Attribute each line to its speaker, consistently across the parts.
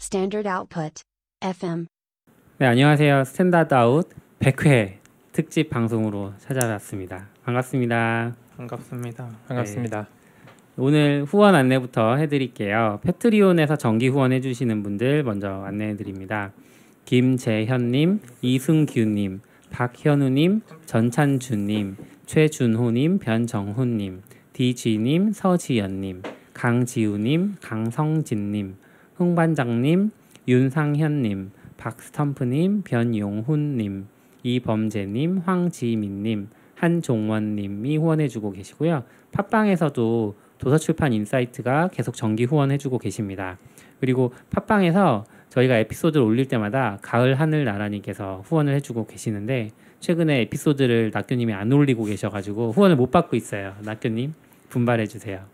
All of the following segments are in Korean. Speaker 1: Standard Output. FM.
Speaker 2: 네, 안녕하세요. 스탠다드 아웃 100회 특집 방송으로 찾아왔습니다. 반갑습니다.
Speaker 3: 반갑습니다.
Speaker 2: 반갑습니다. 오늘 후원 안내부터 해드릴게요. 패트리온에서 정기 후원해주시는 분들 먼저 안내해드립니다. 김재현님, 이승규님, 박현우님, 전찬주님, 최준호님, 변정훈님, DG님, 서지연님, 강지우님, 강성진님, 흥반장님, 윤상현님, 박스텀프님, 변용훈님, 이범재님, 황지민님, 한종원님이 후원해주고 계시고요. 팟빵에서도 도서출판 인사이트가 계속 정기 후원해주고 계십니다. 그리고 팟빵에서 저희가 에피소드를 올릴 때마다 가을 하늘 나라님께서 후원을 해주고 계시는데 최근에 에피소드를 낙교님이 안 올리고 계셔가지고 후원을 못 받고 있어요. 낙교님 분발해주세요.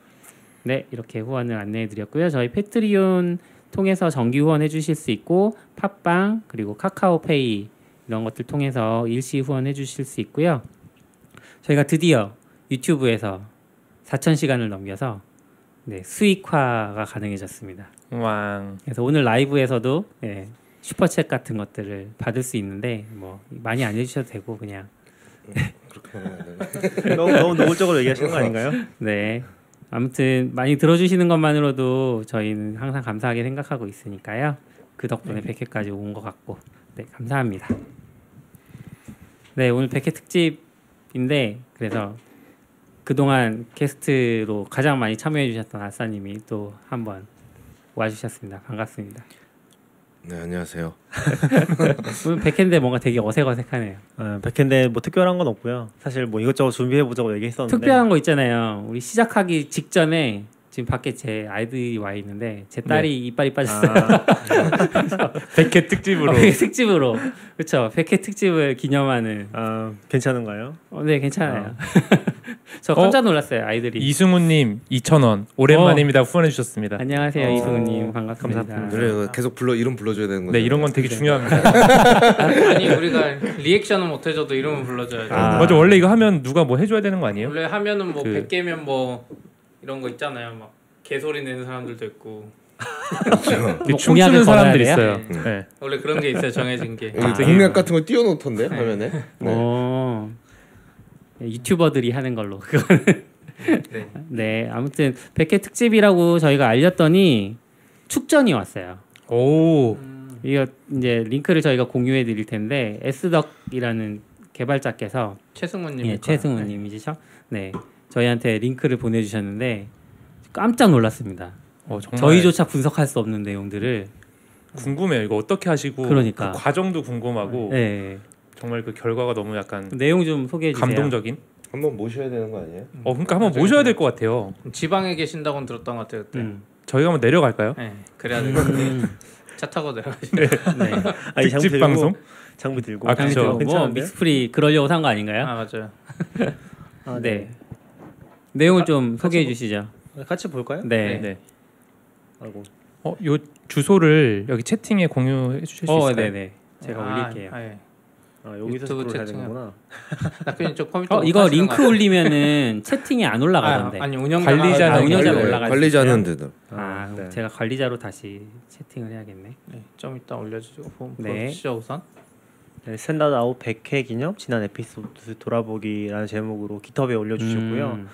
Speaker 2: 네 이렇게 후원을 안내해드렸고요. 저희 패트리온 통해서 정기 후원해주실 수 있고 팟빵 그리고 카카오페이 이런 것들 통해서 일시 후원해주실 수 있고요. 저희가 드디어 유튜브에서 4천 시간을 넘겨서 네, 수익화가 가능해졌습니다.
Speaker 3: 왕.
Speaker 2: 그래서 오늘 라이브에서도 예, 슈퍼챗 같은 것들을 받을 수 있는데 뭐 많이 안 해주셔도 되고 그냥
Speaker 4: 너무 너무 노골적으로 얘기하시는 거 아닌가요?
Speaker 2: 네 아무튼 많이 들어주시는 것만으로도 저희는 항상 감사하게 생각하고 있으니까요 그 덕분에 100회까지 온 것 같고 네 감사합니다 네 오늘 100회 특집인데 그래서 그동안 게스트로 가장 많이 참여해 주셨던 아싸님이 또 한번 와주셨습니다 반갑습니다
Speaker 5: 네 안녕하세요.
Speaker 2: 오늘 100회인데 뭔가 되게 어색어색하네요
Speaker 4: 어, 백핸드 뭐 특별한 건 없고요. 사실 뭐 이것저것 준비해 보자고 얘기했었는데
Speaker 2: 특별한 거 있잖아요. 우리 시작하기 직전에 지금 밖에 제 아이들이 와 있는데 제 딸이 이빨이 빠졌어요.
Speaker 4: 아,
Speaker 3: 백회 특집으로.
Speaker 2: 어, 특집으로 그렇죠. 100회 특집을 기념하는.
Speaker 4: 아, 괜찮은가요?
Speaker 2: 어, 네 괜찮아요. 저 깜짝 놀랐어요 아이들이.
Speaker 3: 이승우님 2,000원 오랜만입니다. 후원해 주셨습니다.
Speaker 2: 안녕하세요
Speaker 3: 어,
Speaker 2: 이승우님 반갑습니다.
Speaker 3: 감사합니다.
Speaker 5: 음, 그래 계속 불러 이름 불러줘야 되는 거죠.
Speaker 3: 네 이런 건 되게 중요합니다.
Speaker 6: 아니 우리가 리액션은 못 해줘도 이름은 불러줘야죠.
Speaker 4: 아.
Speaker 3: 맞아 원래 이거 하면 누가 뭐 해줘야 되는 거 아니에요?
Speaker 6: 원래 하면은 뭐
Speaker 3: 그-
Speaker 6: 100개면 뭐 이런 거 있잖아요. 막 개소리 내는 사람들도 있고
Speaker 3: 이렇게
Speaker 2: 뭐 공약을
Speaker 3: 춤추는 사람들이
Speaker 2: 걸어야
Speaker 3: 있어요.
Speaker 5: 돼요?
Speaker 3: 네.
Speaker 6: 원래 그런 게 있어요 정해진 게.
Speaker 5: 여기 공략 음, 같은 걸 띄워놓던데 화면에. 네.
Speaker 3: 어.
Speaker 2: 오. 어. 네, 유튜버들이 하는 걸로 그거는 네. 아무튼 100회 특집이라고 저희가 알렸더니 축전이 왔어요.
Speaker 3: 오.
Speaker 2: 이거 이제 링크를 저희가 공유해 드릴 텐데 에스덕이라는 개발자께서
Speaker 6: 최승우님.
Speaker 2: 예, 최승우님이시죠? 네, 저희한테 링크를 보내주셨는데 깜짝 놀랐습니다.
Speaker 3: 어, 정말
Speaker 2: 저희조차 분석할 수 없는 내용들을
Speaker 3: 궁금해요. 이거 어떻게 하시고
Speaker 2: 그러니까.
Speaker 3: 그 과정도 궁금하고
Speaker 2: 네,
Speaker 3: 정말 그 결과가 너무 약간
Speaker 2: 내용 좀 소개해 주세요.
Speaker 3: 감동적인.
Speaker 5: 한번 모셔야 되는 거 아니에요?
Speaker 3: 어 그러니까 한번 모셔야 될 것 같아요.
Speaker 6: 지방에 계신다고 들었던 것 같아요 그때.
Speaker 2: 음,
Speaker 3: 저희가 한번 내려갈까요?
Speaker 6: 네, 그래야 될 것 같아요. 차 타고 내려가시면
Speaker 2: 네.
Speaker 4: 아, 이 장비
Speaker 3: 특집
Speaker 4: 들고,
Speaker 3: 방송.
Speaker 4: 장비 들고.
Speaker 3: 아, 그쵸.
Speaker 2: 그렇죠. 뭐
Speaker 4: 괜찮은데요?
Speaker 2: 믹스프리 그러려고 산 거 아닌가요?
Speaker 6: 아 맞아요.
Speaker 4: 아,
Speaker 2: 네. 내용을 좀 소개해 주시죠.
Speaker 4: 아, 같이 볼까요?
Speaker 2: 네.
Speaker 3: 네.
Speaker 4: 아이고.
Speaker 3: 어, 요 주소를 여기 채팅에 공유해 주실 수
Speaker 2: 어,
Speaker 3: 있을까요?
Speaker 2: 네, 네. 제가
Speaker 6: 아,
Speaker 2: 올릴게요.
Speaker 6: 아, 예.
Speaker 4: 아, 여기서
Speaker 6: 유튜브
Speaker 4: 스크롤 해야
Speaker 6: 채팅은-
Speaker 4: 되는구나.
Speaker 6: 나 그냥 저 컴퓨터.
Speaker 2: 어,
Speaker 6: 못
Speaker 2: 이거
Speaker 6: 하시는 것
Speaker 2: 링크
Speaker 6: 같아요.
Speaker 2: 올리면은 채팅이 안 올라가던데.
Speaker 6: 아, 아니 운영자
Speaker 3: 네, 관리자는
Speaker 2: 아, 운영자는
Speaker 5: 관리-
Speaker 2: 올라가죠.
Speaker 5: 관리자는 되더.
Speaker 2: 아, 그럼
Speaker 4: 네.
Speaker 2: 제가 관리자로 다시 채팅을 해야겠네.
Speaker 6: 네, 좀 이따 올려주시고 보-
Speaker 2: 네.
Speaker 6: 보시죠 우선.
Speaker 4: 네, 스탠다드 아웃 100회 기념 지난 에피소드 돌아보기라는 제목으로 깃허브에 올려주셨고요.
Speaker 2: 음,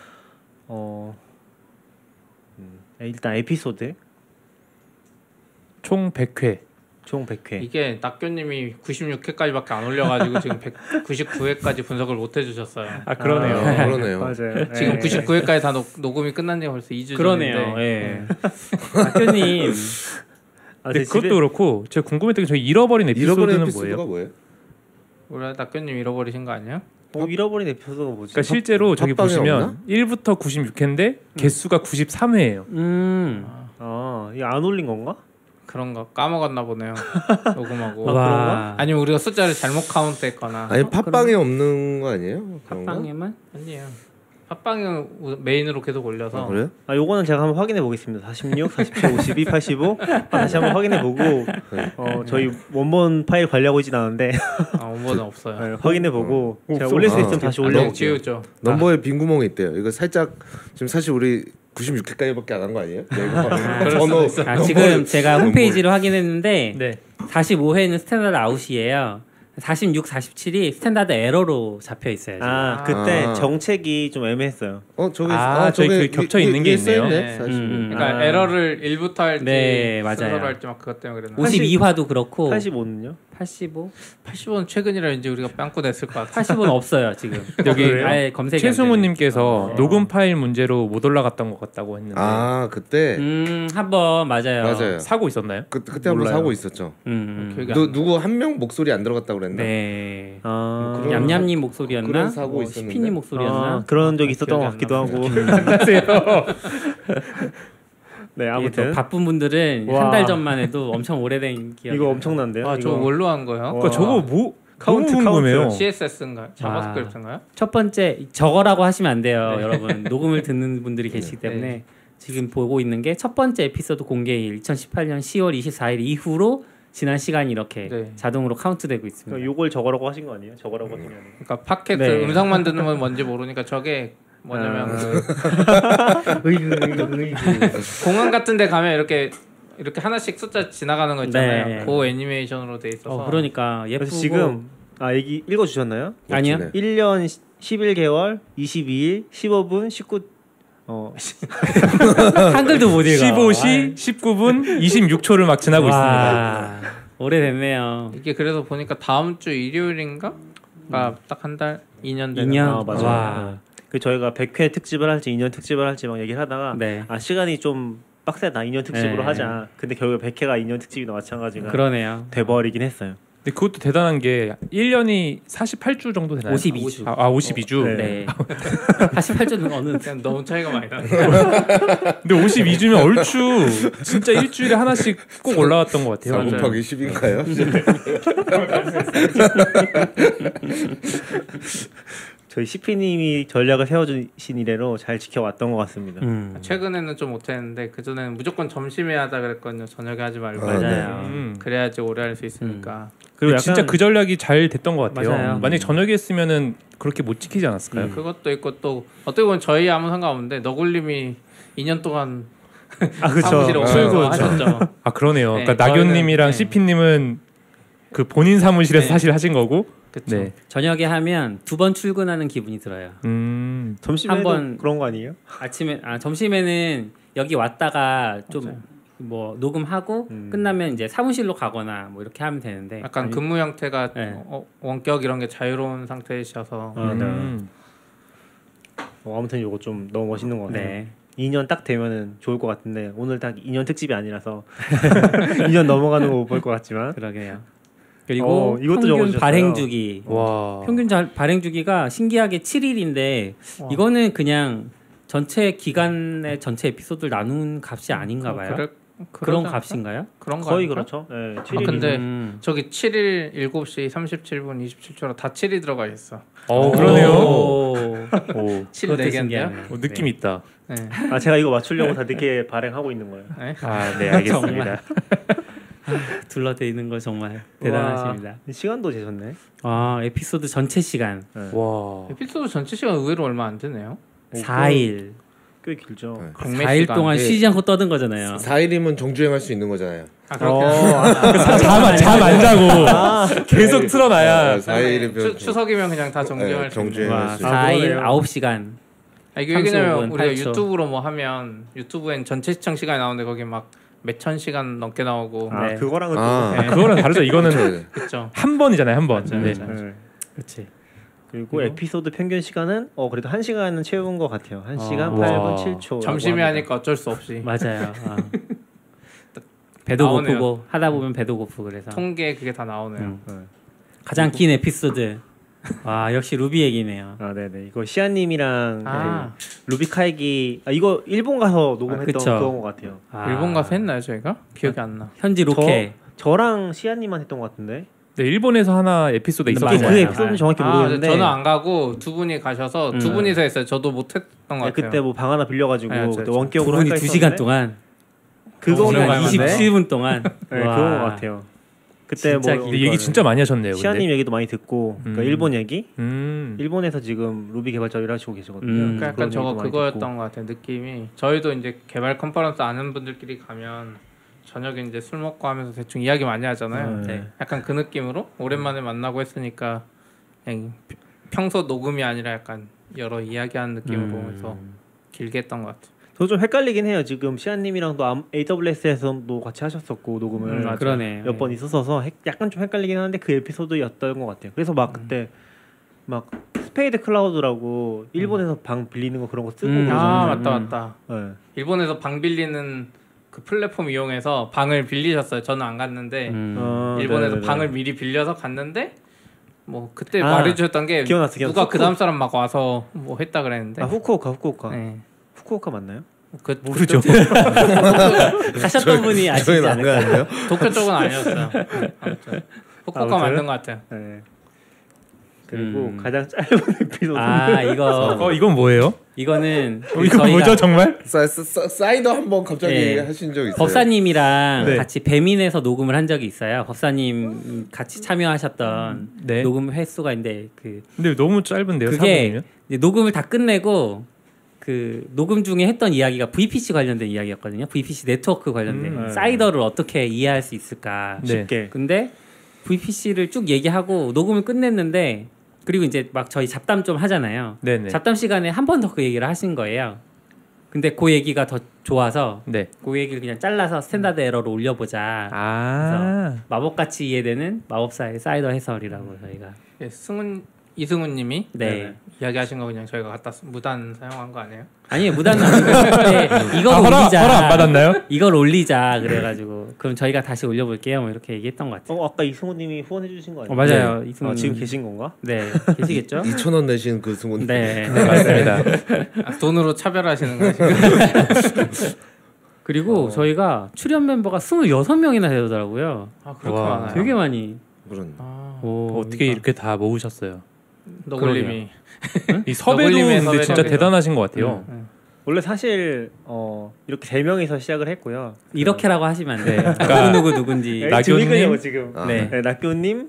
Speaker 4: 어, 음, 일단 에피소드
Speaker 3: 총 100회.
Speaker 4: 총 100회.
Speaker 6: 이게 낙교님이 96회까지밖에 안 올려가지고 지금 199회까지 분석을 못 해주셨어요.
Speaker 3: 아
Speaker 5: 아, 그러네요.
Speaker 4: 맞아요.
Speaker 6: 지금
Speaker 4: 네.
Speaker 6: 99회까지 다 녹, 녹음이 끝난 지 벌써 2주
Speaker 2: 그러네요.
Speaker 6: 전인데
Speaker 2: 예. 박교님
Speaker 4: 아,
Speaker 3: 근데
Speaker 4: 제
Speaker 3: 그것도
Speaker 4: 집에-
Speaker 3: 그렇고 제가 궁금했던 게 저희 잃어버린 네, 에피소드는
Speaker 5: 잃어버린
Speaker 3: 뭐예요?
Speaker 5: 에피소드가 뭐예요?
Speaker 6: 우리 낙교님 잃어버리신 거 아니에요?
Speaker 4: 어, 잃어버린 에피소드가 뭐지?
Speaker 3: 그러니까 실제로 저기
Speaker 5: 팟빵에
Speaker 3: 보시면
Speaker 5: 없나?
Speaker 3: 1부터 96회인데 개수가 93회예요.
Speaker 2: 음.
Speaker 4: 아, 이거 안 올린 건가?
Speaker 6: 그런 거 까먹었나 보네요. 녹음하고.
Speaker 2: 와.
Speaker 6: 아니면 우리가 숫자를 잘못 카운트했거나.
Speaker 5: 아니 팟빵에 없는 거 아니에요? 그런 거?
Speaker 2: 팟빵에만?
Speaker 6: 아니에요. 팟빵에 우- 메인으로 계속 올려서
Speaker 5: 아, 그래요?
Speaker 4: 아, 요거는 제가 한번 확인해 보겠습니다. 46, 47, 52, 85. 아, 다시 한번 확인해 보고 어, 저희 원본 파일 관리하고 있진 않은데
Speaker 6: 아, 원본은 없어요.
Speaker 4: 확인해 보고 제가
Speaker 3: 없어.
Speaker 4: 올릴 수
Speaker 5: 아,
Speaker 4: 있으면 다시
Speaker 5: 아,
Speaker 4: 올려.
Speaker 6: 네,
Speaker 5: 올려볼게요.
Speaker 6: 지우죠.
Speaker 5: 넘버에 빈 구멍이 있대요. 이거 살짝 지금 사실 우리 96회까지밖에 안 한 거 아니에요? 야, 이거 봐.
Speaker 2: 그럴
Speaker 5: 번호
Speaker 2: 아,
Speaker 5: 넘버-
Speaker 2: 지금 제가
Speaker 5: 넘버-
Speaker 2: 홈페이지를 확인했는데
Speaker 3: 네.
Speaker 2: 45회는 스탠다드 아웃이에요. 46, 47이 스탠다드 에러로 잡혀 있어요. 지금.
Speaker 4: 아 그때
Speaker 5: 아.
Speaker 4: 정책이 좀 애매했어요.
Speaker 5: 어 저기
Speaker 3: 아, 저기 그 겹쳐 있는 게 있네요.
Speaker 6: 네.
Speaker 2: 음,
Speaker 6: 그러니까
Speaker 4: 아.
Speaker 6: 에러를 1부터 할지
Speaker 2: 네, 맞아요.
Speaker 6: 순서로 할지 막 그것 때문에 그랬나.
Speaker 2: 52화도 그렇고
Speaker 4: 85는요?
Speaker 2: 85,
Speaker 6: 80원 최근이라 이제 우리가 빵꾸 냈을 것 같아.
Speaker 2: 80은 없어요 지금. 네,
Speaker 3: 여기
Speaker 2: 아예 검색.
Speaker 3: 최승우님께서 녹음 파일 문제로 못 올라갔던 것 같다고 했는데
Speaker 5: 아 그때
Speaker 2: 음, 한번 맞아요.
Speaker 5: 맞아요.
Speaker 3: 사고 있었나요?
Speaker 5: 그, 그때 한번
Speaker 3: 몰라요.
Speaker 5: 사고 있었죠.
Speaker 2: 음, 음.
Speaker 6: 기억이
Speaker 5: 누,
Speaker 6: 안 나.
Speaker 5: 누구 한 명 목소리 안 들어갔다고 그랬나?
Speaker 2: 네.
Speaker 4: 아
Speaker 5: 그런-
Speaker 2: 얌얌님 목소리였나?
Speaker 5: 그런 사고
Speaker 2: 뭐
Speaker 5: 있었는데.
Speaker 2: 시피님 목소리였나?
Speaker 4: 아, 그런 적이 있었던
Speaker 6: 기억이
Speaker 4: 것
Speaker 6: 안
Speaker 4: 같기도 하고. 네
Speaker 2: 이게 또
Speaker 4: 아무튼
Speaker 2: 예, 바쁜 분들은
Speaker 4: 와.
Speaker 2: 한 달 전만 해도 엄청 오래된 기억.
Speaker 4: 이거 엄청난데요.
Speaker 6: 아, 저
Speaker 4: 이거.
Speaker 6: 뭘로 한 거예요?
Speaker 4: 와.
Speaker 3: 네. 그러니까 저거 뭐
Speaker 4: 카운트,
Speaker 3: 너무 궁금해요.
Speaker 2: 아.
Speaker 6: CSS인가요? 자바스크립트인가요?
Speaker 2: 첫 번째 저거라고 하시면 안 돼요, 여러분. 녹음을 듣는 분들이 계시기 때문에 지금 보고 있는 게 첫 번째 에피소드 공개일 2018년 10월 24일 이후로 지난 시간이 이렇게
Speaker 6: 네.
Speaker 2: 자동으로 카운트되고
Speaker 4: 그러니까
Speaker 2: 있습니다.
Speaker 4: 요걸 저거라고 하신 거 아니에요? 저거라고 하신 거 아니에요?
Speaker 6: 그러니까 팟캐스트
Speaker 2: 네. 아.
Speaker 6: 음성 만드는 건 뭔지 모르니까 저게 뭐냐면 그 공항 같은 데 가면 이렇게 이렇게 하나씩 숫자 지나가는 거 있잖아요.
Speaker 2: 네.
Speaker 6: 그 애니메이션으로 돼 있어서
Speaker 2: 어, 그러니까 예쁘고
Speaker 4: 그래서 지금 아 얘기 읽어 주셨나요?
Speaker 2: 아니요.
Speaker 5: 멋지네.
Speaker 4: 1년 11개월 22일 15분 19 어,
Speaker 2: 한글도 못 읽어.
Speaker 3: 15시 아, 19분 26초를 막 지나고 있습니다.
Speaker 2: 있습니다. 오래됐네요.
Speaker 6: 이게 그래서 보니까 다음 주 일요일인가? 아, 딱 한 달, 2년 되는
Speaker 2: 음. 2년.
Speaker 4: 아, 맞아요.
Speaker 2: 와.
Speaker 4: 그 저희가 100회 특집을 할지 2년 특집을 할지 막 얘기를 하다가
Speaker 2: 네.
Speaker 4: 아 시간이 좀 빡세다 2년 특집으로
Speaker 2: 네.
Speaker 4: 하자. 근데 결국 100회가 2년 특집이나 마찬가지가
Speaker 2: 그러네요.
Speaker 4: 돼버리긴 했어요.
Speaker 3: 근데 그것도 대단한 게 1년이 48주 정도 되나요?
Speaker 2: 52주.
Speaker 3: 아, 아 52주.
Speaker 2: 네.
Speaker 4: 네.
Speaker 2: 48조는 어느
Speaker 6: 그냥 너무 차이가 많이 나.
Speaker 3: 근데 52주면 얼추 진짜 일주일에 하나씩 꼭 올라왔던 것
Speaker 5: 4
Speaker 3: 같아요.
Speaker 6: 맞아요.
Speaker 2: 네.
Speaker 5: 곱하기 10인가요?
Speaker 4: 저희 시피님이 전략을 세워주신 이래로 잘 지켜왔던 것 같습니다.
Speaker 2: 음.
Speaker 6: 최근에는 좀 못했는데 그 전에는 무조건 점심에 하자 그랬거든요. 저녁에 하지 말고.
Speaker 5: 아, 네.
Speaker 3: 음.
Speaker 6: 그래야지 오래 할 수
Speaker 2: 음.
Speaker 6: 있으니까.
Speaker 4: 그리고
Speaker 3: 그리고
Speaker 4: 약간
Speaker 3: 진짜 그 전략이 잘 됐던 것 같아요.
Speaker 2: 맞아요.
Speaker 3: 만약 에 저녁에 했으면은 그렇게 못 지키지 않았을까요?
Speaker 6: 네,
Speaker 2: 음.
Speaker 6: 그것도 있고 또 어떻게 보면 저희 아무 상관없는데 너굴님이 2년 동안
Speaker 4: 아 그렇죠.
Speaker 2: 네.
Speaker 6: 사무실에 오셔서
Speaker 5: 출근.
Speaker 6: 하셨죠.
Speaker 3: 아 그러네요.
Speaker 6: 네,
Speaker 3: 그러니까 낙연님이랑
Speaker 6: 저희는-
Speaker 3: CP님은 그 본인 사무실에서
Speaker 6: 네.
Speaker 3: 사실 하신 거고.
Speaker 6: 그쵸.
Speaker 3: 네.
Speaker 2: 저녁에 하면 두 번 출근하는 기분이 들어요.
Speaker 3: 음.
Speaker 4: 점심에 도
Speaker 2: 한번-
Speaker 4: 그런 거 아니에요?
Speaker 2: 아침에 아 점심에는 여기 왔다가 좀 뭐 녹음하고 끝나면 이제 사무실로 가거나 뭐 이렇게 하면 되는데
Speaker 6: 약간 근무 형태가
Speaker 2: 네.
Speaker 6: 어, 원격 이런 게 자유로운 상태이셔서
Speaker 4: 아, 네.
Speaker 3: 음.
Speaker 4: 어, 아무튼 요거 좀 너무 멋있는 것 같아요.
Speaker 2: 네.
Speaker 4: 2년 딱 되면은 좋을 것 같은데 오늘 딱 2년 특집이 아니라서 2년 넘어가는 거 못 볼 것 같지만
Speaker 2: 네, 그러게요. 그리고
Speaker 4: 어, 이것도
Speaker 2: 평균
Speaker 4: 적어주셨어요.
Speaker 2: 발행 주기.
Speaker 3: 와. 어,
Speaker 2: 평균 자- 발행 주기가 신기하게 7일인데 이거는 그냥 전체 기간의 전체 에피소드를 나눈 값이 아닌가 봐요.
Speaker 6: 어, 그럴-
Speaker 2: 그런
Speaker 6: 그러지
Speaker 2: 값인가요?
Speaker 6: 그런 거
Speaker 4: 거의
Speaker 6: 아닐까?
Speaker 4: 그렇죠. 네,
Speaker 6: 아,
Speaker 4: 7일
Speaker 6: 근데
Speaker 2: 음.
Speaker 6: 저기 7일 7시 37분 27초로 다 7이 들어가 있어.
Speaker 3: 어 그러네요. 오.
Speaker 2: 오.
Speaker 6: 칠
Speaker 2: 그것도
Speaker 6: 네 개인데요?
Speaker 2: 신기하네.
Speaker 3: 어, 느낌 있다.
Speaker 6: 네.
Speaker 4: 아 제가 이거 맞추려고 다 늦게 발행하고 있는 거예요.
Speaker 6: 네.
Speaker 3: 아, 네, 알겠습니다.
Speaker 2: 네. 둘러대는 거 정말 대단하십니다.
Speaker 4: 와, 시간도 재셨네.
Speaker 2: 아 에피소드 전체 시간
Speaker 3: 와.
Speaker 6: 에피소드 전체 시간 의외로 얼마 안 되네요.
Speaker 4: 오,
Speaker 2: 4일
Speaker 4: 꽤 길죠.
Speaker 5: 네.
Speaker 6: 경매
Speaker 2: 4일
Speaker 6: 시간.
Speaker 2: 동안
Speaker 5: 예.
Speaker 2: 쉬지 않고 떠든 거잖아요
Speaker 5: 4일이면 정주행할 수 있는 거잖아요.
Speaker 6: 아,
Speaker 4: 어,
Speaker 6: 그렇게
Speaker 3: 잠안 잠안 자고 계속
Speaker 2: 아,
Speaker 5: 네, 아,
Speaker 3: 틀어놔야.
Speaker 5: 4일이면
Speaker 6: 추석이면 그냥
Speaker 2: 네,
Speaker 6: 다 정리할 수 있는
Speaker 5: 정주행할
Speaker 2: 와,
Speaker 5: 수
Speaker 4: 사-
Speaker 5: 있는.
Speaker 2: 4일
Speaker 4: 그러네요.
Speaker 2: 9시간
Speaker 6: 아, 이게 왜냐면
Speaker 2: 35분,
Speaker 6: 우리가
Speaker 2: 8초.
Speaker 6: 유튜브로 뭐 하면 유튜브엔 전체 시청 시간이 나오는데 거기 막 몇천 시간 넘게 나오고
Speaker 4: 아
Speaker 2: 네.
Speaker 4: 그거랑은
Speaker 5: 아.
Speaker 3: 아, 그거랑 다르죠. 이거는
Speaker 5: 네.
Speaker 6: 그렇죠.
Speaker 3: 한 번이잖아요, 한 번.
Speaker 6: 맞아요,
Speaker 3: 네.
Speaker 4: 또.
Speaker 6: 맞아요.
Speaker 4: 네.
Speaker 2: 그렇지
Speaker 4: 그리고 에피소드 평균 시간은 어 그래도 한 시간은 채운 것 같아요. 한 시간
Speaker 3: 와.
Speaker 4: 8분 7초.
Speaker 6: 점심에 하니까 어쩔 수 없이
Speaker 2: 맞아요 아. 배도
Speaker 6: 나오네요.
Speaker 2: 고프고 하다 보면 배도 고프고 그래서
Speaker 6: 통계 그게 다 나오네요.
Speaker 2: 음. 가장 긴 에피소드 와 역시 루비 얘기네요
Speaker 4: 아 네네 이거 시아님이랑
Speaker 6: 아,
Speaker 4: 그 루비카이기 아 이거 일본 가서 녹음했던
Speaker 2: 그쵸.
Speaker 4: 그런 것 같아요.
Speaker 2: 아,
Speaker 6: 일본 가서 했나요 저희가? 기억이
Speaker 4: 아,
Speaker 6: 안 나.
Speaker 2: 현지 로케
Speaker 4: 저랑 시아님만 했던 것 같은데.
Speaker 3: 네, 일본에서 하나 에피소드 있었던
Speaker 2: 맞아요.
Speaker 4: 그
Speaker 3: 거예요.
Speaker 4: 에피소드는 정확히
Speaker 6: 아,
Speaker 4: 모르겠는데. 음.
Speaker 6: 저는 안 가고 두 분이 가셔서 두 분이서 했어요. 저도 못했던 것
Speaker 4: 네,
Speaker 6: 같아요.
Speaker 4: 그때 뭐 방 하나 빌려가지고
Speaker 6: 네, 저-
Speaker 4: 그때
Speaker 2: 두
Speaker 4: 원격으로
Speaker 2: 분이
Speaker 4: 할까
Speaker 2: 2시간
Speaker 4: 했었는데
Speaker 2: 동안
Speaker 3: 어,
Speaker 4: 그거
Speaker 6: 오늘
Speaker 2: 시간
Speaker 6: 가면 안 돼?
Speaker 2: 27분 동안
Speaker 4: 네, 그런 것 같아요. 그때
Speaker 2: 진짜
Speaker 4: 뭐
Speaker 2: 긴
Speaker 3: 근데 얘기 진짜 많이 하셨네요. 근데.
Speaker 4: 시아님 얘기도 많이 듣고 그러니까
Speaker 3: 음.
Speaker 4: 일본 얘기
Speaker 3: 음.
Speaker 4: 일본에서 지금 루비 개발자 일하시고 계시거든요.
Speaker 2: 음.
Speaker 6: 그러니까 약간
Speaker 4: 그런
Speaker 6: 저거
Speaker 4: 얘기도 많이
Speaker 6: 그거였던 것 같아요. 느낌이 저희도 이제 개발 컨퍼런스 아는 분들끼리 가면 저녁에 이제 술 먹고 하면서 대충 이야기 많이 하잖아요.
Speaker 2: 네.
Speaker 6: 약간 그 느낌으로 오랜만에 만나고 했으니까 그냥 피- 평소 녹음이 아니라 약간 여러 이야기하는 느낌을
Speaker 2: 음.
Speaker 6: 보면서 길게 했던 것 같아요.
Speaker 4: 듣고. 저도 좀 헷갈리긴 해요. 지금 시아님이랑도 AWS에서도 같이 하셨었고 녹음을
Speaker 2: 음, 그러네.
Speaker 4: 몇 번 있었어서 헷- 약간 좀 헷갈리긴 하는데 그 에피소드였던 것 같아요. 그래서
Speaker 3: 음.
Speaker 4: 막 그때 막 스페이드 클라우드라고 일본에서
Speaker 3: 음.
Speaker 4: 방 빌리는 거 그런 거 쓰고
Speaker 2: 음.
Speaker 6: 아
Speaker 4: 그러잖아요.
Speaker 6: 맞다 맞다.
Speaker 4: 네.
Speaker 6: 일본에서 방 빌리는 그 플랫폼 이용해서 방을 빌리셨어요. 저는 안 갔는데
Speaker 2: 음.
Speaker 4: 어,
Speaker 6: 일본에서
Speaker 4: 네네네.
Speaker 6: 방을 미리 빌려서 갔는데 뭐 그때
Speaker 4: 아,
Speaker 6: 말해주셨던 게
Speaker 4: 기억났어, 기억났어.
Speaker 6: 누가 그 다음 사람 막 와서 뭐 했다 그랬는데
Speaker 4: 아 후쿠오카 후쿠오카
Speaker 6: 네.
Speaker 4: 후쿠오카 맞나요?
Speaker 6: 그
Speaker 3: 모르죠.
Speaker 6: 그쪽-
Speaker 2: 하셨던 분이 아시지
Speaker 5: 저희는 안
Speaker 2: 않을까?
Speaker 5: 가는데요?
Speaker 6: 도쿄 쪽은 아니었어요. 아무튼 후쿠오카
Speaker 4: 아무튼?
Speaker 6: 맞는 것 같아요.
Speaker 4: 네. 그리고
Speaker 2: 음.
Speaker 4: 가장 짧은 에피소드
Speaker 2: 아 이거
Speaker 3: 어 이건 뭐예요?
Speaker 2: 이거는
Speaker 3: 어,
Speaker 2: 그
Speaker 3: 이거
Speaker 2: 저희가
Speaker 3: 뭐죠 정말?
Speaker 5: 사, 사, 사, 사이더 한번 갑자기
Speaker 2: 네.
Speaker 5: 하신 적 있어요?
Speaker 2: 법사님이랑
Speaker 3: 네.
Speaker 2: 같이 배민에서 녹음을 한 적이 있어요. 법사님 같이 참여하셨던
Speaker 3: 네.
Speaker 2: 녹음 횟수가 있는데 그
Speaker 3: 근데 너무 짧은데요.
Speaker 2: 그게
Speaker 3: 사분이면?
Speaker 2: 이제 녹음을 다 끝내고 그 녹음 중에 했던 이야기가 VPC 관련된 이야기였거든요. VPC 네트워크 관련된
Speaker 4: 음.
Speaker 2: 사이더를 어떻게 이해할 수 있을까.
Speaker 3: 네.
Speaker 4: 쉽게
Speaker 2: 근데 VPC를 쭉 얘기하고 녹음을 끝냈는데 그리고 이제 막 저희 잡담 좀 하잖아요.
Speaker 3: 네네.
Speaker 2: 잡담 시간에 한 번 더 그 얘기를 하신 거예요. 근데 그 얘기가 더 좋아서
Speaker 3: 네.
Speaker 2: 그 얘기를 그냥 잘라서
Speaker 3: 음.
Speaker 2: 스탠다드 에러로 올려보자.
Speaker 3: 아.
Speaker 2: 마법같이 이해되는 마법사의 사이더 해설이라고
Speaker 3: 음.
Speaker 2: 저희가
Speaker 6: 예, 승훈 이승훈님이
Speaker 2: 네.
Speaker 6: 이야기하신 거 그냥 저희가 갖다 쓰- 무단 사용한 거 아니에요?
Speaker 2: 아니 무단은 아닌데 네, 이걸
Speaker 3: 아, 허락
Speaker 2: 올리자.
Speaker 3: 허락 안 받았나요? 네.
Speaker 2: 이걸 올리자 그래가지고 그럼 저희가 다시 올려볼게요. 뭐 이렇게 얘기했던 것 같아요.
Speaker 4: 어 아까 이승호님이 후원해 주신 거 아니에요?
Speaker 2: 어, 맞아요.
Speaker 4: 네.
Speaker 2: 이승훈
Speaker 4: 아, 지금
Speaker 2: 님.
Speaker 4: 계신 건가?
Speaker 2: 네 계시겠죠?
Speaker 5: 2천 원 내신 그 승훈.
Speaker 2: 네.
Speaker 3: 맞습니다.
Speaker 6: 아, 돈으로 차별하시는 거 지금?
Speaker 2: 그리고
Speaker 3: 어.
Speaker 2: 저희가 출연 멤버가 26명이나 되더라고요.
Speaker 6: 아 그렇게
Speaker 3: 와,
Speaker 6: 많아요.
Speaker 2: 되게 많이.
Speaker 5: 그런.
Speaker 2: 오,
Speaker 3: 어떻게 이렇게 다 모으셨어요?
Speaker 6: 너굴님이
Speaker 3: 이 섭외도
Speaker 6: 너굴님의
Speaker 3: 근데 진짜
Speaker 6: 섭외가
Speaker 3: 대단하신 것 같아요.
Speaker 4: 원래 사실 어 이렇게 세 명이서 시작을 했고요.
Speaker 2: 이렇게라고 하시면 안 돼요.
Speaker 3: 그러니까-
Speaker 2: 누구 누구 누군지.
Speaker 3: 낙- 낙교님?
Speaker 4: 낙교님 지금
Speaker 5: 아,
Speaker 2: 네.
Speaker 4: 네, 낙교님,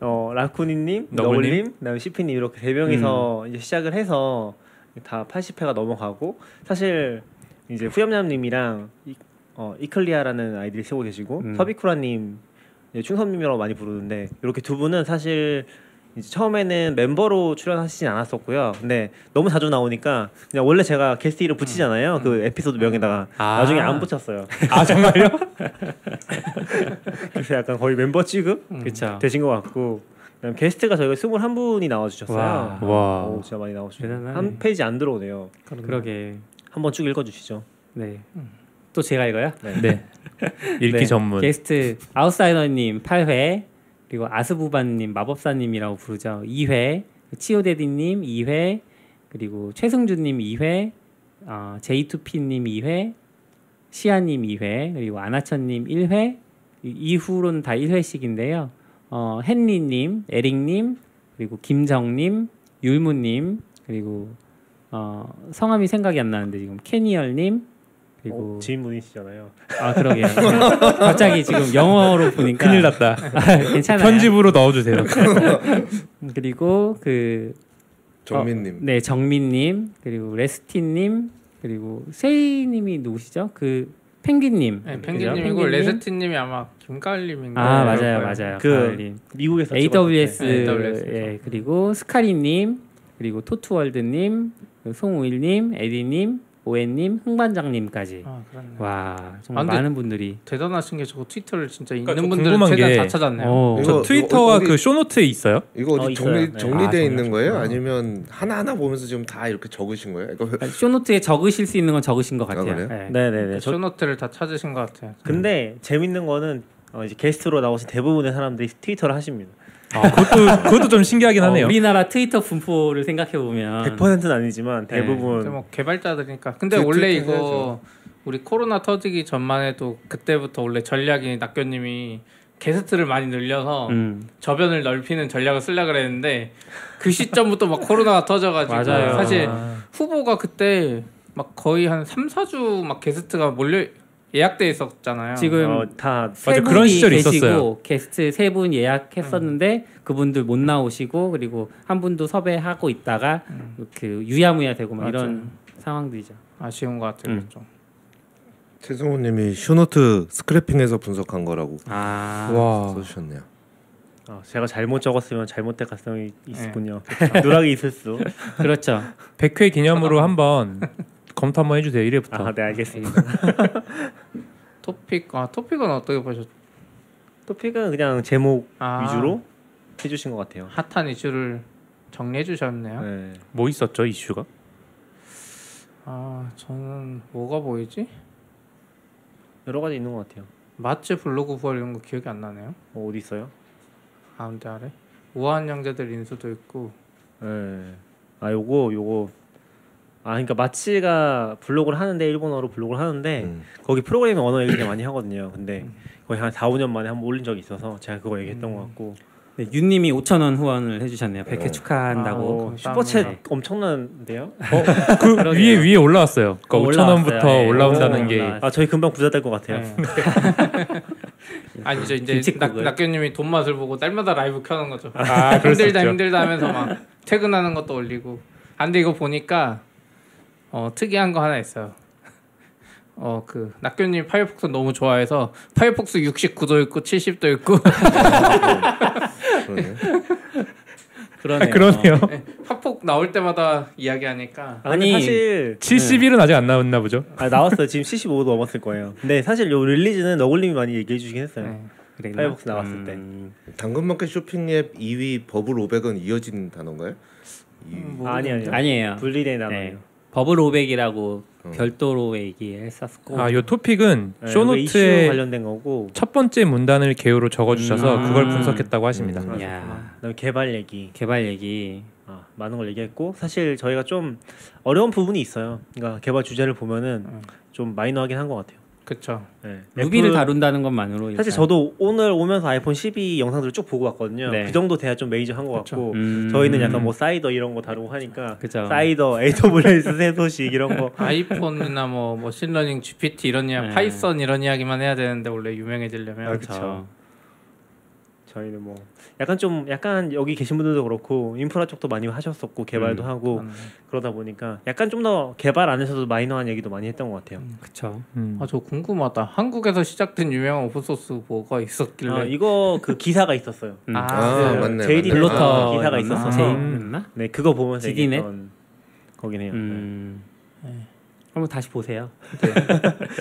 Speaker 4: 어 라쿠니님,
Speaker 3: 너굴님?
Speaker 4: 너굴님, 그다음에 시피님 이렇게 세 명이서
Speaker 2: 음.
Speaker 4: 이제 시작을 해서 다 80회가 넘어가고 사실 이제 후염냠님이랑 이, 어, 이클리아라는 아이디를 쓰고 계시고
Speaker 2: 음.
Speaker 4: 서비쿠라님, 이제 충섭님이라고 많이 부르는데 이렇게 두 분은 사실 이제 처음에는 멤버로 출연하시진 않았었고요. 근데 너무 자주 나오니까 그냥 원래 제가 게스트 이름 붙이잖아요.
Speaker 2: 음.
Speaker 4: 그 에피소드 명에다가
Speaker 3: 아.
Speaker 4: 나중에 안 붙였어요.
Speaker 3: 아 정말요?
Speaker 4: 그래서 약간 거의 멤버 취급
Speaker 3: 음.
Speaker 2: 그렇죠.
Speaker 4: 되신 것 같고 그다음 게스트가 저희가 21분이 나와주셨어요. 아,
Speaker 3: 와.
Speaker 4: 오, 진짜 많이 나오셨어요.
Speaker 2: 대단하네.
Speaker 4: 한 페이지 안 들어오네요.
Speaker 2: 그러게.
Speaker 4: 한번 쭉 읽어주시죠.
Speaker 2: 네.
Speaker 3: 음.
Speaker 2: 또 제가 이거요?
Speaker 3: 네. 읽기
Speaker 2: 네.
Speaker 3: 전문.
Speaker 2: 게스트 아웃사이더님 8회 그리고 아스부반님 마법사님이라고 부르죠 2회 치오데디님 2회 그리고 최승준님 2회 어, 제이투피님 2회 시아님 2회 그리고 아나천님 1회 이후로는 다 1회씩인데요 어, 헨리님 에릭님 그리고 김정님 율무님 그리고 어, 성함이 생각이 안 나는데 지금 캐니얼님 그리고
Speaker 4: 어, 지인분이시잖아요.
Speaker 2: 아 그러게요. 갑자기 지금 영어로 보니까
Speaker 3: 큰일 났다.
Speaker 2: 아, 괜찮아요.
Speaker 3: 편집으로 넣어주세요.
Speaker 2: 그리고 그
Speaker 5: 정민님.
Speaker 2: 네 정민님 그리고 레스티님 그리고 세이님이 누구시죠? 그 펭귄님.
Speaker 6: 네,
Speaker 2: 그죠?
Speaker 6: 펭귄님이고 레세트님이 아마 김가을님인가?
Speaker 2: 아 맞아요 맞아요.
Speaker 4: 그
Speaker 2: 가을님.
Speaker 4: 미국에서
Speaker 2: AWS
Speaker 6: 네, AWS 에서.
Speaker 2: 예, 그리고 스카리님 그리고 토투월드님 그리고 송우일님 에디님 오엔님 흥반장님까지
Speaker 6: 아 그렇네.
Speaker 2: 와 정말
Speaker 6: 아, 근데-
Speaker 2: 많은 분들이
Speaker 6: 대단하신 게 저거 트위터를 진짜
Speaker 3: 그러니까
Speaker 6: 있는
Speaker 3: 저
Speaker 6: 분들은
Speaker 3: 궁금한
Speaker 6: 최대한
Speaker 3: 게-
Speaker 6: 다 찾았네요.
Speaker 2: 어,
Speaker 5: 이거-
Speaker 3: 저 트위터와
Speaker 5: 어디-
Speaker 3: 그 쇼노트에 있어요?
Speaker 5: 이거 어디
Speaker 4: 어, 있어요.
Speaker 5: 정리
Speaker 4: 네.
Speaker 2: 아,
Speaker 5: 정리돼
Speaker 2: 정리하셨구나.
Speaker 5: 있는 거예요? 아니면 하나 하나 보면서 지금 다 이렇게 적으신 거예요? 이거
Speaker 2: 아, 쇼노트에 적으실 수 있는 건 적으신 것
Speaker 5: 아,
Speaker 2: 같아요.
Speaker 5: 그래요?
Speaker 2: 예.
Speaker 4: 네네네.
Speaker 6: 그
Speaker 4: 그러니까 저,
Speaker 6: 쇼노트를 다 찾으신 것 같아요.
Speaker 4: 근데 재밌는 거는 어, 이제 게스트로 나오신 대부분의 사람들이 트위터를 하십니다.
Speaker 3: 아, 그것도 그것도 좀 신기하긴
Speaker 2: 어,
Speaker 3: 하네요.
Speaker 2: 우리나라 트위터 분포를 생각해 보면
Speaker 4: 100%는 아니지만
Speaker 2: 아. 네.
Speaker 4: 대부분
Speaker 6: 근데 뭐 개발자들이니까. 근데
Speaker 5: 그
Speaker 6: 원래
Speaker 5: 트위터
Speaker 6: 이거
Speaker 5: 해야죠.
Speaker 6: 우리 코로나 터지기 전만 해도 그때부터 원래 전략이 낙교님이 게스트를 많이 늘려서
Speaker 2: 음,
Speaker 6: 저변을 넓히는 전략을 쓰려 그랬는데 그 시점부터 막 코로나가 터져가지고
Speaker 2: 맞아요.
Speaker 6: 사실
Speaker 3: 아,
Speaker 6: 후보가 그때 막 거의 한 3, 4주 막 게스트가 몰려 예약돼 있었잖아요.
Speaker 2: 지금
Speaker 4: 어, 다
Speaker 2: 세
Speaker 3: 맞아,
Speaker 2: 분이
Speaker 3: 그런 시절이
Speaker 2: 계시고
Speaker 3: 있었어요.
Speaker 2: 게스트 세 분 예약했었는데 그분들 못 나오시고 그리고 한 분도 섭외하고 있다가 그 유야무야 되고 막 이런 상황들이죠.
Speaker 6: 아쉬운 것 같아요. 좀.
Speaker 5: 최승호님이 슈노트 스크래핑에서 분석한 거라고
Speaker 2: 아
Speaker 3: 와.
Speaker 5: 써주셨네요.
Speaker 4: 어, 제가 잘못 적었으면 잘못될 가능성이 있군요.
Speaker 6: 그쵸.
Speaker 4: 누락이 있을 수.
Speaker 2: 그렇죠.
Speaker 3: 100회 기념으로 한번 검토 한번 해주세요. 1회부터.
Speaker 4: 아, 네 알겠습니다.
Speaker 6: 토픽 아 토픽은 어떻게 보셨죠?
Speaker 4: 토픽은 그냥 제목
Speaker 6: 아,
Speaker 4: 위주로 해주신 것 같아요.
Speaker 6: 핫한 이슈를 정리해 주셨네요.
Speaker 4: 네.
Speaker 3: 뭐 있었죠 이슈가?
Speaker 6: 아 저는 뭐가 보이지?
Speaker 4: 여러 가지 있는 것 같아요.
Speaker 6: 맛집 블로그 부활 이런 거 기억이 안 나네요.
Speaker 4: 어, 어디 있어요?
Speaker 6: 가운데 아래 우아한 형제들 인수도 있고
Speaker 4: 네. 아 요거 요거 아 그러니까 마치가 블로그를 하는데 일본어로 블로그를 하는데
Speaker 5: 음.
Speaker 4: 거기 프로그래밍 언어 얘기를 많이 하거든요. 근데 거의 한 4, 5년 만에 한번 올린 적이 있어서 제가 그거 얘기했던 것 같고
Speaker 2: 네, 윤님이 5천 원 후원을 해주셨네요. 100회
Speaker 5: 어.
Speaker 6: 아,
Speaker 2: 축하한다고.
Speaker 3: 음.
Speaker 4: 어, 슈퍼챗 엄청난데요?
Speaker 3: 그 위에 위에 올라왔어요. 그러니까
Speaker 2: 올라왔어요.
Speaker 3: 5천 원부터
Speaker 2: 예,
Speaker 3: 올라온다는
Speaker 2: 올라왔어요.
Speaker 3: 게
Speaker 4: 아 저희 금방 부자 될 것 같아요.
Speaker 6: 네. 아니죠 이제 낙,
Speaker 2: 김칫국을.
Speaker 6: 낙교님이 돈 맛을 보고 딸마다 라이브 켜는 거죠.
Speaker 3: 아, 그럴 수
Speaker 6: 힘들다
Speaker 3: 있죠.
Speaker 6: 힘들다 하면서 막 퇴근하는 것도 올리고. 아, 근데 이거 보니까 어, 특이한 거 하나 있어요. 어 그 낙교님 파이어폭스 너무 좋아해서 파이어폭스 69도 있고 70도 있고
Speaker 5: 그러네.
Speaker 2: 그러네요.
Speaker 3: 그러네요.
Speaker 6: 파폭 나올 때마다 이야기하니까
Speaker 4: 아, 아니
Speaker 2: 아니,
Speaker 4: 사실
Speaker 3: 71은 아직 안 나왔나 보죠.
Speaker 4: 아, 나왔어요. 지금 75도 넘었을 거예요. 근데 사실 요 릴리즈는 너굴님이 많이 얘기해 주긴 했어요.
Speaker 6: 네.
Speaker 2: 그랬나?
Speaker 4: 파이어폭스 나왔을
Speaker 3: 음.
Speaker 4: 때.
Speaker 5: 당근마켓 쇼핑 앱 2위 버블 500은 이어진 단어인가요?
Speaker 4: 아니 아니요.
Speaker 2: 네, 아니에요.
Speaker 4: 분리된
Speaker 2: 네.
Speaker 4: 단어예요.
Speaker 2: 버블 500이라고 별도로 얘기했었고
Speaker 3: 아, 요 토픽은
Speaker 4: 네. 이슈
Speaker 3: 쇼노트의
Speaker 4: 관련된 거고
Speaker 3: 첫 번째 문단을 개요로 적어주셔서
Speaker 2: 음.
Speaker 3: 그걸 분석했다고 하십니다.
Speaker 5: 음.
Speaker 2: 야,
Speaker 4: 그다음에 개발 얘기
Speaker 2: 개발 얘기
Speaker 4: 아, 많은 걸 얘기했고 사실 저희가 좀 어려운 부분이 있어요. 그러니까 개발 주제를 보면은 좀 마이너하긴 한 것 같아요.
Speaker 6: 그쵸
Speaker 4: 네.
Speaker 2: 루비를
Speaker 4: 애플은
Speaker 2: 다룬다는 것만으로
Speaker 4: 사실
Speaker 2: 일단-
Speaker 4: 저도 오늘 오면서 아이폰 12 영상들을 쭉 보고 왔거든요.
Speaker 2: 네.
Speaker 4: 그 정도 돼야 좀 메이저한 것 같고
Speaker 2: 음.
Speaker 4: 저희는 약간 뭐 사이더 이런 거 다루고 하니까
Speaker 2: 그죠.
Speaker 4: 사이더, AWS 새 소식 이런 거
Speaker 6: 아이폰이나 뭐 머신러닝 GPT 이런 이야
Speaker 2: 네.
Speaker 6: 파이썬 이런 이야기만 해야 되는데 원래 유명해지려면
Speaker 4: 아,
Speaker 2: 그렇죠.
Speaker 4: 그쵸. 저희는 뭐 약간 좀 약간 여기 계신 분들도 그렇고 인프라 쪽도 많이 하셨었고 개발도 하고
Speaker 6: 음.
Speaker 4: 그러다 보니까 약간 좀 더 개발 안에서도 마이너한 얘기도 많이 했던 것 같아요.
Speaker 2: 그쵸.
Speaker 3: 음.
Speaker 6: 아 저 궁금하다. 한국에서 시작된 유명한 오픈소스 뭐가 있었길래?
Speaker 4: 아, 이거 그 기사가 있었어요.
Speaker 2: 음.
Speaker 6: 아,
Speaker 5: 아,
Speaker 4: 네.
Speaker 5: 맞네.
Speaker 4: JD
Speaker 5: 맞네.
Speaker 2: 블로터
Speaker 4: 아, 기사가
Speaker 2: 맞나?
Speaker 4: 있었어서.
Speaker 2: 제이였나?
Speaker 4: 네 그거 보면서
Speaker 2: 지디넷?
Speaker 4: 얘기했던 거긴 해요. 네.
Speaker 2: 음.
Speaker 6: 네.
Speaker 2: 한번 다시 보세요.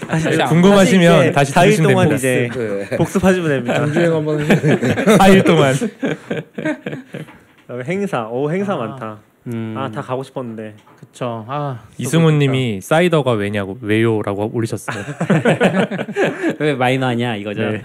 Speaker 6: 사실 안-
Speaker 3: 궁금하시면 다시
Speaker 4: 4일
Speaker 3: 들으시면
Speaker 4: 동안
Speaker 3: 됩니다.
Speaker 4: 이제
Speaker 5: 네.
Speaker 4: 복습하시면 됩니다.
Speaker 5: 정주행 한번 해.
Speaker 3: 4일 동안
Speaker 4: 그다음에 어, 행사, 오 행사 많다.
Speaker 2: 음.
Speaker 4: 아 다 가고 싶었는데
Speaker 6: 그쵸. 아
Speaker 3: 이승우님이 사이더가 왜냐고 왜요라고 올리셨어요.
Speaker 2: 왜 마이너하냐 이거죠.
Speaker 3: 네.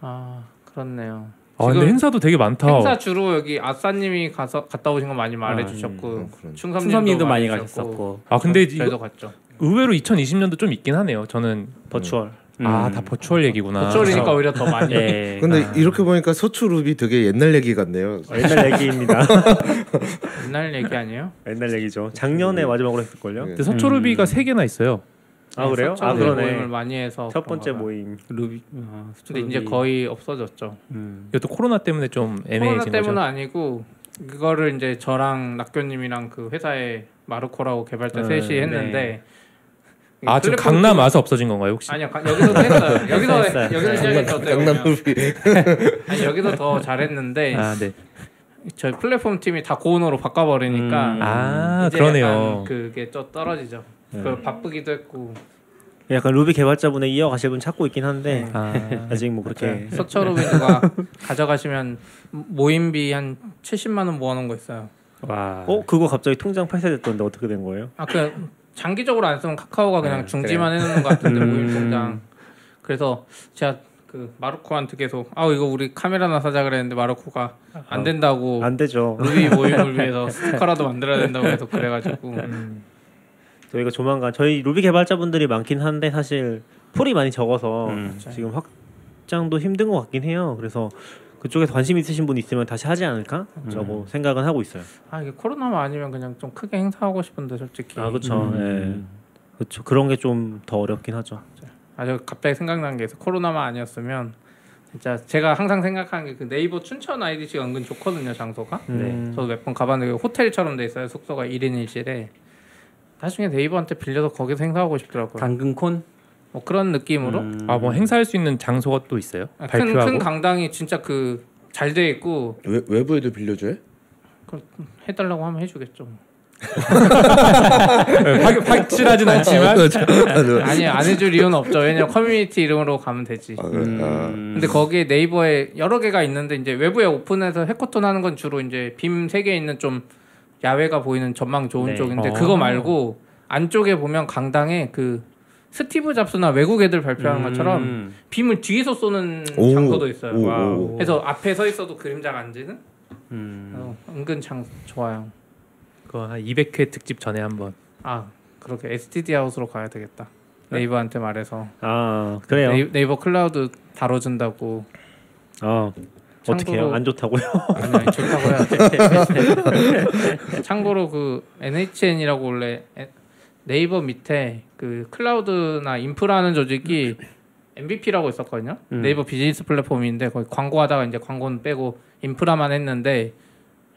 Speaker 6: 아 그렇네요.
Speaker 3: 아 근데
Speaker 6: 지금
Speaker 3: 행사도 되게 많다.
Speaker 6: 행사 주로 여기 아싸님이 가서 갔다 오신 거 많이 말해주셨고
Speaker 5: 음, 그렇구나.
Speaker 6: 충섭님도,
Speaker 2: 충섭님도 많이
Speaker 6: 가셨고.
Speaker 2: 가셨었고.
Speaker 3: 아 근데 이-
Speaker 6: 저희도 갔죠.
Speaker 3: 의외로 2020년도 좀 있긴 하네요. 저는
Speaker 4: 버추얼.
Speaker 3: 아
Speaker 2: 음.
Speaker 3: 다 버추얼 얘기구나.
Speaker 6: 보철이니까 그 오히려 더 많이.
Speaker 2: 네.
Speaker 5: 근데 이렇게 보니까 서초 루비 되게 옛날 얘기 같네요.
Speaker 4: 어, 옛날 얘기입니다.
Speaker 6: 옛날 얘기 아니에요?
Speaker 4: 옛날 얘기죠. 작년에 마지막으로 했을걸요.
Speaker 5: 네.
Speaker 3: 근데 서초루비가 세 개나 있어요.
Speaker 4: 아 그래요?
Speaker 6: 서초로
Speaker 4: 아
Speaker 6: 모임을
Speaker 4: 그러네.
Speaker 6: 많이 해서
Speaker 4: 첫 번째
Speaker 6: 그런가 봐요.
Speaker 4: 모임.
Speaker 2: 루비. 아,
Speaker 6: 근데
Speaker 2: 루비.
Speaker 6: 이제 거의 없어졌죠.
Speaker 2: 음.
Speaker 3: 이것도 코로나 때문에 좀
Speaker 6: 코로나
Speaker 3: 애매해진
Speaker 6: 때문은
Speaker 3: 거죠.
Speaker 6: 아니고 그거를 이제 저랑 낙교님이랑 그 회사에 마르코라고 개발자
Speaker 4: 네,
Speaker 6: 셋이 했는데
Speaker 3: 아 지금
Speaker 6: 플랫폼-
Speaker 3: 강남 와서 없어진 건가요 혹시?
Speaker 6: 아니요 가- 여기서도 했어요 여기서
Speaker 4: 했어요.
Speaker 6: 여기서 시작했어요
Speaker 5: 강남 루비.
Speaker 6: 아니 여기서 더 잘했는데
Speaker 3: 아 네.
Speaker 6: 저희 플랫폼 팀이 다 고온으로 바꿔버리니까
Speaker 2: 음.
Speaker 3: 아
Speaker 6: 이제
Speaker 3: 그러네요. 네.
Speaker 6: 약간 그게 좀 떨어지죠 그 바쁘기도 했고
Speaker 4: 약간 루비 개발자분에 이어가실 분 찾고 있긴 한데
Speaker 3: 아,
Speaker 4: 아직 뭐 그렇게
Speaker 6: 서처로비드가 가져가시면 모임비 한 70만 원 모아놓은 거 있어요
Speaker 2: 와.
Speaker 4: 어 그거 갑자기 통장 폐쇄됐던데 어떻게 된 거예요?
Speaker 6: 아 그 장기적으로 안 쓰면 카카오가 그냥
Speaker 4: 네,
Speaker 6: 중지만 해놓는 것 같은데
Speaker 2: 음.
Speaker 6: 모임 통장 그래서 제가 그 마르코한테 계속 아 이거 우리 카메라나 사자 그랬는데 마르코가 안 된다고
Speaker 4: 안 되죠.
Speaker 6: 루비 모임을 위해서 스티커라도 만들어야 된다고 계속 그래가지고
Speaker 4: 저희가 조만간 저희 루비 개발자분들이 많긴 한데 사실 풀이 많이 적어서 지금 확장도 힘든 것 같긴 해요. 그래서 그쪽에 관심 있으신 분 있으면 다시 하지 않을까라고 생각은 하고 있어요.
Speaker 6: 아 이게 코로나만 아니면 그냥 좀 크게 행사하고 싶은데 솔직히
Speaker 4: 그렇죠. 그렇죠. 그런 게 좀 더 어렵긴 하죠.
Speaker 6: 아주 갑자기 생각난 게 있어. 코로나만 아니었으면 진짜 제가 항상 생각하는 게 그 네이버 춘천 IDC가 은근 좋거든요 장소가.
Speaker 3: 음.
Speaker 4: 네.
Speaker 6: 저도 몇 번 가봤는데 그 호텔처럼 돼 있어요 숙소가 1인 1실에 나중에 네이버한테 빌려서 거기서 행사하고 싶더라고요.
Speaker 2: 당근콘
Speaker 6: 뭐 그런 느낌으로 아,
Speaker 3: 아 뭐 행사할 수 있는 장소가 또 있어요?
Speaker 6: 음. 큰,
Speaker 3: 발표하고
Speaker 6: 큰 강당이 진짜 그 잘 돼 있고
Speaker 5: 외, 외부에도 빌려줘요?
Speaker 6: 해달라고 하면 해주겠죠.
Speaker 3: 네, 확, 확실하진 않지만 네.
Speaker 6: 아니 안 해줄 이유는 없죠. 왜냐면 커뮤니티 이름으로 가면 되지.
Speaker 5: 아,
Speaker 2: 음,
Speaker 5: 아,
Speaker 6: 근데 거기에 네이버에 여러 개가 있는데 이제 외부에 오픈해서 해커톤 하는 건 주로 이제 빔 세계에 있는 좀 야외가 보이는 전망 좋은
Speaker 2: 네.
Speaker 6: 쪽인데
Speaker 3: 어.
Speaker 6: 그거 말고 안쪽에 보면 강당에 그 스티브 잡스나 외국 애들 발표하는 것처럼
Speaker 2: 음.
Speaker 6: 빔을 뒤에서 쏘는
Speaker 5: 오.
Speaker 6: 장소도 있어요.
Speaker 5: 오,
Speaker 2: 와우.
Speaker 5: 오, 오.
Speaker 6: 그래서 앞에 서 있어도 그림자가 안 지는
Speaker 2: 음.
Speaker 6: 어, 은근 장 좋아요.
Speaker 3: 그거 한 200회 특집 전에 한번
Speaker 6: 아 그렇게 STD 하우스로 가야 되겠다. 네이버한테 말해서
Speaker 4: 아 그래요.
Speaker 6: 네이- 네이버 클라우드 다뤄준다고
Speaker 4: 어 어떻게 해요?
Speaker 6: 참고로-
Speaker 4: 안 좋다고요?
Speaker 6: 아니, 아니 좋다고 해야지. 참고로 그 NHN이라고 원래 에- 네이버 밑에 그 클라우드나 인프라하는 조직이 MVP라고 있었거든요.
Speaker 2: 음.
Speaker 6: 네이버 비즈니스 플랫폼인데 거기 광고하다가 이제 광고는 빼고 인프라만 했는데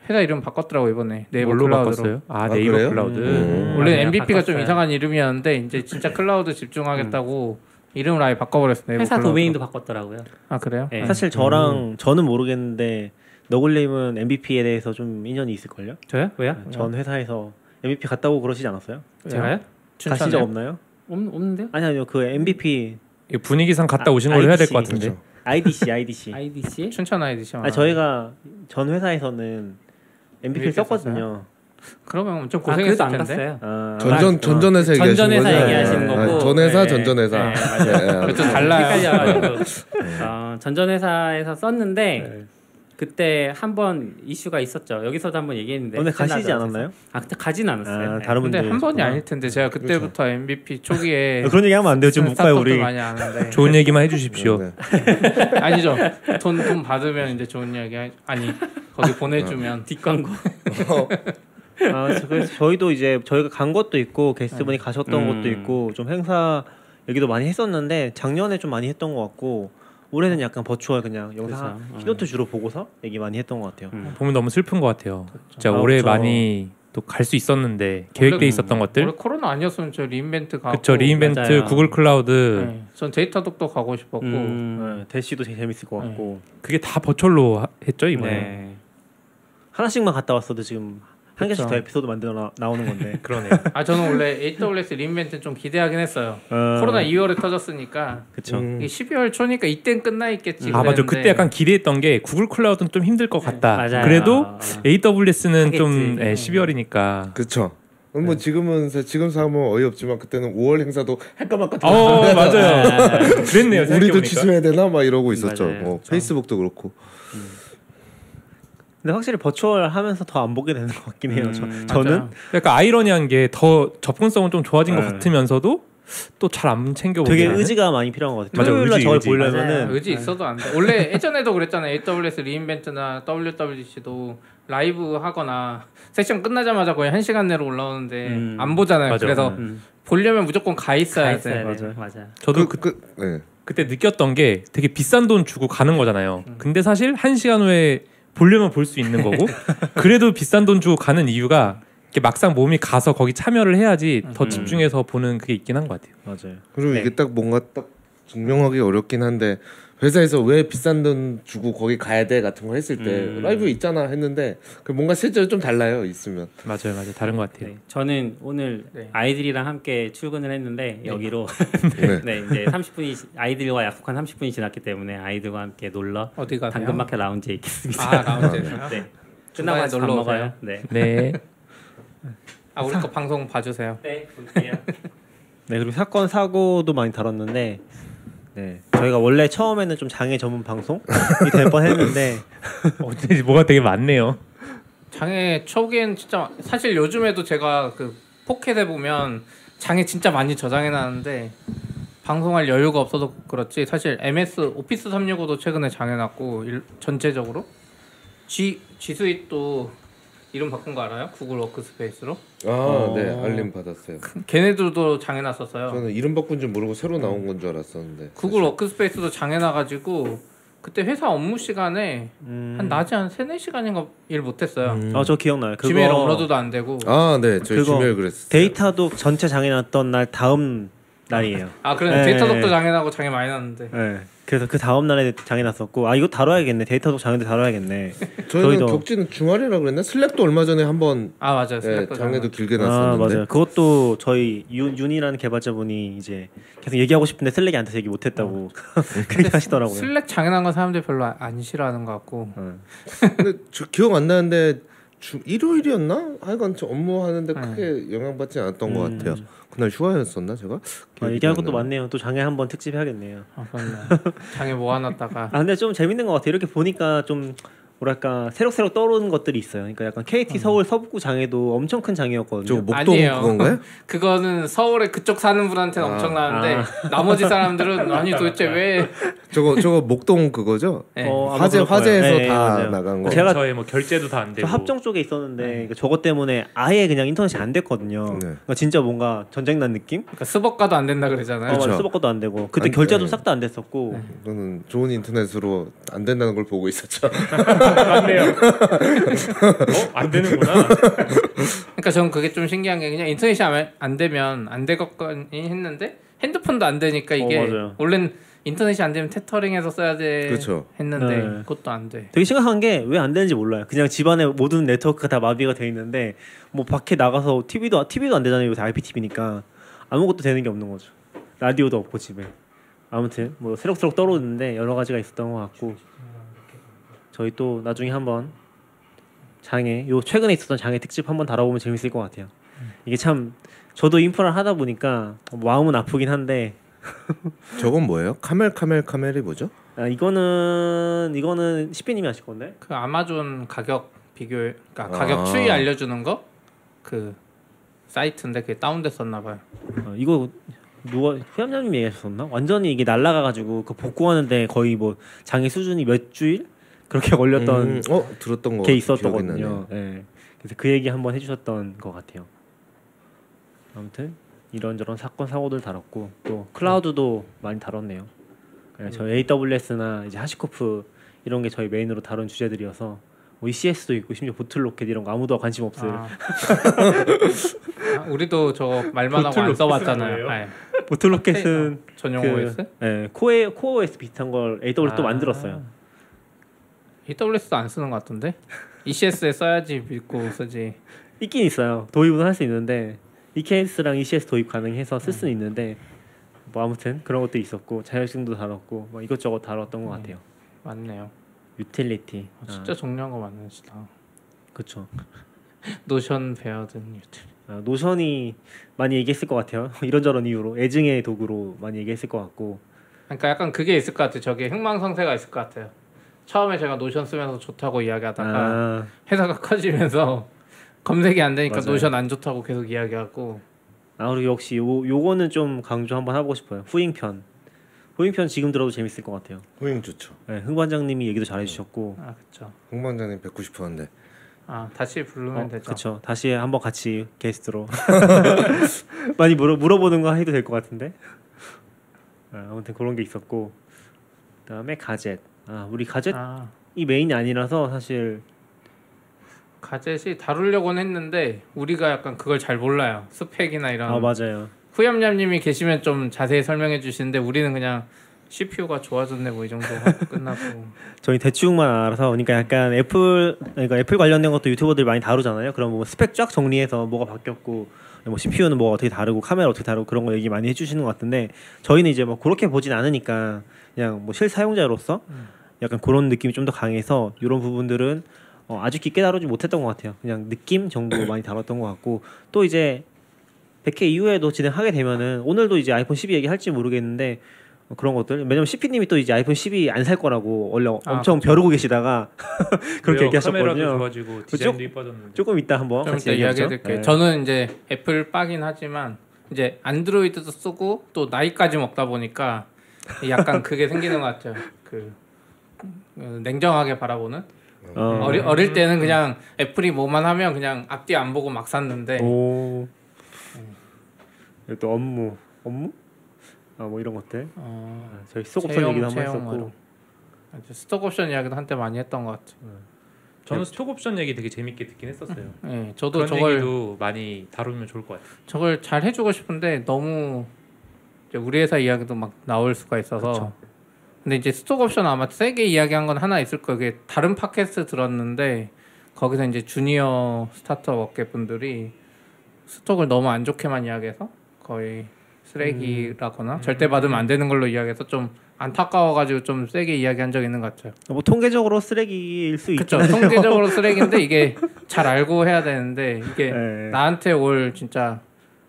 Speaker 6: 회사 이름 바꿨더라고 이번에 네이버
Speaker 3: 뭘로
Speaker 6: 클라우드로.
Speaker 3: 바꿨어요? 아
Speaker 5: 아,
Speaker 3: 네이버
Speaker 5: 그래요?
Speaker 3: 클라우드
Speaker 5: 음.
Speaker 6: 원래
Speaker 2: 맞아요.
Speaker 6: MVP가 좀
Speaker 2: 바꿨어요.
Speaker 6: 이상한 이름이었는데 이제 진짜 클라우드 집중하겠다고 이름을 아예 바꿔버렸어요. 네이버
Speaker 2: 회사
Speaker 6: 클라우드로.
Speaker 2: 도메인도 바꿨더라고요.
Speaker 6: 아 그래요?
Speaker 2: 예.
Speaker 4: 사실
Speaker 6: 음.
Speaker 4: 저랑 저는 모르겠는데 너굴님은 MVP에 대해서 좀 인연이 있을걸요? 네,
Speaker 2: 저요? 왜요?
Speaker 4: 전 회사에서 MVP 갔다고 그러시지 않았어요?
Speaker 2: 제가요?
Speaker 4: 가신 적 없나요?
Speaker 2: 없, 없는데요?
Speaker 4: 아니 아니요 그 MVP
Speaker 3: 이거 분위기상 갔다
Speaker 4: 아,
Speaker 3: 오신 걸로 해야 될
Speaker 4: IDC.
Speaker 3: 것 같은데
Speaker 4: IDC IDC
Speaker 2: IDC?
Speaker 6: 춘천 아이디시.
Speaker 4: 아 저희가 전 회사에서는 MVP를 썼거든요.
Speaker 6: 그러면 좀
Speaker 2: 아, 그래도
Speaker 6: 고생했을
Speaker 2: 안
Speaker 6: 텐데.
Speaker 2: 갔어요.
Speaker 4: 아,
Speaker 5: 전전 전전 회사 얘기하시는
Speaker 2: 전전 회사
Speaker 5: 거죠?
Speaker 2: 얘기하시는
Speaker 5: 예,
Speaker 2: 거고.
Speaker 5: 예. 전 회사
Speaker 2: 예,
Speaker 5: 전전 회사.
Speaker 2: 예,
Speaker 5: 예, 예.
Speaker 6: 그렇죠 달라요. 네.
Speaker 2: 달라요. 어, 전전회사에서 썼는데 그때 한 번 이슈가 있었죠. 여기서도 한 번
Speaker 6: 네,
Speaker 2: 얘기했는데.
Speaker 4: 오늘 가시지
Speaker 2: 끝나자마자.
Speaker 4: 않았나요?
Speaker 2: 아 그때 가진 않았어요.
Speaker 4: 아
Speaker 2: 네.
Speaker 4: 다른 분들
Speaker 6: 근데 한 번이
Speaker 4: 있었구나.
Speaker 6: 아닐 텐데 제가 그때부터 MVP 초기에
Speaker 4: 아, 그런 얘기 하면 안 돼요 지금 못 가요
Speaker 6: 스타트업도
Speaker 4: 우리
Speaker 6: 많이 아는데
Speaker 3: 좋은 얘기만 해주십시오
Speaker 5: 네.
Speaker 6: 아니죠 돈 돈 받으면 이제 좋은 이야기 하- 아니 거기 보내주면
Speaker 2: 뒷광고.
Speaker 4: 아, 저- 그래서 저희도 이제 저희가 간 것도 있고 게스트분이
Speaker 6: 네.
Speaker 4: 가셨던
Speaker 2: 음.
Speaker 4: 것도 있고 좀 행사 얘기도 많이 했었는데 작년에 좀 많이 했던 것 같고 올해는 약간 버추얼 그냥 영상
Speaker 6: 어.
Speaker 2: 그렇죠.
Speaker 4: 키노트 주로 보고서 얘기 많이 했던 것 같아요.
Speaker 3: 보면 너무 슬픈 것 같아요 진짜
Speaker 4: 아,
Speaker 3: 올해
Speaker 4: 그렇죠.
Speaker 3: 많이 또 갈 수 있었는데 계획돼
Speaker 6: 원래-
Speaker 3: 있었던 것들
Speaker 6: 원래 코로나 아니었으면 저 리인벤트 가고
Speaker 3: 그쵸 리인벤트
Speaker 2: 맞아요.
Speaker 3: 구글 클라우드
Speaker 6: 네, 전 데이터 독도 가고 싶었고
Speaker 2: 음,
Speaker 4: 네, 대시도 되게 재밌을 것 같고
Speaker 3: 그게 다 버철로 하- 했죠 이번에
Speaker 2: 네.
Speaker 4: 하나씩만 갔다 왔어도 지금 한 개씩
Speaker 6: 그쵸.
Speaker 4: 더 에피소드 만들어 나, 나오는 건데
Speaker 3: 그러네요
Speaker 6: 아 저는 원래 AWS 리인벤트 좀 기대하긴 했어요
Speaker 4: 어,
Speaker 6: 코로나 2월에 터졌으니까
Speaker 4: 그쵸
Speaker 5: 음.
Speaker 6: 이게 12월 초니까 이땐 끝나 있겠지
Speaker 3: 아 맞아
Speaker 6: 그랬는데
Speaker 3: 그때 약간 기대했던 게 구글 클라우드는 좀 힘들 것 같다
Speaker 2: 맞아요.
Speaker 3: 그래도
Speaker 2: 아,
Speaker 3: AWS는 좀
Speaker 2: 하겠지.
Speaker 3: 예, 12월이니까
Speaker 5: 그쵸. 음, 뭐 지금은 사- 지금 사면 어이없지만 그때는 5월 행사도 할까 말까
Speaker 3: 어 맞아요 그랬네요
Speaker 5: 우리도
Speaker 3: 생각해보니까.
Speaker 5: 취소해야 되나 막 이러고 있었죠.
Speaker 2: 맞아요.
Speaker 5: 뭐 페이스북도 그렇고.
Speaker 4: 근데 확실히 버추얼 하면서 더 안 보게 되는 것 같긴 해요
Speaker 2: 음,
Speaker 4: 저, 는
Speaker 3: 약간 아이러니한 게 더 접근성은 좀 좋아진 것
Speaker 4: 네.
Speaker 3: 같으면서도 또 잘 안 챙겨보게
Speaker 4: 되게
Speaker 3: 되는.
Speaker 4: 의지가 많이 필요한 것 같아요
Speaker 3: 맞아,
Speaker 4: 토요일날
Speaker 3: 의지,
Speaker 4: 저걸
Speaker 3: 의지.
Speaker 2: 네.
Speaker 4: 보려면은
Speaker 6: 의지 있어도 안 돼. 원래 예전에도 그랬잖아요. AWS 리인벤트나 WWDC도 라이브 하거나 세션 끝나자마자 거의 한 시간 내로 올라오는데
Speaker 2: 음.
Speaker 6: 안 보잖아요.
Speaker 3: 맞아.
Speaker 6: 그래서
Speaker 2: 음.
Speaker 6: 보려면 무조건 가
Speaker 2: 다
Speaker 6: 있어야 돼.
Speaker 2: 있어야
Speaker 4: 맞아요.
Speaker 2: 돼. 맞아.
Speaker 3: 저도 그,
Speaker 5: 그, 그, 네.
Speaker 3: 그때 느꼈던 게 되게 비싼 돈 주고 가는 거잖아요.
Speaker 4: 음.
Speaker 3: 근데 사실 한 시간 후에 보려면 볼 수 있는 거고 그래도 비싼 돈 주고 가는 이유가 이렇게 막상 몸이 가서 거기 참여를 해야지 더
Speaker 2: 음.
Speaker 3: 집중해서 보는 그게 있긴 한 것 같아요.
Speaker 4: 맞아요
Speaker 5: 그리고
Speaker 2: 네.
Speaker 5: 이게 딱 뭔가 딱 증명하기 어렵긴 한데 회사에서 왜 비싼 돈 주고 거기 가야 돼 같은 거 했을 때
Speaker 2: 음.
Speaker 5: 라이브 있잖아 했는데 그 뭔가 실제로 좀 달라요 있으면
Speaker 3: 맞아요, 맞아요. 다른 것 같아요.
Speaker 2: 네. 저는 오늘
Speaker 6: 네.
Speaker 2: 아이들이랑 함께 출근을 했는데 여기로
Speaker 5: 네.
Speaker 2: 네, 이제 30분이 아이들과 약속한 30분이 지났기 때문에 아이들과 함께 놀러
Speaker 6: 어디 가세요?
Speaker 2: 당근마켓 라운지에 있겠습니다.
Speaker 6: 아 라운지.
Speaker 2: 네.
Speaker 6: 주말에
Speaker 2: 끝나고 와서 밥
Speaker 6: 놀러 오세요.
Speaker 2: 먹어요. 네.
Speaker 3: 네.
Speaker 6: 아 우리 거 방송 봐주세요.
Speaker 2: 네, 볼게요.
Speaker 4: 네 그리고 사건 사고도 많이 다뤘는데 네 저희가 원래 처음에는 좀 장애 전문 방송이 될 뻔했는데
Speaker 3: 어쩐지 뭐가 되게 많네요.
Speaker 6: 장애 초기엔 진짜 사실 요즘에도 제가 그 포켓에 보면 장애 진짜 많이 저장해 놨는데 방송할 여유가 없어서 그렇지 사실 MS 오피스 365도 최근에 장애 났고 일- 전체적으로 G G 스윗도 이름 바꾼 거 알아요? 구글 워크스페이스로?
Speaker 5: 아, 네 알림 받았어요.
Speaker 6: 걔네들도 장해놨었어요.
Speaker 5: 저는 이름 바꾼 줄 모르고 새로 나온 건 줄 알았었는데.
Speaker 6: 구글 워크스페이스도 장해놔가지고 그때 회사 업무 시간에 한 낮에 한 3, 4시간인가 일 못했어요.
Speaker 4: 아저 기억나요. 음. 그거
Speaker 6: 지메일 업로드도 안 되고.
Speaker 5: 아, 네 저희
Speaker 4: 그거
Speaker 5: 지메일 그랬어요.
Speaker 4: 데이터도 전체 장애났던 날 다음 날이에요.
Speaker 6: 아, 그래. 네.
Speaker 4: 네.
Speaker 6: 데이터독도 장해나고 장애 많이 났는데.
Speaker 4: 네. 그래서 그 다음 날에 장애났었고 아 이거 다뤄야겠네. 데이터도 장애도 다뤄야겠네.
Speaker 5: 저희는
Speaker 4: 저희도-
Speaker 5: 격지는 중알이라 그랬나? 슬랙도 얼마 전에 한번
Speaker 6: 아, 맞아요.
Speaker 5: 예,
Speaker 6: 슬랙도 장애.
Speaker 5: 장애도 길게
Speaker 4: 아
Speaker 5: 났었는데.
Speaker 4: 맞아요. 그것도 저희 윤, 윤이라는 개발자분이 이제 계속 얘기하고 싶은데 슬랙이 안 돼서 얘기 못했다고
Speaker 5: 어.
Speaker 4: 그렇게 하시더라고요.
Speaker 6: 슬랙 장애난 건 사람들이 별로 안- 안 싫어하는 것 같고.
Speaker 5: 네. 근데 저 기억 안 나는데 주 일요일이었나? 하여간 저 업무하는데 크게 영향받지 않았던 것 같아요. 그날 휴가였었나 제가?
Speaker 4: 아,
Speaker 5: 기억이
Speaker 4: 얘기할
Speaker 5: 안
Speaker 4: 것도
Speaker 5: 나네.
Speaker 4: 많네요. 또 장애 한번 특집 해야겠네요.
Speaker 6: 아, 그렇네. 장애 모아놨다가
Speaker 4: 아 근데 좀 재밌는 것 같아요. 이렇게 보니까 좀 뭐랄까 새록새록 떠오르는 것들이 있어요. 그러니까 약간
Speaker 5: 음.
Speaker 4: KT 서울 서북구 장애도 엄청 큰
Speaker 5: 저
Speaker 4: 장애였거든요.
Speaker 5: 목동
Speaker 6: 아니에요.
Speaker 5: 그건가요?
Speaker 6: 그거는 서울에 그쪽 사는 분한테는
Speaker 5: 아.
Speaker 6: 엄청나는데 나머지 사람들은 아니 도대체 왜
Speaker 5: 저거 저거 목동 그거죠?
Speaker 6: 네.
Speaker 4: 어, 아마
Speaker 5: 화재
Speaker 4: 그럴 거예요.
Speaker 5: 화재에서
Speaker 4: 네,
Speaker 5: 다
Speaker 4: 맞아요.
Speaker 5: 나간 거.
Speaker 4: 제가
Speaker 3: 저의 뭐 결제도 다 안
Speaker 4: 저
Speaker 3: 되고
Speaker 4: 합정 쪽에 있었는데 그러니까 저것 때문에 아예 그냥 인터넷이 안 됐거든요.
Speaker 5: 네.
Speaker 4: 그러니까 진짜 뭔가 전쟁 난 느낌?
Speaker 6: 그러니까 스벅가도 안 된다 그러잖아요.
Speaker 4: 어,
Speaker 5: 그쵸.
Speaker 4: 수박거도 안 되고
Speaker 5: 그렇죠.
Speaker 4: 그때
Speaker 5: 아니,
Speaker 4: 결제도
Speaker 5: 네.
Speaker 4: 싹 다 안 됐었고
Speaker 5: 저는 좋은 인터넷으로 안 된다는 걸 보고 있었죠.
Speaker 3: 맞네요. 어? 안 되는구나.
Speaker 6: 그러니까 저는 그게 좀 신기한 게 그냥 인터넷이 안, 안 되면 안 되겠거니 했는데 핸드폰도 안 되니까
Speaker 4: 어,
Speaker 6: 이게
Speaker 4: 맞아요.
Speaker 6: 원래는 인터넷이 안 되면 테터링해서 써야 돼
Speaker 5: 그쵸.
Speaker 6: 했는데
Speaker 4: 네.
Speaker 6: 그것도 안 돼.
Speaker 4: 되게 심각한 게 왜 안 되는지 몰라요. 그냥 집안에 모든 네트워크가 다 마비가 돼 있는데 뭐 밖에 나가서 TV도 TV도 안 되잖아요. 요새 IPTV니까 아무것도 되는 게 없는 거죠. 라디오도 없고 집에 아무튼 뭐 새록새록 떨어오는데 여러 가지가 있었던 것 같고 저희 또 나중에 한번 장애 요 최근에 있었던 장애 특집 한번 다뤄보면 재밌을 것 같아요. 이게 참 저도 인프라 하다 보니까 마음은 아프긴 한데
Speaker 5: 저건 뭐예요? 카멜 카멜 카멜이 뭐죠?
Speaker 4: 아, 이거는 이거는 시피님이 아실 건데
Speaker 6: 그 아마존 가격 비교 그러니까
Speaker 5: 아.
Speaker 6: 가격 추이 알려주는 거 그 사이트인데 그게 다운됐었나 봐요.
Speaker 4: 어, 이거 누가 후얌얌님 얘기하셨었나? 완전히 이게 날라가가지고 그 복구하는데 거의 뭐 장애 수준이 몇 주일 그렇게 걸렸던
Speaker 5: 음, 어 들었던 거
Speaker 4: 게
Speaker 5: 기억이 나네요.
Speaker 4: 있었거든요. 예. 그래서 그 얘기 한번 해주셨던 것 같아요. 아무튼 이런저런 사건 사고들 다뤘고 또 클라우드도 많이 다뤘네요. 예, 저희 AWS나 이제 하시코프 이런 게 저희 메인으로 다룬 주제들이어서 뭐 ECS도 있고 심지어 보틀로켓 이런 거 아무도 관심 없어요.
Speaker 6: 아. 아, 우리도 저거 말만 하고 안 써봤잖아요. 아, 예. 어,
Speaker 4: 보틀로켓은
Speaker 6: 전용
Speaker 4: 그-
Speaker 6: OS?
Speaker 4: 예, 코에 코어 OS 비슷한 걸 AWS 또
Speaker 6: 아.
Speaker 4: 만들었어요.
Speaker 6: AWS도 안 쓰는 것 같던데? ECS에 써야지 믿고 쓰지.
Speaker 4: 있긴 있어요. 도입은 할 수 있는데 EKS랑 ECS 도입 가능해서
Speaker 6: 네.
Speaker 4: 쓸 수는 있는데 뭐 아무튼 그런 것도 있었고 자율증도 다뤘고 뭐 이것저것 다뤘던
Speaker 6: 네.
Speaker 4: 것 같아요.
Speaker 6: 맞네요.
Speaker 4: 유틸리티.
Speaker 6: 아, 진짜 정리한 거 맞네 진짜.
Speaker 4: 그렇죠.
Speaker 6: 노션 베어든 유틸.
Speaker 4: 아, 노션이 많이 얘기했을 것 같아요. 이런저런 이유로 애증의 도구로 많이 얘기했을 것 같고
Speaker 6: 그러니까 약간 그게 있을 것 같아요. 저게 흥망성쇠가 있을 것 같아요. 처음에 제가 노션 쓰면서 좋다고 이야기하다가
Speaker 4: 아,
Speaker 6: 회사가 커지면서 검색이 안 되니까
Speaker 4: 맞아요.
Speaker 6: 노션 안 좋다고 계속 이야기하고
Speaker 4: 아 그리고 역시 요 요거는 좀 강조 한번 해보고 싶어요. 후잉편. 후잉편 지금 들어도 재밌을 것 같아요.
Speaker 5: 호잉 좋죠.
Speaker 4: 네, 흥 반장님이 얘기도 잘해주셨고
Speaker 6: 아 그쵸.
Speaker 5: 홍반장님 뵙고 싶었는데
Speaker 6: 아 다시 부르면 되죠.
Speaker 4: 그렇죠. 다시 한번 같이 게스트로 많이 물어 물어보는 거 해도 될 것 같은데. 아, 아무튼 그런 게 있었고 그다음에 가젯. 아 우리 가젯이
Speaker 6: 아
Speaker 4: 메인이 아니라서 사실
Speaker 6: 가젯이 다루려고는 했는데 우리가 약간 그걸 잘 몰라요. 스펙이나 이런
Speaker 4: 아 맞아요.
Speaker 6: 후염냠님이 계시면 좀 자세히 설명해 주시는데 우리는 그냥 CPU가 좋아졌네 뭐 이 정도 하고 끝나고
Speaker 4: 저희 대충만 알아서 그러니까 약간 애플 그러니까 애플 관련된 것도 유튜버들이 많이 다루잖아요. 그럼 뭐 스펙 쫙 정리해서 뭐가 바뀌었고 뭐 CPU는 뭐가 어떻게 다르고 카메라 어떻게 다르고 그런 거 얘기 많이 해주시는 것 같은데 저희는 이제 뭐 그렇게 보진 않으니까 그냥 뭐 실사용자로서
Speaker 6: 음.
Speaker 4: 약간 그런 느낌이 좀 더 강해서 이런 부분들은 어, 아주 깊게 다루지 못했던 것 같아요. 그냥 느낌 정도 많이 다뤘던 것 같고 또 이제 100회 이후에도 진행하게 되면은 오늘도 이제 아이폰 12 얘기할지 모르겠는데 어, 그런 것들 왜냐면 CP님이 또 이제 아이폰 12 안 살 거라고 원래
Speaker 6: 아,
Speaker 4: 엄청 벼르고 계시다가 그렇게
Speaker 3: 왜요? 카메라도
Speaker 4: 얘기하셨거든요.
Speaker 3: 좋아지고 디자인도 이뻐졌는데.
Speaker 4: 조금 이따 한번
Speaker 6: 좀
Speaker 4: 어, 같이
Speaker 6: 이따
Speaker 4: 얘기하죠.
Speaker 6: 이야기해 드릴게요.
Speaker 4: 네.
Speaker 6: 저는 이제 애플 빠긴 하지만 이제 안드로이드도 쓰고 또 나이까지 먹다 보니까 약간 그게 생기는 것 같아요. 그 어, 냉정하게 그 바라보는
Speaker 4: 어.
Speaker 6: 어리, 어릴 때는 그냥 애플이 뭐만 하면 그냥 앞뒤 안 보고 막 샀는데
Speaker 4: 오. 이거 또 업무, 업무? 아 뭐 이런 것들.
Speaker 6: 어,
Speaker 4: 아, 저희 수급선 얘기도 한번
Speaker 6: 채용,
Speaker 4: 했었고.
Speaker 6: 채용으로. 아주 스톡옵션 이야기도 한때 많이 했던 것 같아요.
Speaker 3: 저는 스톡옵션 얘기 되게 재밌게 듣긴 했었어요.
Speaker 6: 예, 저도
Speaker 3: 그런
Speaker 6: 저걸
Speaker 3: 얘기도 많이 다루면 좋을 것 같아요.
Speaker 6: 저걸 잘 해주고 싶은데 너무 이제 우리 회사 이야기도 막 나올 수가 있어서 근데 이제 스톡옵션 아마 세게 이야기한 건 하나 있을 거예요. 그게 다른 팟캐스트 들었는데 거기서 이제 주니어 스타트업 업계 분들이 스톡을 너무 안 좋게만 이야기해서 거의 쓰레기라거나
Speaker 3: 음.
Speaker 6: 절대 받으면 안 되는 걸로 이야기해서 좀 안타까워가지고 좀 세게 이야기한 적이 있는 것 같아요.
Speaker 4: 뭐 통계적으로 쓰레기일 수 있죠.
Speaker 6: 그렇죠. 통계적으로 쓰레기인데 이게 잘 알고 해야 되는데 이게
Speaker 4: 예.
Speaker 6: 나한테 올 진짜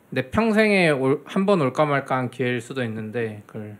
Speaker 6: 내 평생에 한 번 올까 말까한 기회일 수도 있는데 그걸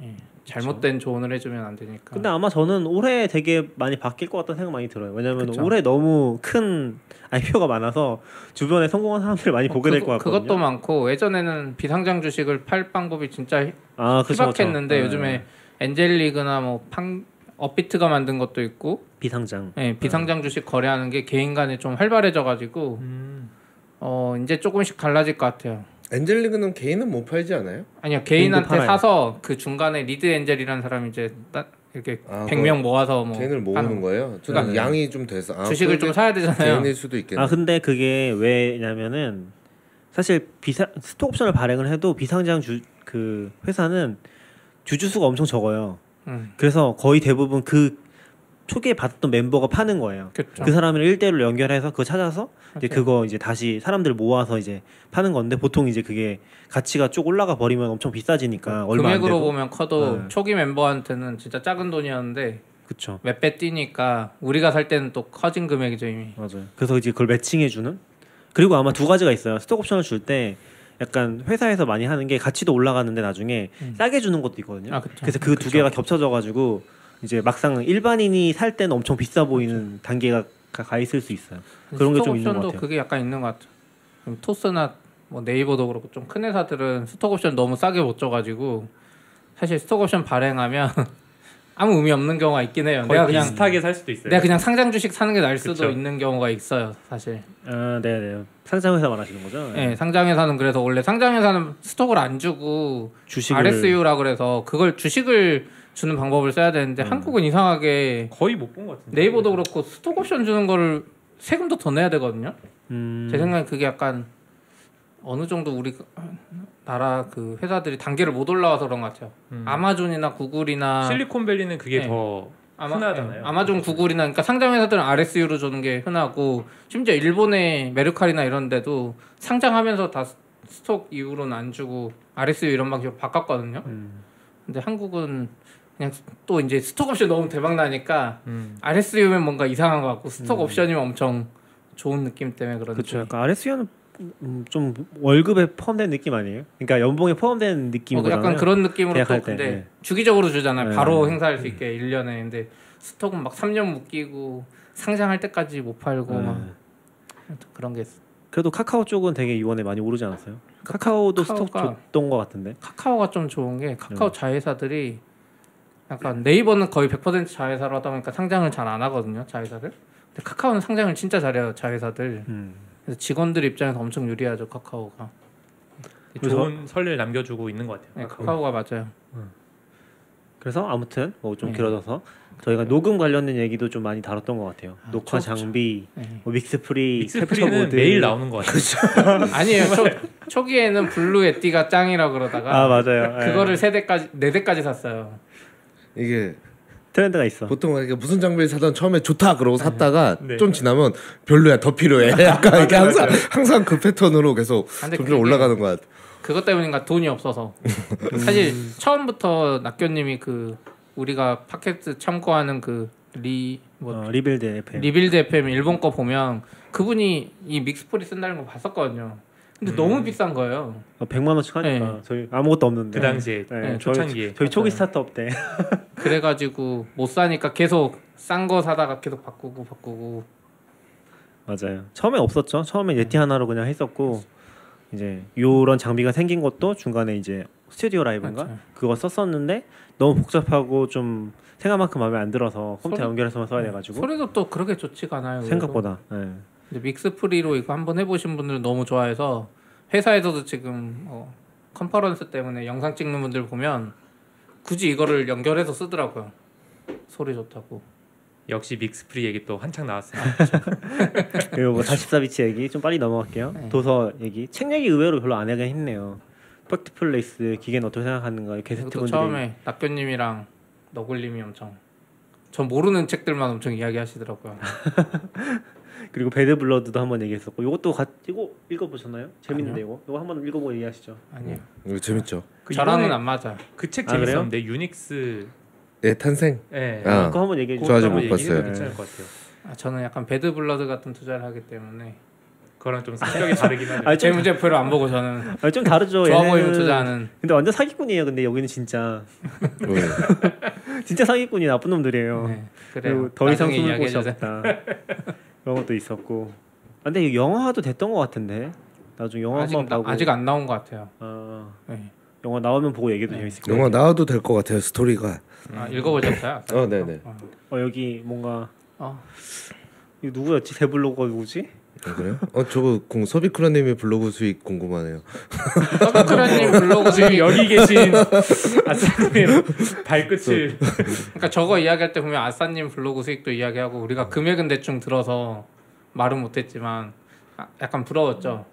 Speaker 6: 예, 잘못된 조언을 해주면 안 되니까.
Speaker 4: 근데 아마 저는 올해 되게 많이 바뀔 것 같다는 생각 많이 들어요. 왜냐면
Speaker 6: 그쵸.
Speaker 4: 올해 너무 큰 IPO가 많아서 주변에 성공한 사람들을 많이
Speaker 6: 어,
Speaker 4: 보게 될
Speaker 6: 그거-
Speaker 4: 것 같거든요.
Speaker 6: 그것도 많고 예전에는 비상장 주식을 팔 방법이 진짜
Speaker 4: 아, 그쵸, 그쵸.
Speaker 6: 희박했는데
Speaker 4: 네.
Speaker 6: 요즘에 엔젤리그나 뭐 팡, 업비트가 만든 것도 있고
Speaker 4: 비상장.
Speaker 6: 예, 비상장
Speaker 4: 네.
Speaker 6: 주식 거래하는 게 개인 간에 좀 활발해져가지고
Speaker 4: 음.
Speaker 6: 어 이제 조금씩 갈라질 것 같아요.
Speaker 5: 엔젤리그는 개인은 못 팔지 않아요?
Speaker 6: 아니요
Speaker 4: 개인도
Speaker 6: 개인한테
Speaker 4: 팔아요.
Speaker 6: 사서 그 중간에 리드 엔젤이라는 사람이 이제 따- 이렇게
Speaker 5: 아,
Speaker 6: 100명 모아서 뭐
Speaker 5: 개인을
Speaker 6: 하는
Speaker 5: 모으는 거예요. 저는
Speaker 6: 그러니까
Speaker 5: 양이 좀 돼서 아,
Speaker 6: 주식을 좀
Speaker 5: 그게
Speaker 6: 사야 되잖아요.
Speaker 5: 개인일 수도 있겠네.
Speaker 4: 아, 근데 그게 왜냐면은 사실 비상 스톡옵션을 발행을 해도 비상장 주 그 회사는 주주 수가 엄청 적어요.
Speaker 6: 음.
Speaker 4: 그래서 거의 대부분 그 초기에 받았던 멤버가 파는 거예요.
Speaker 6: 그렇죠.
Speaker 4: 그 사람을 일대일로 연결해서 그거 찾아서 이제 그거 이제 다시 사람들 모아서 이제 파는 건데 보통 이제 그게 가치가 쭉 올라가 버리면 엄청 비싸지니까 그러니까 얼마 안
Speaker 6: 그 금액으로
Speaker 4: 되고 네.
Speaker 6: 보면 커도 초기 멤버한테는 진짜 작은 돈이었는데
Speaker 4: 그쵸
Speaker 6: 몇 배 뛰니까 우리가 살 때는 또 커진 금액이죠 이미.
Speaker 4: 맞아요 그래서 이제 그걸 매칭해 주는 그리고 아마 두 가지가 있어요 스톡옵션을 줄 때 약간 회사에서 많이 하는 게 가치도 올라가는데 나중에 싸게 주는 것도 있거든요
Speaker 6: 음. 아, 그쵸.
Speaker 4: 그래서 그 두 개가 겹쳐져 가지고 이제 막상 일반인이 살 때는 엄청 비싸 보이는 단계가 가- 가 있을 수 있어요 그런 게 좀 있는 것
Speaker 6: 스톡옵션도
Speaker 4: 같아요
Speaker 6: 그게 약간 있는 것 같아. 요 토스나 뭐 네이버도 그렇고 좀 큰 회사들은 스톡옵션 너무 싸게 못 줘가지고 사실 스톡옵션 발행하면 아무 의미 없는 경우가 있긴 해요.
Speaker 3: 거의
Speaker 6: 네, 내가 그냥
Speaker 3: 비슷하게 살 수도 있어요.
Speaker 6: 내가 그냥 상장 주식 사는 게 나을 수도
Speaker 3: 네. 그쵸.
Speaker 6: 있는 경우가 있어요, 사실.
Speaker 4: 아 네네 상장회사 말하시는
Speaker 2: 어,
Speaker 4: 거죠
Speaker 6: 예, 상장회사는 그래서 원래 상장회사는 스톡을 안 주고
Speaker 4: 주식을
Speaker 6: RSU라 그래서 그걸 주식을 주는 방법을 써야 되는데 한국은 이상하게
Speaker 3: 거의 못 본 것 같은데.
Speaker 6: 네이버도 그렇고 스톡 옵션 주는 거를 세금도 더 내야 되거든요.
Speaker 4: 음,
Speaker 6: 제 생각엔 그게 약간 어느 정도 우리 나라 그 회사들이 단계를 못 올라와서 그런 것 같아요. 아마존이나 구글이나
Speaker 3: 실리콘밸리는 그게
Speaker 6: 네.
Speaker 3: 더
Speaker 6: 아마,
Speaker 3: 흔하잖아요.
Speaker 6: 예, 아마존 구글이나 그러니까 상장 회사들은 RSU로 주는 게 흔하고 심지어 일본의 메르칼이나 이런 데도 상장하면서 다 스- 스톡 이후로는 안 주고 RSU 이런 방식으로 바꿨거든요.
Speaker 3: 음.
Speaker 6: 근데 한국은 그냥 또 이제 스톡 옵션 너무 대박 나니까
Speaker 3: 음.
Speaker 6: RSU면 뭔가 이상한 것 같고 스톡 옵션이면 엄청 좋은 느낌 때문에 그런지.
Speaker 4: 그렇죠. 약간 RSU는 음, 좀 월급에 포함된 느낌 아니에요? 그러니까 연봉에 포함된
Speaker 6: 어,
Speaker 4: 느낌이잖아요.
Speaker 6: 약간 그런 느낌으로 또
Speaker 4: 계약할 때,
Speaker 6: 근데
Speaker 4: 예.
Speaker 6: 주기적으로 주잖아요.
Speaker 4: 예.
Speaker 6: 바로 행사할 수 있게 1년에. 근데 스톡은 막 3년 묶이고 상장할 때까지 못 팔고
Speaker 4: 네.
Speaker 6: 막 아무튼 그런 게 있어.
Speaker 4: 그래도 카카오 쪽은 되게 이번에 많이 오르지 않았어요? 카카오도
Speaker 6: 카카오가-
Speaker 4: 스톡 줬던 것 같은데.
Speaker 6: 카카오가 좀 좋은 게 카카오
Speaker 4: 네.
Speaker 6: 자회사들이 약간 네이버는 거의 100% 자회사로 하다 보니까 상장을 잘 안 하거든요. 자회사를. 근데 카카오는 상장을 진짜 잘해요. 자회사들.
Speaker 4: 음.
Speaker 6: 그래서 직원들 입장에서 엄청 유리하죠. 카카오가.
Speaker 4: 그래서-
Speaker 3: 좋은 설레를 남겨주고 있는 것 같아요.
Speaker 6: 네, 카카오가 맞아요.
Speaker 4: 그래서 아무튼 뭐 좀 길어져서 저희가 녹음 관련된 얘기도 좀 많이 다뤘던 것 같아요. 녹화 장비, 뭐 믹스프리, 캡처
Speaker 3: 믹스프리는
Speaker 4: 모드
Speaker 3: 매일 나오는 것 같아요.
Speaker 6: 아니에요. 초, 초기에는 블루 에띠가 짱이라 그러다가
Speaker 4: 아 맞아요. 예.
Speaker 6: 그거를 세 대까지 네 대까지 샀어요.
Speaker 5: 이게
Speaker 4: 트렌드가 있어.
Speaker 5: 보통 이렇게 무슨 장비를 사던 처음에 좋다 그러고 샀다가
Speaker 3: 네.
Speaker 5: 좀 지나면 별로야 더 필요해. 약간 이렇게 항상 항상 그 패턴으로 계속
Speaker 6: 근데
Speaker 5: 점점
Speaker 6: 그게-
Speaker 5: 올라가는 것 같아.
Speaker 6: 그것 때문인가 돈이 없어서 사실 처음부터 낙교님이 그 우리가 팟캐스트 참고하는 그 그리뭐
Speaker 4: 어, 리빌드 FM.
Speaker 6: 리빌드 FM 일본 거 보면 그분이 이 믹스폴이 쓴다는 거 봤었거든요.
Speaker 4: 음.
Speaker 6: 근데 너무 비싼 거예요.
Speaker 4: 어, 100만 원씩 하니까
Speaker 6: 네.
Speaker 4: 저희 아무것도 없는데.
Speaker 3: 그 당시에
Speaker 4: 예,
Speaker 6: 네,
Speaker 4: 저희-
Speaker 3: 초창기에.
Speaker 4: 저희 초기 스타트업 때.
Speaker 6: 그래가지고 못 사니까 계속 싼 거 사다가 계속 바꾸고 바꾸고
Speaker 4: 맞아요. 처음에 없었죠. 처음에 예티 하나로 그냥 했었고 이제 요런 장비가 생긴 것도 중간에 이제 스튜디오 라이브인가 그거 썼었는데 너무 복잡하고 좀 생각만큼 마음에 안 들어서 컴퓨터
Speaker 6: 소리-
Speaker 4: 연결해서만 써야 돼가지고
Speaker 6: 소리도 또 그렇게 좋지가 않아요.
Speaker 4: 생각보다 예.
Speaker 6: 그래서. 근데 믹스프리로 이거 한번 해보신 분들은 너무 좋아해서 회사에서도 지금 어, 컨퍼런스 때문에 영상 찍는 분들 보면 굳이 이거를 연결해서 쓰더라고요. 소리 좋다고.
Speaker 3: 역시 믹스프리 얘기 또 한창 나왔어요.
Speaker 4: 그리고 뭐 44비치 얘기 좀 빨리 넘어갈게요.
Speaker 6: 네.
Speaker 4: 도서 얘기. 책 얘기 의외로 별로 안 하긴 했네요. 팩트플레이스 기계는 어떻게 생각하는가
Speaker 6: 그리고
Speaker 4: 게스트
Speaker 6: 또
Speaker 4: 분들이
Speaker 6: 처음에 낙교님이랑 너굴님이 엄청 전 모르는 책들만 엄청 이야기하시더라고요.
Speaker 4: 그리고 배드블러드도 한번 얘기했었고 이것도 같 이거 읽어보셨나요? 재밌는데 이거 이거 한번 읽어보고 얘기하시죠.
Speaker 6: 아니요.
Speaker 5: 음, 이거 재밌죠.
Speaker 3: 그
Speaker 6: 저랑은
Speaker 3: 이번에
Speaker 6: 안 맞아.
Speaker 3: 그 책
Speaker 4: 아, 그래요?
Speaker 3: 재밌었는데 유닉스
Speaker 5: 예 탄생.
Speaker 6: 네.
Speaker 3: 예.
Speaker 5: 아,
Speaker 4: 그거 한번 얘기해
Speaker 3: 그거
Speaker 5: 저 아직
Speaker 4: 주세요.
Speaker 5: 못
Speaker 3: 한번
Speaker 5: 봤어요.
Speaker 3: 얘기해도 괜찮을 것 같아요.
Speaker 6: 아, 저는 약간 배드 블러드 같은 투자를 하기 때문에
Speaker 3: 그거랑 좀 성격이 다르긴 하네요.
Speaker 4: 아니,
Speaker 6: 제
Speaker 4: 좀-
Speaker 6: 문제표를 안 보고 저는
Speaker 4: 아, 좀 다르죠.
Speaker 6: 네. 좋아 보이면
Speaker 4: 얘네는.
Speaker 6: 투자하는
Speaker 4: 근데 완전 사기꾼이에요. 근데 여기는 진짜
Speaker 5: 왜?
Speaker 4: 진짜 사기꾼이 나쁜 놈들이에요.
Speaker 6: 네, 그래요.
Speaker 4: 그리고 더 이상
Speaker 6: 나중에
Speaker 4: 숨을 곳이
Speaker 6: 이야기해주세요.
Speaker 4: 없다. 이런 것도 있었고. 아, 근데 이거 영화도 됐던 것 같은데 나중에 영화
Speaker 6: 아직,
Speaker 4: 한번
Speaker 6: 나,
Speaker 4: 보고
Speaker 6: 아직 안 나온 것 같아요.
Speaker 4: 아,
Speaker 6: 네.
Speaker 4: 영화 나오면 보고 얘기도 재밌을 것
Speaker 5: 영화
Speaker 4: 같아요.
Speaker 5: 나와도 될 것 같아요 스토리가.
Speaker 6: 아, 읽어보셨어요? 아까?
Speaker 5: 어 네네.
Speaker 4: 어 여기 뭔가
Speaker 6: 어,
Speaker 4: 이거 누구였지? 데블로거 누구지?
Speaker 5: 아, 그래요? 어 저거 공 서비크라님의 블로그 수익 궁금하네요.
Speaker 6: 서브크라님 블로그
Speaker 3: 지금
Speaker 6: 지금 여
Speaker 3: 여기 계신 아사님의 발끝을
Speaker 6: 그러니까 저거 이야기할 때 보면 아싸님 블로그 수익도 이야기하고 우리가 금액은 대충 들어서 말은 못했지만 아, 약간 부러웠죠.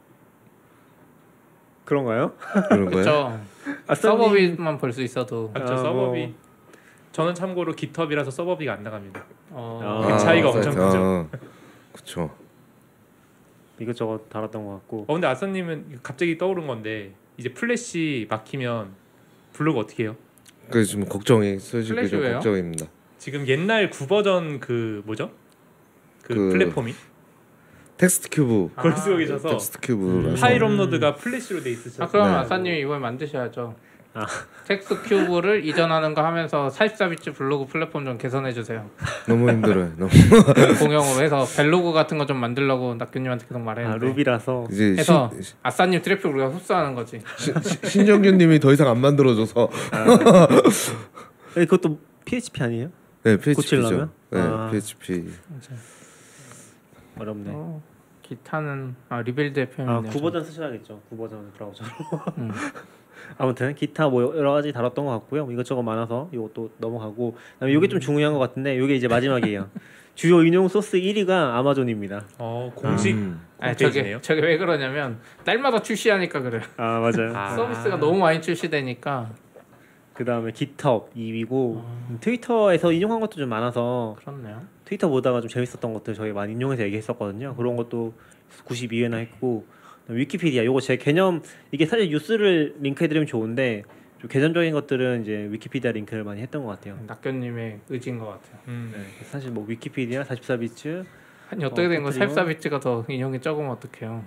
Speaker 4: 그런가요?
Speaker 5: 그런 거예요?
Speaker 6: 그렇죠.
Speaker 4: 아,
Speaker 6: 서버비만 벌 수 있어도
Speaker 3: 아, 저
Speaker 4: 아,
Speaker 3: 서버비.
Speaker 4: 뭐.
Speaker 3: 저는 참고로 기텁이라서 서버비가 안 나갑니다.
Speaker 6: 어,
Speaker 4: 그
Speaker 3: 차이가 엄청
Speaker 5: 아, 그렇죠.
Speaker 4: 이것저것 달았던 것 같고
Speaker 3: 어 근데 아사님은 갑자기 떠오른 건데 이제 플래시 막히면 블로그 어떻게 해요?
Speaker 5: 그 지금 걱정이 솔직히
Speaker 6: 플래시
Speaker 5: 좀
Speaker 6: 왜요?
Speaker 5: 걱정입니다.
Speaker 3: 지금 옛날 9 버전 그 뭐죠? 그,
Speaker 5: 그-
Speaker 3: 플랫폼이
Speaker 5: 텍스트 큐브,
Speaker 3: 아,
Speaker 4: 아,
Speaker 3: 그걸 쓰고 계셔서
Speaker 5: 텍스트
Speaker 4: 그
Speaker 5: 큐브라서
Speaker 3: 파일
Speaker 4: 음.
Speaker 3: 업로드가 플래시로 돼 있으셔서
Speaker 6: 아 그럼
Speaker 5: 네.
Speaker 6: 아싸님이 이번에 만드셔야죠.
Speaker 4: 아.
Speaker 6: 텍스 큐브를 이전하는 거 하면서 44비트 블로그 플랫폼 좀 개선해 주세요.
Speaker 5: 너무 힘들어요. 너무
Speaker 6: 공용으로 해서 벨로그 같은 거 좀 만들려고 낙균님한테 계속
Speaker 4: 아,
Speaker 6: 말했는데
Speaker 4: 루비라서
Speaker 5: 이제
Speaker 6: 해서
Speaker 5: 신-
Speaker 6: 아싸님 트래픽 우리가 흡수하는 거지.
Speaker 5: 신- 신- 신정균님이 더 이상 안 만들어줘서
Speaker 4: 에, 그것도 PHP 아니에요?
Speaker 5: 네 PHP죠.
Speaker 4: 고치려면?
Speaker 5: 네
Speaker 4: 아.
Speaker 5: PHP.
Speaker 4: 어렵네.
Speaker 6: 어, 기타는 아 리빌드 FM이네요.
Speaker 4: 아 9버전 쓰셔야겠죠. 음. 9버전 브라우저로. 아무튼 기타 뭐 여러 가지 다뤘던 것 같고요. 뭐 이것저것 많아서 이것도 넘어가고 그다음에 이게 좀 중요한 것 같은데 이게 이제 마지막이에요. 주요 인용 소스 1위가 아마존입니다.
Speaker 3: 어 공식
Speaker 5: 음.
Speaker 6: 아니,
Speaker 3: 홈페이지네요.
Speaker 6: 저게 저게 왜 그러냐면 날마다 출시하니까 그래. 요
Speaker 4: 아 맞아요.
Speaker 3: 아.
Speaker 6: 서비스가 너무 많이 출시되니까
Speaker 4: 그다음에 깃허브 2위고 트위터에서 인용한 것도 좀 많아서
Speaker 6: 그렇네요.
Speaker 4: 트위터 보다가 좀 재밌었던 것들 저희 많이 인용해서 얘기했었거든요. 그런 것도 92회나 했고 위키피디아 요거 제 개념 이게 사실 뉴스를 링크해드리면 좋은데 좀 개념적인 것들은 이제 위키피디아 링크를 많이 했던 것 같아요.
Speaker 6: 음, 낙균님의 의지인 것 같아요.
Speaker 3: 음.
Speaker 4: 사실 뭐 위키피디아 44비츠
Speaker 6: 아니 어떻게 된 거?
Speaker 4: 그리고-
Speaker 6: 44비트가 더 인형이 적으면 어떡해요?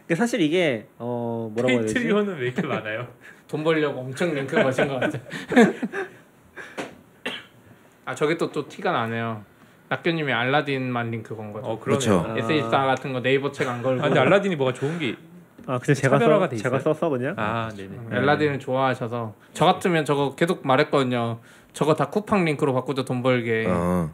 Speaker 4: 근데 사실 이게 어 뭐라고 해야 되지?
Speaker 3: 페이트리온은 왜 이렇게 많아요?
Speaker 6: 돈 벌려고 엄청 링크 거신 것 같아. 아 저게 또 또 티가 나네요. 낙교님이 알라딘만 링크 건 거죠.
Speaker 3: 어
Speaker 5: 그렇죠.
Speaker 3: 그러네요.
Speaker 4: 아.
Speaker 6: S24 같은 거 네이버 책 안
Speaker 3: 아
Speaker 6: 걸고
Speaker 3: 근데 알라딘이 뭐가 좋은 게
Speaker 4: 아 근데 제가
Speaker 3: 차별화가
Speaker 4: 써,
Speaker 3: 돼
Speaker 4: 제가
Speaker 3: 있어요?
Speaker 4: 썼어 그냥.
Speaker 3: 아, 네네.
Speaker 6: 음, 알라딘을 좋아하셔서 저 같으면 저거 계속 말했거든요. 저거 다 쿠팡 링크로 바꾸자 돈
Speaker 4: 예.
Speaker 6: 벌게.
Speaker 5: 아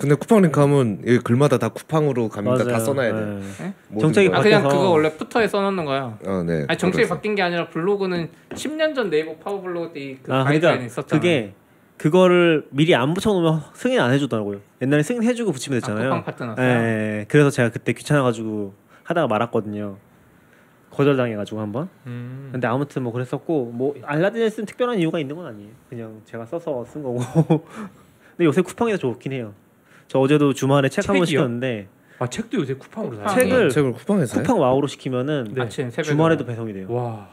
Speaker 5: 근데 쿠팡 링크 하면 이 글마다 다 쿠팡으로 갑니다. 다
Speaker 4: 맞아요.
Speaker 5: 써놔야 돼.
Speaker 4: 네.
Speaker 5: 모든
Speaker 4: 정책이
Speaker 5: 걸.
Speaker 6: 아 그냥
Speaker 4: 바뀌어서-
Speaker 6: 그거 원래 푸터에 써놓는 거야.
Speaker 5: 아 네.
Speaker 6: 아니 정책이
Speaker 5: 그래서.
Speaker 6: 바뀐 게 아니라 블로그는 10년 전 네이버 파워 블로그 때그
Speaker 4: 아
Speaker 6: 가이드라인
Speaker 4: 그러니까
Speaker 6: 있었잖아.
Speaker 4: 그게 그거를 미리 안 붙여놓으면 승인 안 해주더라고요. 옛날에 승인 해주고 붙이면 됐잖아요.
Speaker 6: 쿠팡 파트너.
Speaker 4: 예, 예, 예. 그래서 제가 그때 귀찮아가지고 하다가 말았거든요. 거절당해가지고 한번.
Speaker 3: 음.
Speaker 4: 근데 아무튼 뭐 그랬었고 뭐 알라딘에 쓴 특별한 이유가 있는 건 아니에요. 그냥 제가 써서 쓴 거고. 근데 요새 쿠팡이 더 좋긴 해요. 저 어제도 주말에 책 한 번
Speaker 3: 책이요?
Speaker 4: 시켰는데
Speaker 3: 아 책도 요새 쿠팡으로
Speaker 6: 쿠팡.
Speaker 3: 사요.
Speaker 4: 책을
Speaker 5: 아, 책을 쿠팡에서 해요?
Speaker 4: 쿠팡 와우로 시키면은
Speaker 3: 네.
Speaker 6: 아침 새벽
Speaker 4: 주말에도 배송이 돼요.
Speaker 3: 와.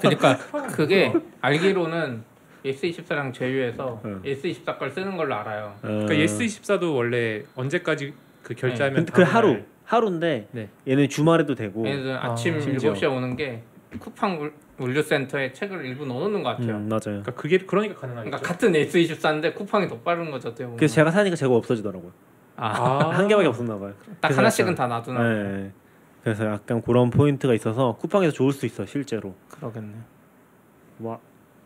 Speaker 6: 그러니까 그게 알기로는 S24랑 제휴해서
Speaker 4: 응.
Speaker 6: S24 걸 쓰는 걸로 알아요.
Speaker 3: 그러니까
Speaker 4: 어,
Speaker 3: 예스24도 원래 언제까지 그 결제하면
Speaker 4: 근데 그
Speaker 3: 다음날-
Speaker 4: 하루 하루인데
Speaker 3: 네.
Speaker 4: 얘는 주말에도 되고.
Speaker 6: 얘네들은
Speaker 3: 아,
Speaker 6: 아, 침
Speaker 4: 심지어.
Speaker 6: 7시에 오는 게 쿠팡 울- 물류센터에 책을 일부 넣어놓는 것 같아요.
Speaker 4: 음, 맞아요.
Speaker 3: 그러니까 그게 그러니까 가능하겠죠.
Speaker 6: 그러니까 같은 S24인데 쿠팡이 더 빠른 거죠. 어떻게 보면.
Speaker 4: 그래서 제가 사니까 재고 없어지더라고요.
Speaker 6: 아,
Speaker 3: 아,
Speaker 4: 한 개밖에 없었나 봐요.
Speaker 6: 딱
Speaker 4: 그래서
Speaker 6: 하나씩은 다 놔두나
Speaker 4: 네. 그래서 약간 그런 포인트가 있어서 쿠팡에서 좋을 수 있어 실제로.
Speaker 6: 그러겠네.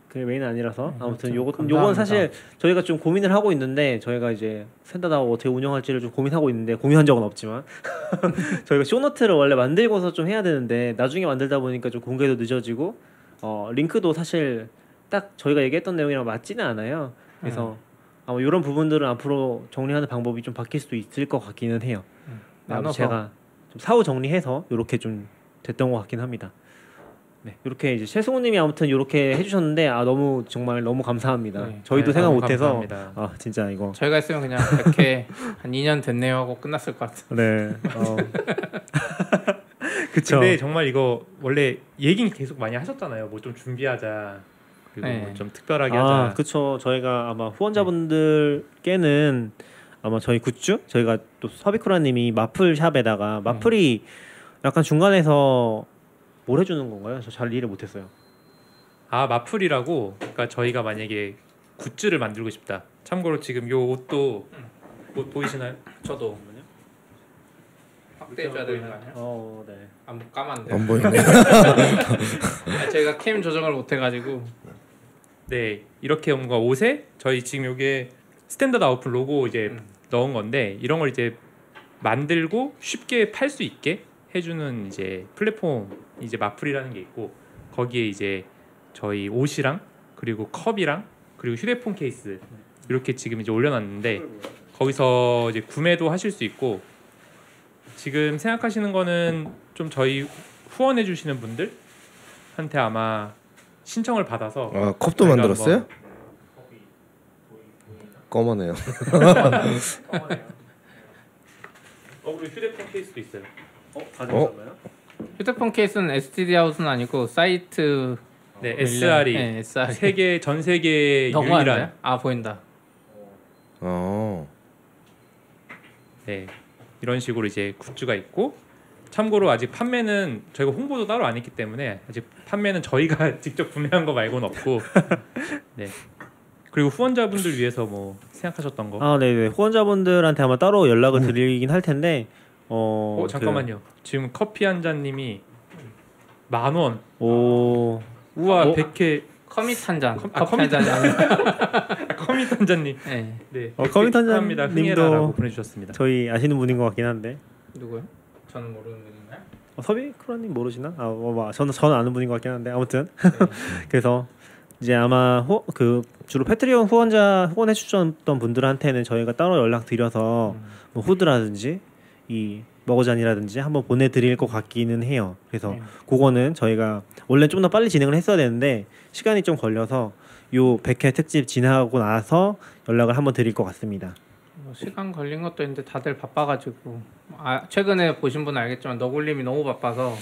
Speaker 4: 그게 메인 아니라서
Speaker 2: 네,
Speaker 4: 아무튼
Speaker 2: 그렇죠.
Speaker 4: 요거
Speaker 2: 감사합니다.
Speaker 4: 요건 사실 저희가 좀 고민을 하고 있는데 저희가 이제 센다다오 어떻게 운영할지를 좀 고민하고 있는데 고민한 적은 없지만 저희가 쇼노트를 원래 만들고서 좀 해야 되는데 나중에 만들다 보니까 좀 공개도 늦어지고 어 링크도 사실 딱 저희가 얘기했던 내용이랑 맞지는 않아요. 그래서
Speaker 2: 음.
Speaker 4: 아마 이런 부분들은 앞으로 정리하는 방법이 좀 바뀔 수도 있을 것 같기는 해요.
Speaker 2: 음.
Speaker 4: 네, 아마
Speaker 6: 나눠서.
Speaker 4: 제가 좀 사후 정리해서 이렇게 좀 됐던 것 같긴 합니다. 네, 이렇게 이제 최승우님이 아무튼 이렇게 해주셨는데 아 너무 정말 너무 감사합니다.
Speaker 6: 네,
Speaker 4: 저희도
Speaker 3: 네,
Speaker 4: 생각
Speaker 3: 너무
Speaker 4: 못해서
Speaker 3: 감사합니다.
Speaker 4: 아 진짜 이거
Speaker 6: 저희가 했으면 그냥 이렇게 한 2년 됐네요 하고 끝났을 것 같아요.
Speaker 4: 네, 어, 그쵸.
Speaker 3: 근데 정말 이거 원래 얘기는 계속 많이 하셨잖아요. 뭐 좀 준비하자. 그리고
Speaker 6: 네.
Speaker 3: 뭐좀 특별하게
Speaker 4: 아,
Speaker 3: 하자.
Speaker 4: 그쵸. 저희가 아마 후원자분들께는 아마 저희 굿즈 저희가 또 서비쿠라님이 마플
Speaker 3: 네.
Speaker 4: 샵에다가 마플이 약간 중간에서 뭘 해주는 건가요? 저 잘 이해 못했어요.
Speaker 3: 아 마플이라고. 그러니까 저희가 만약에 굿즈를 만들고 싶다. 참고로 지금 요 옷도 옷 보이시나요?
Speaker 6: 저도 확대해줘야 되는 거 아니야?
Speaker 4: 어, 네.
Speaker 6: 안 까만데.
Speaker 5: 안 보이네.
Speaker 6: 아, 저희가 캠 조정을 못 해가지고
Speaker 3: 네 이렇게 뭔가 옷에 저희 지금 요게 스탠다드 아웃풀 로고 이제
Speaker 6: 예.
Speaker 3: 넣은 건데 이런 걸 이제 만들고 쉽게 팔 수 있게 해주는 이제 플랫폼 이제 마플이라는 게 있고 거기에 이제 저희 옷이랑 그리고 컵이랑 그리고 휴대폰 케이스 이렇게 지금 이제 올려놨는데 거기서 이제 구매도 하실 수 있고 지금 생각하시는 거는 좀 저희 후원해 주시는 분들 한테 아마 신청을 받아서
Speaker 6: 어.
Speaker 5: 아 컵도
Speaker 3: 저희가
Speaker 5: 만들었어요? 검어네요.
Speaker 3: 어 그리고 휴대폰 케이스도 있어요.
Speaker 4: 어, 가져오셨나요?
Speaker 6: 휴대폰 케이스는 STD 하우스는 아니고 사이트
Speaker 3: 네 SR이
Speaker 6: 네, SR이
Speaker 3: 세계 전 세계 예, 유일한
Speaker 6: 너무한데? 아 보인다.
Speaker 5: 어.
Speaker 3: 네 이런 식으로 이제 굿즈가 있고 참고로 아직 판매는 저희가 홍보도 따로 안 했기 때문에 아직 판매는 저희가 직접 구매한 거 말고는 없고 네 그리고 후원자분들 위해서 뭐 생각하셨던
Speaker 6: 어,
Speaker 3: 거
Speaker 4: 아, 네, 네. 후원자분들한테 아마 따로 연락을 드리긴 할 텐데. 어,
Speaker 3: 음. 어,
Speaker 6: 네.
Speaker 3: 잠깐만요 지금 커피 한 잔님이 만 원
Speaker 4: 그, 오.
Speaker 3: 우와
Speaker 4: 어?
Speaker 3: 백회
Speaker 6: 커밋 한 잔.
Speaker 3: 컴- 아,
Speaker 6: 아, 커밋 한 잔.
Speaker 3: 커밋 한 잔님
Speaker 6: 네.
Speaker 3: 네
Speaker 4: 어, 커밋 한
Speaker 3: 감사합니다.
Speaker 4: 잔님도-
Speaker 3: 흥해라라고 보내주셨습니다
Speaker 4: 저희 아시는 분인 것 같긴 한데.
Speaker 6: 누구요? 저는 모르는 분인가요?
Speaker 4: 어, 서비 크라님 모르시나? 아, 어, 뭐, 저는 저는 아는 분인 것 같긴 한데 아무튼 그래서 이제 아마 호, 그 주로 패트리온 후원자 후원해 주셨던 분들한테는 저희가 따로 연락 드려서 뭐 후드라든지 이 먹어잔이라든지 한번 보내드릴 것 같기는 해요. 그래서 그거는 저희가 원래 좀 더 빨리 진행을 했어야 되는데 시간이 좀 걸려서 요 100회 특집 진행하고 나서 연락을 한번 드릴 것 같습니다.
Speaker 6: 뭐 시간 걸린 것도 있는데 다들 바빠가지고 아, 최근에 보신 분은 알겠지만 너굴님이 너무 바빠서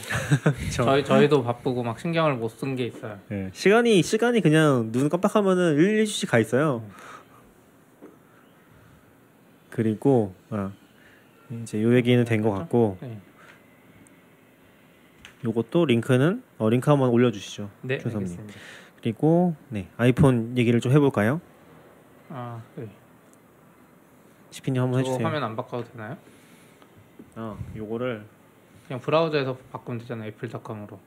Speaker 6: 저희 저희도 바쁘고 막 신경을 못 쓴 게 있어요.
Speaker 4: 예, 시간이 시간이 그냥 눈 깜빡하면은 1, 2주씩 가 있어요. 그리고 아, 이제 요 얘기는 된 것 같고
Speaker 6: 네.
Speaker 4: 요것도 링크는 어, 링크 한번 올려주시죠.
Speaker 3: 네
Speaker 4: 죄송합니다.
Speaker 3: 알겠습니다
Speaker 4: 그리고 네 아이폰 얘기를 좀 해볼까요?
Speaker 6: 아, 네.
Speaker 4: 시피님 한번
Speaker 6: 저거
Speaker 4: 해주세요.
Speaker 6: 화면 안 바꿔도 되나요?
Speaker 4: 어, 요거를
Speaker 6: 그냥 브라우저에서 바꾸면 되잖아요. 애플닷컴으로.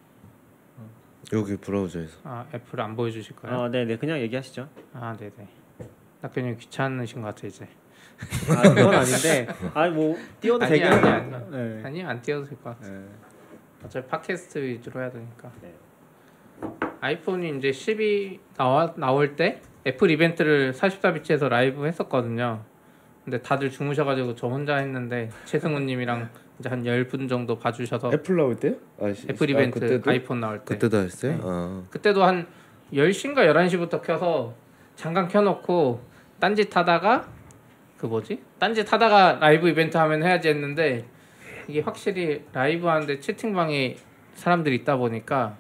Speaker 5: 여기 브라우저에서.
Speaker 6: 아, 애플 안 보여주실
Speaker 5: 어.
Speaker 6: 거예요?
Speaker 4: 아 네네 그냥 얘기하시죠.
Speaker 6: 아, 네, 네. 낙균님 귀찮으신 것 같아 이제.
Speaker 4: 아 그건 아닌데 아뭐 띄워도
Speaker 6: 아니,
Speaker 4: 되긴
Speaker 6: 아니,
Speaker 4: 해요.
Speaker 6: 아니.
Speaker 4: 네.
Speaker 6: 아니 안 띄워도 될 것 같아.
Speaker 4: 네.
Speaker 6: 어차피 팟캐스트 위주로 해야 되니까.
Speaker 4: 네.
Speaker 6: 아이폰이 이제 10이 나와 나올 때 애플 이벤트를 44비치에서 라이브 했었거든요. 근데 다들 주무셔가지고 저 혼자 했는데 최승우님이랑 이제 한 10분 정도 봐주셔서
Speaker 5: 애플 나올 때? 아, 시-
Speaker 6: 애플
Speaker 5: 아,
Speaker 6: 이벤트
Speaker 5: 그때도
Speaker 6: 아이폰 나올 때
Speaker 5: 그때도 했어요.
Speaker 6: 네.
Speaker 5: 아.
Speaker 6: 그때도 한 10시인가 11시부터 켜서 잠깐 켜놓고 딴짓 하다가 그 뭐지? 딴짓 하다가 라이브 이벤트 하면 해야지 했는데 이게 확실히 라이브 하는데 채팅방에 사람들이 있다 보니까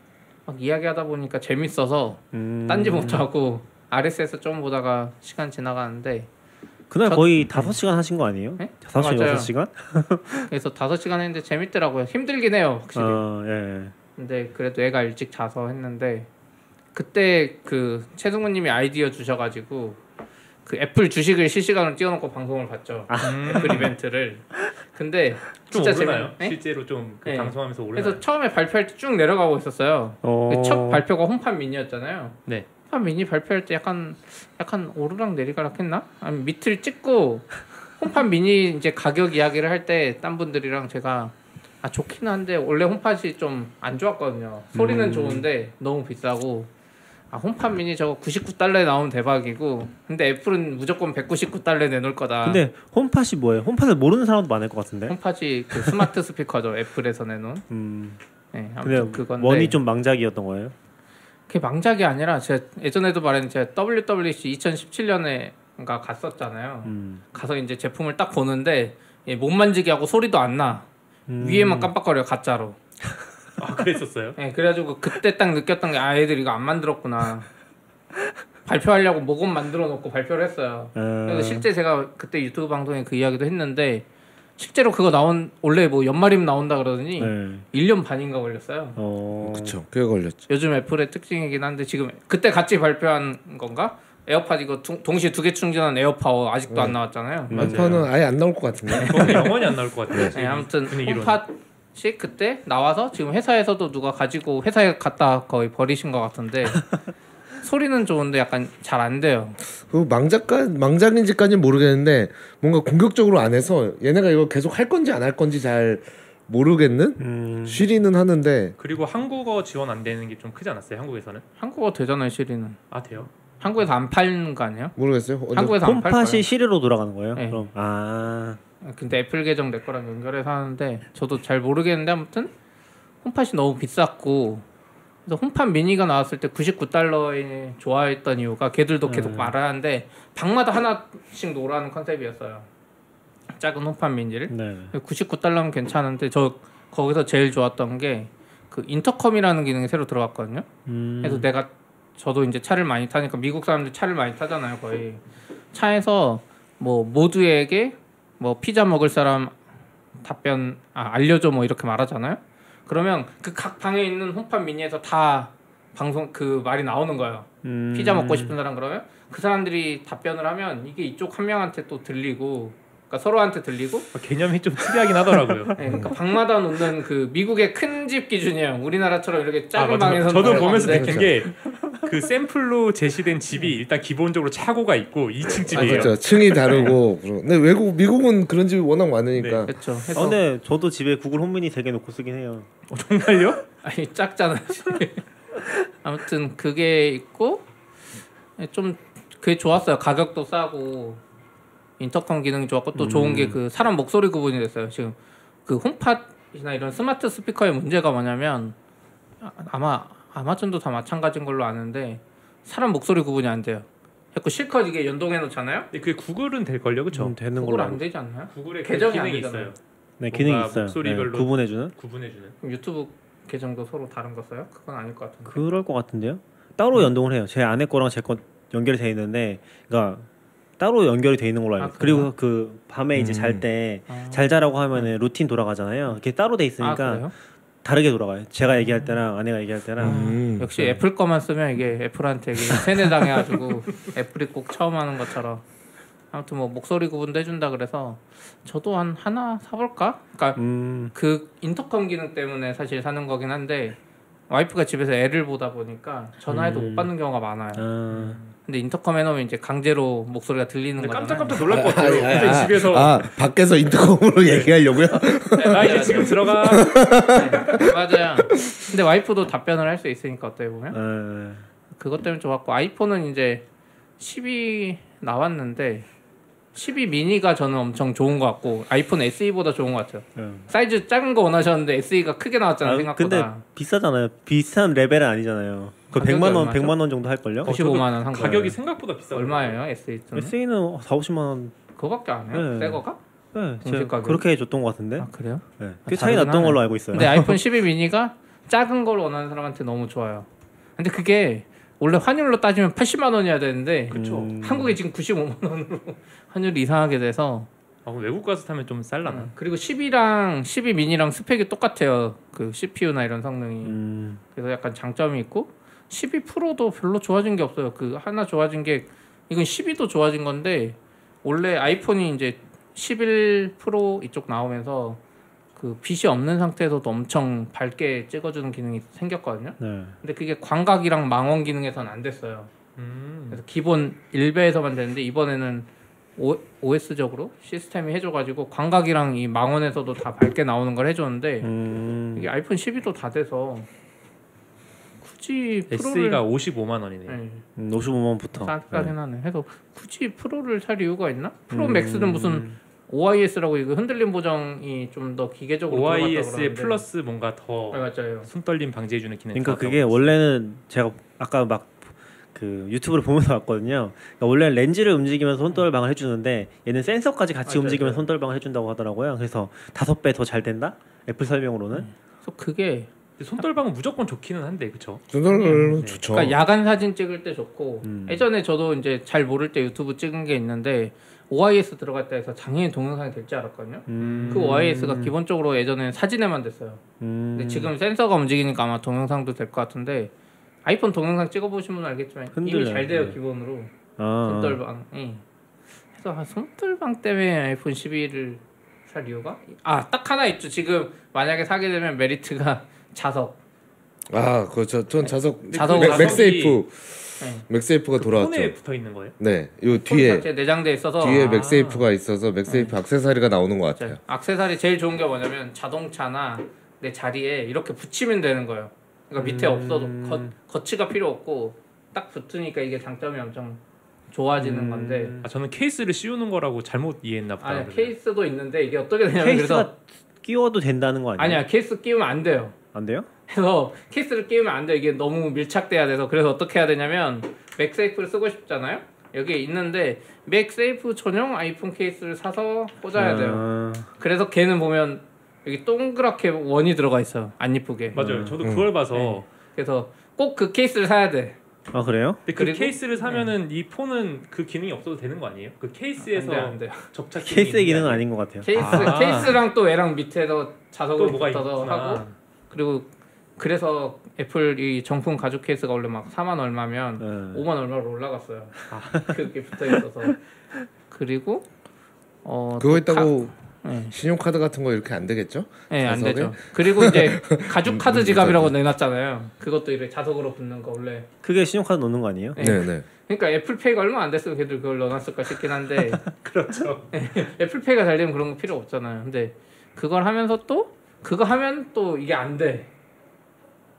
Speaker 6: 막 이야기하다 보니까 재밌어서
Speaker 4: 음,
Speaker 6: 딴짓 못하고 RS에서 좀 보다가 시간 지나가는데
Speaker 4: 그날
Speaker 6: 저-
Speaker 4: 거의 다섯 시간 하신 거 아니에요?
Speaker 6: 네?
Speaker 4: 다섯 시간
Speaker 6: 맞아요.
Speaker 4: 여섯 시간?
Speaker 6: 그래서 5시간 했는데 재밌더라고요 힘들긴 해요 확실히
Speaker 4: 어 예.
Speaker 6: 근데 그래도 애가 일찍 자서 했는데 그때 그 최승우님이 아이디어 주셔가지고 그 애플 주식을 실시간으로 띄워놓고 방송을 봤죠. 애플 이벤트를. 근데
Speaker 3: 좀
Speaker 6: 진짜
Speaker 3: 오르나요?
Speaker 6: 재밌- 네?
Speaker 3: 실제로 좀그
Speaker 6: 네.
Speaker 3: 방송하면서 오르나요?
Speaker 6: 그래서 처음에 발표할 때 쭉 내려가고 있었어요. 그
Speaker 4: 어.
Speaker 6: 첫 발표가 홈판 미니였잖아요.
Speaker 3: 네.
Speaker 6: 홈판 미니 발표할 때 약간 약간 오르락 내리락 했나? 아니 밑을 찍고 홈판 미니 이제 가격 이야기를 할 때 딴 분들이랑 제가 아 좋긴 한데 원래 홈팟이 좀 안 좋았거든요. 소리는
Speaker 4: 음.
Speaker 6: 좋은데 너무 비싸고 아 홈판 미니 저거 99달러에 나오면 대박이고 근데 애플은 무조건 199달러에 내놓을 거다.
Speaker 4: 근데 홈팟이 뭐예요? 홈팟을 모르는 사람도 많을 것 같은데.
Speaker 6: 홈팟이 그 스마트 스피커죠 애플에서 내놓은.
Speaker 4: 음.
Speaker 6: 네, 아무튼
Speaker 4: 근데
Speaker 6: 그건데
Speaker 4: 원이 좀 망작이었던 거예요.
Speaker 6: 그게 망작이 아니라 제가 예전에도 말했는데 제가 WWDC 2017년에 가 갔었잖아요.
Speaker 4: 음.
Speaker 6: 가서 이제 제품을 딱 보는데 예, 못 만지게 하고 소리도 안 나.
Speaker 4: 음.
Speaker 6: 위에만 깜빡거려 가짜로.
Speaker 3: 아 그랬었어요?
Speaker 6: 예, 그래가지고 그때 딱 느꼈던 게 아 얘들 이거 안 만들었구나. 발표하려고 모금 만들어 놓고 발표를 했어요.
Speaker 4: 음.
Speaker 6: 그래서 실제 제가 그때 유튜브 방송에 그 이야기도 했는데 실제로 그거 나온 원래 뭐 연말이면 나온다 그러더니
Speaker 4: 네.
Speaker 6: 1년 반인가 걸렸어요.
Speaker 4: 어.
Speaker 5: 그쵸 꽤 걸렸죠
Speaker 6: 그렇죠. 요즘 애플의 특징이긴 한데 지금 그때 같이 발표한 건가? 에어팟 이거 두- 동시에 두 개 충전한 에어팟 아직도
Speaker 4: 네.
Speaker 6: 안 나왔잖아요.
Speaker 5: 한판은 아예 안 나올 것 같은데
Speaker 3: 저는 영원히 안 나올 것 같아요. 그
Speaker 6: 네,
Speaker 4: 그
Speaker 6: 아무튼
Speaker 3: 분위기로는.
Speaker 6: 홈팟이 그때 나와서 지금 회사에서도 누가 가지고 회사에 갔다 거의 버리신 것 같은데 소리는 좋은데 약간 잘 안 돼요.
Speaker 5: 그 망작가 망작인지까지는 모르겠는데 뭔가 공격적으로 안 해서 얘네가 이거 계속 할 건지 안 할 건지 잘 모르겠는
Speaker 3: 음.
Speaker 5: 쉬리는 하는데
Speaker 3: 그리고 한국어 지원 안 되는 게 좀 크지 않았어요? 한국에서는?
Speaker 6: 한국어 되잖아요, 시리는.
Speaker 3: 아 돼요?
Speaker 6: 한국에서 안 팔는 거 아니에요?
Speaker 5: 모르겠어요. 어느-
Speaker 6: 한국에서 안 팔 거예요.
Speaker 4: 홈팟이 시리로 돌아가는 거예요?
Speaker 6: 네.
Speaker 4: 그럼 아
Speaker 6: 근데 애플 계정 내 거랑 연결해서 하는데 저도 잘 모르겠는데 아무튼 홈팟이 너무 비쌌고 그래서 홈팟 미니가 나왔을 때 99달러에 좋아했던 이유가 걔들도 계속 말하는데 방마다 하나씩 놓으라는 컨셉이었어요 작은 홈팟 미니를
Speaker 4: 네.
Speaker 6: 99달러면 괜찮은데 저 거기서 제일 좋았던 게 그 인터컴이라는 기능이 새로 들어갔거든요. 그래서 내가 저도 이제 차를 많이 타니까 미국 사람들 차를 많이 타잖아요, 거의. 차에서 뭐 모두에게 뭐 피자 먹을 사람 답변 아, 알려줘 뭐 이렇게 말하잖아요. 그러면 그 각 방에 있는 홈팟 미니에서 다 방송 그 말이 나오는 거예요. 피자 먹고 싶은 사람 그러면 그 사람들이 답변을 하면 이게 이쪽 한 명한테 또 들리고 그러니까 서로한테 들리고
Speaker 3: 아, 개념이 좀 특이하긴 하더라고요.
Speaker 6: 네, 그러니까 방마다 놓는 그 미국의 큰 집 기준이에요. 우리나라처럼 이렇게
Speaker 3: 아,
Speaker 6: 작은
Speaker 3: 맞아.
Speaker 6: 방에서
Speaker 3: 저도
Speaker 6: 놓는 네,
Speaker 3: 보면서
Speaker 6: 건데.
Speaker 3: 느낀 게 그 샘플로 제시된 집이 일단 기본적으로 차고가 있고 2층
Speaker 5: 아,
Speaker 3: 집이에요.
Speaker 5: 그렇죠. 층이 다르고 그러- 근데 외국 미국은 그런 집이 워낙 많으니까
Speaker 3: 네.
Speaker 6: 그렇죠.
Speaker 4: 아,
Speaker 6: 해서
Speaker 4: 근데 저도 집에 구글 홈미니 세개 놓고 쓰긴 해요.
Speaker 3: 어, 정말요?
Speaker 6: 아니 작잖아. 아무튼 그게 있고 좀 그게 좋았어요. 가격도 싸고 인터컴 기능이 좋았고 또 좋은
Speaker 3: 음.
Speaker 6: 게 그 사람 목소리 구분이 됐어요. 지금 그 홈팟이나 이런 스마트 스피커의 문제가 뭐냐면 아- 아마 아마존도 다 마찬가지인 걸로 아는데 사람 목소리 구분이 안 돼요. 자꾸 실컷 이게 연동해 놓잖아요.
Speaker 3: 근데 그게 구글은 될 걸요, 그렇죠?
Speaker 4: 음, 되는
Speaker 6: 그걸
Speaker 4: 걸로.
Speaker 6: 안
Speaker 4: 알고-
Speaker 6: 되지 않나요?
Speaker 3: 구글에 그
Speaker 6: 계정이 안
Speaker 3: 기능이
Speaker 6: 되잖아요.
Speaker 3: 있어요.
Speaker 4: 네 기능이
Speaker 3: 뭔가
Speaker 4: 있어요.
Speaker 3: 목소리별로-
Speaker 4: 네, 구분해주는.
Speaker 3: 구분해주는.
Speaker 6: 그럼 유튜브 계정도 서로 다른 거 써요? 그건 아닐 것 같은데.
Speaker 4: 그럴 것 같은데요?
Speaker 6: 음.
Speaker 4: 따로 연동을 해요. 제 아내 거랑 제 거 연결이 돼 있는데, 그러니까 따로 연결이 돼 있는 걸로 알고.
Speaker 6: 아, 음.
Speaker 4: 있어요. 그리고 그 밤에 이제 잘 때 잘 자라고 하면은 루틴 돌아가잖아요. 이게 따로 돼
Speaker 6: 네. 아,
Speaker 4: 있으니까
Speaker 6: 그래요?
Speaker 4: 다르게 돌아가요. 제가 얘기할 때랑 아내가 얘기할 때랑.
Speaker 5: 음.
Speaker 6: 역시 애플 거만 쓰면 이게 애플한테 이게 세뇌당해가지고 애플이 꼭 처음 하는 것처럼. 아무튼 뭐 목소리 구분도 해준다 그래서 저도 한 하나 사볼까? 그러니까
Speaker 4: 음.
Speaker 6: 그 인터컴 기능 때문에 사실 사는 거긴 한데 와이프가 집에서 애를 보다 보니까 전화해도
Speaker 4: 음.
Speaker 6: 못 받는 경우가 많아요.
Speaker 4: 아,
Speaker 6: 근데 인터컴 해놓으면 이제 강제로 목소리가 들리는
Speaker 3: 근데
Speaker 6: 거잖아요.
Speaker 3: 깜짝깜짝 놀랄 것 같아요. 네. 갑자기 집에서 네,
Speaker 5: 아 밖에서 인터컴으로 얘기하려고요?
Speaker 3: 나 이제 지금 들어가.
Speaker 6: 맞아요. 근데 와이프도 답변을 할 수 있으니까 어떻게 보면
Speaker 4: 아,
Speaker 6: 그것 때문에 좋았고 아이폰은 이제 12 나왔는데 12 미니가 저는 엄청 좋은 것 같고 아이폰 SE보다 좋은 것 같아요.
Speaker 4: 음.
Speaker 6: 사이즈 작은 거 원하셨는데 SE가 크게 나왔잖아요
Speaker 4: 아,
Speaker 6: 생각보다.
Speaker 4: 근데 비싸잖아요. 비싼 레벨은 아니잖아요. 그
Speaker 6: 가격이
Speaker 4: 100만 원,
Speaker 6: 얼마죠?
Speaker 4: 100만 원 정도 할 걸요?
Speaker 3: 어,
Speaker 6: 95만 원 한 거예요.
Speaker 3: 가격이 생각보다 비싸요.
Speaker 6: 얼마예요 SE 는
Speaker 4: SE는 4, 50만 원.
Speaker 6: 그거밖에 안 해요.
Speaker 4: 네.
Speaker 6: 새 거가?
Speaker 4: 네, 제가
Speaker 6: 공식 가격.
Speaker 4: 그렇게 줬던 것 같은데.
Speaker 6: 아 그래요?
Speaker 4: 네.
Speaker 6: 아,
Speaker 4: 꽤 차이
Speaker 6: 다르긴
Speaker 4: 났던
Speaker 6: 하네.
Speaker 4: 걸로 알고 있어요.
Speaker 6: 근데 아이폰 12 미니가 작은 걸 원하는 사람한테 너무 좋아요. 근데 그게 원래 환율로 따지면 80만 원이어야 되는데
Speaker 3: 그렇죠.
Speaker 4: 음.
Speaker 6: 한국에 지금 95만 원으로 환율이 이상하게 돼서
Speaker 3: 아, 그럼 외국 가서 타면 좀 쌀라나?
Speaker 6: 음, 그리고 10이랑 12 미니랑 스펙이 똑같아요. 그 CPU나 이런 성능이. 그래서 약간 장점이 있고 12 프로도 별로 좋아진 게 없어요. 그 하나 좋아진 게 이건 12도 좋아진 건데 원래 아이폰이 이제 11 프로 이쪽 나오면서 그 빛이 없는 상태에서도 엄청 밝게 찍어주는 기능이 생겼거든요.
Speaker 4: 네.
Speaker 6: 근데 그게 광각이랑 망원 기능에선 안 됐어요.
Speaker 3: 음.
Speaker 6: 그래서 기본 1배에서만 되는데 이번에는 오, OS적으로 시스템이 해줘가지고 광각이랑 이 망원에서도 다 밝게 나오는 걸 해줬는데
Speaker 4: 음.
Speaker 6: 이게 아이폰 12도 다 돼서 굳이 프로를
Speaker 3: SE가 55만 원이네요.
Speaker 6: 네,
Speaker 4: 음, 55만부터.
Speaker 6: 싸긴 하네. 해서 굳이 프로를 살 이유가 있나?
Speaker 4: 음.
Speaker 6: 프로 맥스는 무슨 OIS라고 이거 흔들림 보정이 좀 더 기계적으로
Speaker 3: OIS의
Speaker 6: 들어갔다고
Speaker 3: 플러스 뭔가 더
Speaker 6: 그러는데. 네, 맞아요.
Speaker 3: 손떨림 방지해주는 기능.
Speaker 4: 그러니까 그게 원래는 제가 아까 막 그 유튜브를 보면서 봤거든요. 그러니까 원래는 렌즈를 움직이면서 손떨방을 해주는데 얘는 센서까지 같이
Speaker 6: 맞아요.
Speaker 4: 움직이면서 손떨방을 해준다고 하더라고요. 그래서 다섯 배 더 잘 된다. 애플 설명으로는.
Speaker 6: 그래서 그게
Speaker 3: 근데 손떨방은 무조건 좋기는 한데 그쵸?
Speaker 5: 눈썰은
Speaker 3: 네.
Speaker 5: 좋죠.
Speaker 6: 그러니까 야간 사진 찍을 때 좋고
Speaker 4: 음.
Speaker 6: 예전에 저도 이제 잘 모를 때 유튜브 찍은 게 있는데 OIS 들어갔다 해서 장애인 동영상이 될 줄 알았거든요.
Speaker 4: 음.
Speaker 6: 그 OIS가 기본적으로 예전에는 사진에만 됐어요.
Speaker 4: 음.
Speaker 6: 근데 지금 센서가 움직이니까 아마 동영상도 될 것 같은데 아이폰 동영상 찍어보신 분은 알겠지만 이미
Speaker 4: 흔들려요.
Speaker 6: 잘 돼요
Speaker 4: 네.
Speaker 6: 기본으로
Speaker 4: 아.
Speaker 6: 손떨방이 예. 그래서 아, 손떨방 때문에 아이폰 12를 살 이유가 아 딱 하나 있죠 지금 만약에 사게 되면 메리트가 자석
Speaker 5: 아, 그렇죠. 전 자석
Speaker 6: 네, 자석-
Speaker 5: 맥,
Speaker 6: 자석이-
Speaker 5: 맥세이프
Speaker 6: 네.
Speaker 5: 맥세이프가
Speaker 4: 그렇죠.
Speaker 5: 돌아왔죠.
Speaker 3: 폰에 붙어 있는 거예요?
Speaker 5: 네, 요
Speaker 6: 폰
Speaker 5: 뒤에
Speaker 6: 자체에 네. 내장돼 있어서
Speaker 5: 뒤에
Speaker 3: 아.
Speaker 5: 맥세이프가 있어서 맥세이프 액세서리가 나오는 것 같아요.
Speaker 6: 진짜 악세사리 제일 좋은 게 뭐냐면 자동차나 내 자리에 이렇게 붙이면 되는 거예요. 그러니까 밑에 없어도 거, 거치가 필요 없고 딱 붙으니까 이게 장점이 엄청 좋아지는 건데
Speaker 3: 아 저는 케이스를 씌우는 거라고 잘못 이해했나 보다.
Speaker 6: 아니
Speaker 3: 그래서.
Speaker 6: 케이스도 있는데 이게 어떻게 되냐면 그래서
Speaker 4: 케이스가 끼워도 된다는 거 아니에요?
Speaker 6: 아니야 케이스 끼우면 안 돼요.
Speaker 4: 안 돼요?
Speaker 6: 그래서 케이스를 끼우면 안 돼요. 이게 너무 밀착돼야 돼서 그래서 어떻게 해야 되냐면 맥세이프를 쓰고 싶잖아요. 여기 있는데 맥세이프 전용 아이폰 케이스를 사서 꽂아야 돼요.
Speaker 4: 아.
Speaker 6: 그래서 걔는 보면 여기 동그랗게 원이 들어가 있어 안 이쁘게
Speaker 4: 뭐?
Speaker 3: 맞아요. 저도
Speaker 4: 음.
Speaker 3: 그걸 봐서
Speaker 6: 네. 그래서 꼭 그 케이스를 사야 돼
Speaker 4: 아 그래요?
Speaker 3: 근데 그
Speaker 6: 그리고- 네.
Speaker 3: 케이스를 사면은 이 폰은 그 기능이 없어도 되는 거 아니에요? 그 케이스에서
Speaker 6: 안돼 안돼
Speaker 3: 접착
Speaker 4: 케이스의 기능은 아닌 것 예. 같아요.
Speaker 6: 케이스
Speaker 3: 아.
Speaker 6: 케이스랑 또 얘랑 밑에서
Speaker 3: 또
Speaker 6: 자석을
Speaker 3: 뭐가
Speaker 6: 붙어서
Speaker 3: 있구나.
Speaker 6: 하고 그리고 그래서 애플 이 정품 가죽 케이스가 원래 막 4만 얼마면
Speaker 4: 네.
Speaker 6: 5만 얼마로 올라갔어요 그게 붙어 있어서 그리고 어
Speaker 5: 그거
Speaker 6: 또
Speaker 5: 있다고 예,
Speaker 6: 가- 네.
Speaker 5: 신용카드 같은 거 이렇게 안 되겠죠?
Speaker 6: 네, 안
Speaker 5: 자석에?
Speaker 6: 되죠. 그리고 이제 가죽 카드
Speaker 5: 음,
Speaker 6: 지갑이라고 내놨잖아요. 그것도 이렇게 자석으로 붙는 거 원래
Speaker 4: 그게 신용카드 넣는 거 아니에요?
Speaker 6: 네.
Speaker 5: 네, 네.
Speaker 6: 그러니까 애플페이가 얼마 안 됐으면 걔들 그걸 넣어놨을까 싶긴 한데 그렇죠 애플페이가 잘 되면 그런 거 필요 없잖아요 근데 그걸 하면서 또 그거 하면 또 이게 안돼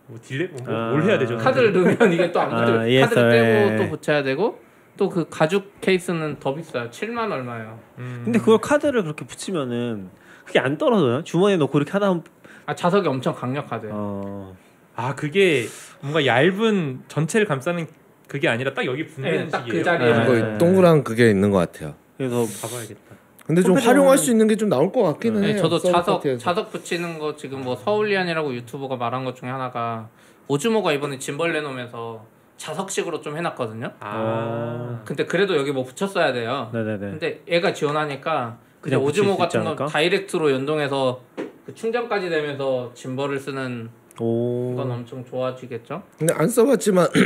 Speaker 3: 뭐 딜레 뭐,
Speaker 4: 아.
Speaker 3: 뭘 해야 되죠?
Speaker 6: 카드를 넣으면 이게 또 안
Speaker 4: 아,
Speaker 6: 붙어
Speaker 4: 이해했어요.
Speaker 6: 카드를
Speaker 4: 예.
Speaker 6: 떼고 또 붙여야 되고 또 그 가죽 케이스는 더 비싸요 7만 얼마예요
Speaker 3: 음.
Speaker 4: 근데 그걸 카드를 그렇게 붙이면은 그게 안 떨어져요? 주머니에 넣고 이렇게 하다 보면
Speaker 6: 아 자석이 엄청 강력하대
Speaker 4: 어...
Speaker 3: 아 그게 뭔가 얇은 전체를 감싸는 그게 아니라 딱 여기 붙는
Speaker 6: 네, 딱그
Speaker 3: 식이에요.
Speaker 6: 자리에
Speaker 4: 네.
Speaker 5: 그거 동그란 그게 있는 것 같아요.
Speaker 4: 그래서
Speaker 3: 봐봐야겠다.
Speaker 5: 근데 좀
Speaker 4: 홈페이지
Speaker 5: 활용할
Speaker 4: 보면-
Speaker 5: 수 있는 게 좀 나올 것 같기는
Speaker 6: 네,
Speaker 5: 해요.
Speaker 6: 저도
Speaker 5: 서브
Speaker 6: 자석
Speaker 5: 파트에서.
Speaker 6: 자석 붙이는 거 지금 뭐 서울리안이라고 유튜버가 말한 것 중에 하나가 오즈모가 이번에 짐벌레 놓으면서 자석식으로 좀 해놨거든요
Speaker 4: 어.
Speaker 3: 아
Speaker 6: 근데 그래도 여기 뭐 붙였어야 돼요.
Speaker 4: 네네네
Speaker 6: 근데 얘가 지원하니까 그냥
Speaker 4: 그냥 붙일
Speaker 6: 오즈모
Speaker 4: 수
Speaker 6: 같은
Speaker 4: 있지
Speaker 6: 건
Speaker 4: 않을까?
Speaker 6: 다이렉트로 연동해서 그 충전까지 되면서 짐벌을 쓰는 건
Speaker 4: 오
Speaker 6: 엄청 좋아지겠죠?
Speaker 5: 근데 안 써봤지만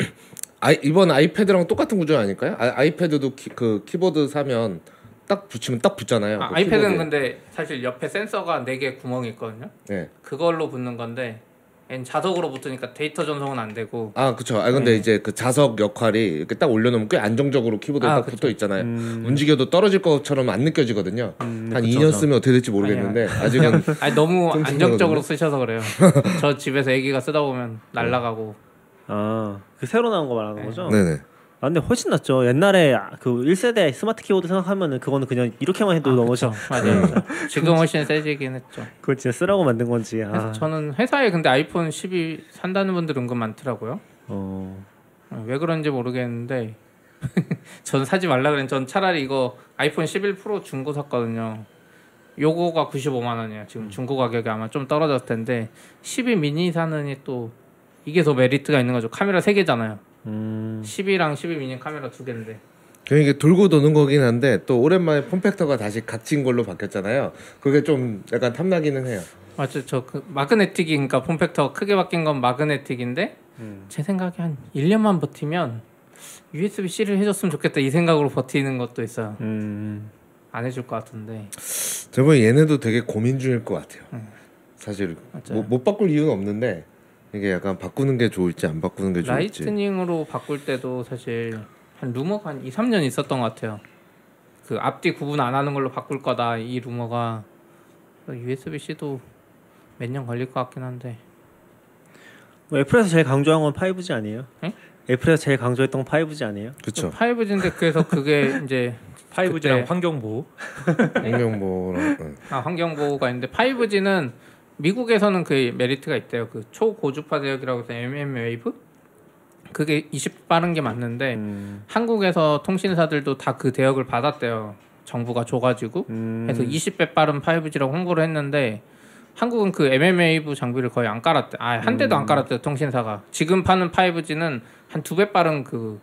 Speaker 5: 아이, 이번 아이패드랑 똑같은 구조 아닐까요? 아, 이패드도 키, 그 키보드 사면 딱 붙이면 딱 붙잖아요.
Speaker 6: 아,
Speaker 5: 그
Speaker 6: 아이패드는
Speaker 5: 키보드에.
Speaker 6: 근데 사실 옆에 센서가 4개 구멍이 있거든요.
Speaker 5: 네.
Speaker 6: 그걸로 붙는 건데 얘는 자석으로 붙으니까 데이터 전송은 안 되고
Speaker 5: 아 그쵸. 아
Speaker 6: 네.
Speaker 5: 근데 이제 그 자석 역할이 이렇게 딱 올려놓으면 꽤 안정적으로 키보드에
Speaker 6: 아,
Speaker 5: 딱
Speaker 6: 그쵸.
Speaker 5: 붙어 있잖아요. 움직여도 떨어질 것처럼 안 느껴지거든요. 한 2년 쓰면 어떻게 될지 모르겠는데 아직은
Speaker 6: 음, 아니 예. 너무
Speaker 5: 좀
Speaker 6: 안정적으로 쓰셔서 그래요. 저 집에서 애기가 쓰다 보면 날아가고
Speaker 4: 아그 새로 나온 거 말하는 거죠?
Speaker 5: 네네.
Speaker 4: 아 근데 훨씬 낫죠 옛날에 그 1세대 스마트 키보드 생각하면은 그거는 그냥 이렇게만 해도 넘어져
Speaker 6: 맞아요. 지금 훨씬 세지긴 했죠.
Speaker 4: 그걸 진짜 쓰라고 만든 건지
Speaker 6: 그래서
Speaker 4: 아
Speaker 6: 저는 회사에 근데 아이폰 12 산다는 분들 은근 많더라고요.
Speaker 4: 어...
Speaker 6: 어, 왜 그런지 모르겠는데 전 사지 말라 그랬는데 전 차라리 이거 아이폰 11 프로 중고 샀거든요. 요거가 95만 원이에요. 지금 중고 가격이 아마 좀 떨어졌을 텐데 12 미니 사느니 또 이게 더 메리트가 있는 거죠. 카메라 3개잖아요. 12랑 12 미니 카메라 2개인데.
Speaker 5: 그냥 이게 그러니까 돌고 도는 거긴 한데 또 오랜만에 폼팩터가 다시 갇힌 걸로 바뀌었잖아요. 그게 좀 약간 탐나기는 해요.
Speaker 6: 맞죠. 저 그 마그네틱이니까 폼팩터 크게 바뀐 건 마그네틱인데 제 생각에 한 1년만 버티면 USB C를 해줬으면 좋겠다 이 생각으로 버티는 것도 있어.
Speaker 4: 음.
Speaker 6: 안 해줄 것 같은데.
Speaker 5: 저보에 얘네도 되게 고민 중일 것 같아요. 사실
Speaker 6: 음. 맞아요.
Speaker 5: 뭐, 못 바꿀 이유는 없는데 이게 약간 바꾸는 게 좋을지 안 바꾸는 게 좋을지.
Speaker 6: 라이트닝으로 바꿀 때도 사실 한 루머가 한 2, 3년 있었던 것 같아요. 그 앞뒤 구분 안 하는 걸로 바꿀 거다 이 루머가 USB-C도 몇 년 걸릴 것 같긴 한데
Speaker 4: 뭐 애플에서 제일 강조한 건 5G 아니에요?
Speaker 6: 응?
Speaker 4: 애플에서 제일 강조했던 건 5G 아니에요?
Speaker 5: 그렇죠.
Speaker 6: 5G인데 그래서 그게 이제
Speaker 3: 5G랑
Speaker 6: 그때-
Speaker 3: 환경 보호.
Speaker 5: 공명 뭐랑
Speaker 6: 아, 환경 보호가 있는데 5G는 미국에서는 그 메리트가 있대요. 그 초고주파 대역이라고 해서 MM 웨이브 그게 20 빠른 게 맞는데 한국에서 통신사들도 다 그 대역을 받았대요. 정부가 줘가지고 그래서 20배 빠른 5G라고 홍보를 했는데 한국은 그 MM 웨이브 장비를 거의 안 깔았대. 아한 대도 안 깔았대요 통신사가. 지금 파는 5G는 한 두 배 빠른 그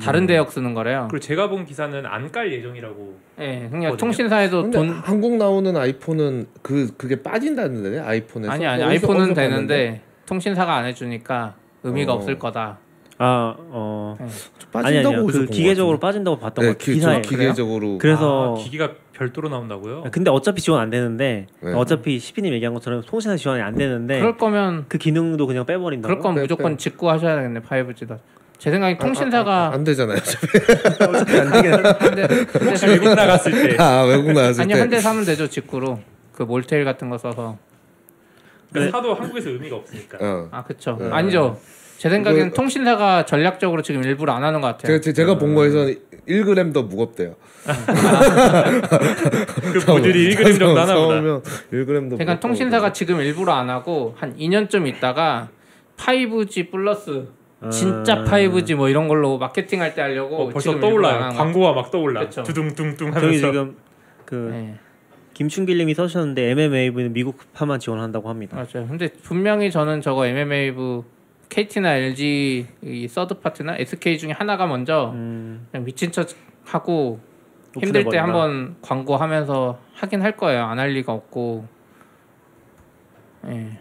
Speaker 6: 다른 대역 쓰는 거래요.
Speaker 3: 그리고 제가 본 기사는 안 깔 예정이라고.
Speaker 6: 예, 그냥
Speaker 3: 거든요.
Speaker 6: 통신사에도
Speaker 5: 근데
Speaker 6: 돈
Speaker 5: 한국 나오는 아이폰은 그 그게 빠진다는데 아이폰에서
Speaker 6: 아니 아니
Speaker 5: 어디서-
Speaker 6: 아이폰은
Speaker 5: 어디서 봤는데?
Speaker 6: 되는데 통신사가 안 해주니까 의미가
Speaker 5: 어.
Speaker 6: 없을 거다.
Speaker 4: 아, 어. 아니
Speaker 5: 빠진다고
Speaker 4: 아니요.
Speaker 5: 어디서
Speaker 4: 그
Speaker 5: 본것
Speaker 4: 기계적으로 빠진다고 봤던
Speaker 5: 같은데.
Speaker 4: 거 기사에.
Speaker 5: 네, 기, 기계적으로
Speaker 4: 그래서
Speaker 3: 아, 기기가 별도로 나온다고요?
Speaker 4: 근데 어차피 지원 안 되는데
Speaker 5: 네.
Speaker 4: 어차피 시피님 얘기한 것처럼 통신사 지원이 안 되는데
Speaker 6: 그럴 거면
Speaker 4: 그 기능도 그냥 빼버린다고.
Speaker 6: 그럴 건
Speaker 5: 빼,
Speaker 6: 무조건 직구하셔야겠네 5G다. 제 생각에
Speaker 5: 네, 아, 아, 아, 아,
Speaker 6: 통신사가
Speaker 5: 안 되잖아요.
Speaker 4: 어차피 안 되긴 해.
Speaker 6: 한대
Speaker 3: 혹시 외국 나갔을
Speaker 4: 네.
Speaker 3: 때
Speaker 5: 아 외국 나왔을
Speaker 6: 네. 아니
Speaker 5: 때
Speaker 6: 한 대 사면 되죠 직구로 그 몰테일 같은 거 써서
Speaker 3: 그러니까 사도 한국에서 의미가 없으니까.
Speaker 5: 어.
Speaker 6: 아 그쵸
Speaker 5: 네.
Speaker 6: 아니죠 제 생각에는
Speaker 5: 이거-
Speaker 6: 통신사가 전략적으로 지금 일부러 안 하는 것 같아요.
Speaker 5: 제가 제- 제가 본 거에서는 1g 더 무겁대요.
Speaker 3: 그 모듈이 1g 정도 하나 보다.
Speaker 5: 1g 더.
Speaker 6: 그러니까 통신사가 지금 일부러 안 하고 한 2년쯤 있다가 5G 플러스 진짜 5G 뭐 이런 걸로 마케팅할 때 하려고
Speaker 3: 어, 벌써
Speaker 6: 지금 일부러 안
Speaker 3: 떠올라요.
Speaker 6: 하는 것
Speaker 3: 광고가 막 떠올라.
Speaker 6: 그쵸.
Speaker 3: 두둥둥둥
Speaker 4: 저기
Speaker 3: 하면서.
Speaker 4: 지금 그
Speaker 6: 같아요. 예.
Speaker 4: 김춘길님이 써주셨는데 MMAV는 미국파만 지원한다고 합니다.
Speaker 6: 맞아요. 근데 분명히 저는 저거 MMA 부 KT나 LG 이 서드 파트나 SK 중에 하나가 먼저 그냥 미친 척 하고 힘들 때
Speaker 4: 오픈해버린다.
Speaker 6: 한번 광고하면서 하긴 할 거예요. 안 할 리가 없고. 예.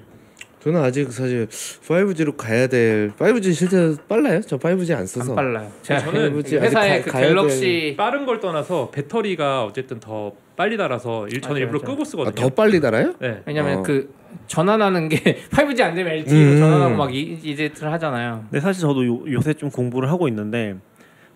Speaker 5: 저는 아직 사실 5G로 가야 될 5G 실제 빨라요? 저 5G 안 써서.
Speaker 6: 안 빨라요. 제가
Speaker 3: 저는
Speaker 6: 그
Speaker 5: 아직
Speaker 6: 회사에
Speaker 5: 가-
Speaker 6: 그
Speaker 5: 가야 될-
Speaker 6: 갤럭시
Speaker 3: 빠른 걸 떠나서 배터리가 어쨌든 더 빨리 달아서 그렇죠, 일 저는
Speaker 6: 맞아요,
Speaker 3: 일부러
Speaker 6: 맞아요.
Speaker 3: 끄고
Speaker 5: 아,
Speaker 3: 쓰거든요.
Speaker 5: 더 빨리 달아요?
Speaker 3: 네.
Speaker 6: 왜냐면
Speaker 5: 어.
Speaker 6: 그 전환하는 게 5G 안 되면 LTE로
Speaker 5: 음.
Speaker 6: 전환하고 막 이- 이제트를 하잖아요.
Speaker 4: 근데 사실 저도 요, 요새 좀 공부를 하고 있는데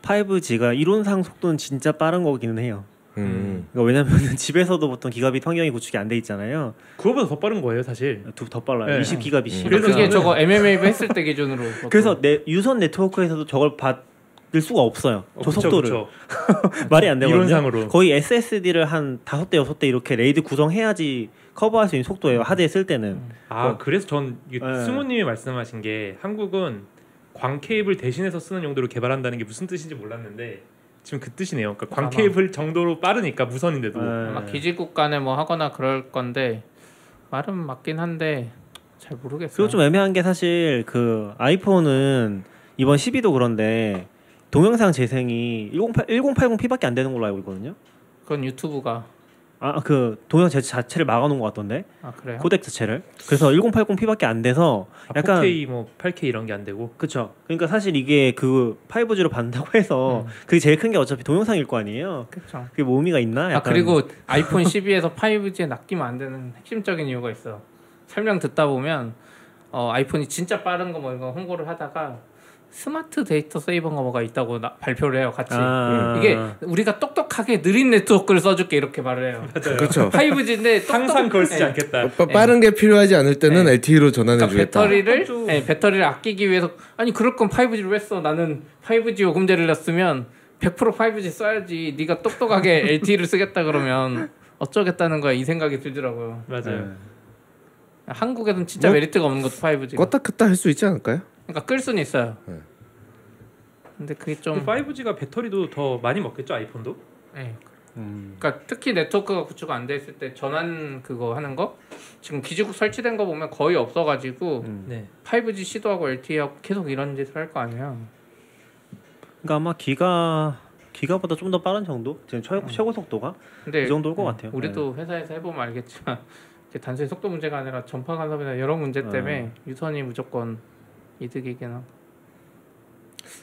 Speaker 4: 5G가 이론상 속도는 진짜 빠른 거기는 해요.
Speaker 5: 음.
Speaker 4: 그러니까 왜냐면 집에서도 보통 기가빗 환경이 구축이 안 돼 있잖아요.
Speaker 3: 그거보다 더 빠른 거예요, 사실.
Speaker 4: 두- 더 빨라요.
Speaker 3: 네.
Speaker 5: 음.
Speaker 4: 20기가빗이.
Speaker 6: 그러니까 그게
Speaker 3: 저는-
Speaker 6: 저거 MMA 부 했을 때 기준으로
Speaker 4: 그래서 내 유선 네트워크에서도 저걸 받을 수가 없어요.
Speaker 3: 어,
Speaker 4: 저
Speaker 3: 그쵸,
Speaker 4: 속도를
Speaker 3: 그쵸.
Speaker 4: 말이 안 되거든요.
Speaker 3: 이론상으로.
Speaker 4: 거의 SSD를 한 다섯 대 여섯 대 이렇게 레이드 구성해야지 커버할 수 있는 속도예요. 하드에 쓸 때는.
Speaker 3: 아 그래서 전 이게
Speaker 4: 어. 네.
Speaker 3: 승우님이 말씀하신 게 한국은 광 케이블 대신해서 쓰는 용도로 개발한다는 게 무슨 뜻인지 몰랐는데 지금 그 뜻이네요. 그러니까 광
Speaker 6: 아마.
Speaker 3: 케이블 정도로 빠르니까 무선인데도 아,
Speaker 6: 막
Speaker 4: 네.
Speaker 6: 기지국 간에 뭐 하거나 그럴 건데 말은 맞긴 한데 잘 모르겠어요.
Speaker 4: 그리고 좀 애매한 게 사실 그 아이폰은 이번 12도 그런데 동영상 재생이 108 1080p밖에 안 되는 걸로 알고 있거든요.
Speaker 6: 그건 유튜브가
Speaker 4: 아 그 동영상 재- 자체를 막아놓은 것 같던데
Speaker 6: 아 그래요.
Speaker 4: 코덱 자체를. 그래서 1080p밖에 안 돼서
Speaker 3: 아,
Speaker 4: 약간
Speaker 3: 4K 뭐 8K 이런 게 안 되고
Speaker 4: 그렇죠. 그러니까 사실 이게 그 5G로 받는다고
Speaker 6: 음.
Speaker 4: 해서 그게 제일 큰 게 어차피 동영상일 거 아니에요.
Speaker 6: 그렇죠.
Speaker 4: 그게 뭐 의미가 있나?
Speaker 6: 아
Speaker 4: 약간
Speaker 6: 그리고 아이폰 12에서 5G에 낚이면 안 되는 핵심적인 이유가 있어. 설명 듣다 보면 어, 아이폰이 진짜 빠른 거 뭐 이거 홍보를 하다가 스마트 데이터 세이버가 뭐가 있다고 나- 발표를 해요 같이. 예.
Speaker 4: 아.
Speaker 6: 이게 우리가 똑똑하게 느린 네트워크를 써줄게 이렇게 말을 해요.
Speaker 4: 어.
Speaker 5: 그렇죠. 어,
Speaker 6: 5G인데 네.
Speaker 3: 항상 그걸
Speaker 2: 네.
Speaker 3: 쓰지 않겠다.
Speaker 5: 빠- 빠른 게 필요하지 않을 때는 LTE로 전환해
Speaker 6: 그러니까
Speaker 5: 주겠다.
Speaker 6: 배터리를
Speaker 3: 좀-
Speaker 6: 예, 배터리를 아끼기 위해서 아니 그럴 건 5G를 왜 써? 나는 5G 요금제를 냈으면 100% 5G 써야지. 네가 똑똑하게 LTE를 쓰겠다 그러면 어쩌겠다는 거야 이 생각이 들더라고요.
Speaker 3: 맞아요.
Speaker 6: 한국에는 진짜
Speaker 5: 뭐?
Speaker 6: 메리트가 없는 것도 5G. 가
Speaker 5: 껐다 켰다 할 수 있지 않을까요?
Speaker 6: 그러니까 끌 수는 있어요. 근데 그게 좀
Speaker 3: 5G가 배터리도 더 많이 먹겠죠 아이폰도?
Speaker 6: 예. 그러니까 특히 네트워크가 구축 안돼 있을 때 전환 그거 하는 거 지금 기지국 설치된 거 보면 거의 없어가지고
Speaker 3: 네.
Speaker 6: 5G 시도하고 LTE하고 계속 이런 짓을 할 거 아니야.
Speaker 4: 그러니까 아마 기가 기가보다 좀 더 빠른 정도? 지금 최, 최고 속도가
Speaker 6: 음. 근데
Speaker 4: 이 정도일 것
Speaker 6: 음,
Speaker 4: 같아요. 네.
Speaker 6: 우리도 회사에서 해보면 알겠지만 이게 단순히 속도 문제가 아니라
Speaker 4: 네.
Speaker 6: 전파 간섭이나 여러 문제 때문에 유선이 무조건 이득이긴 하고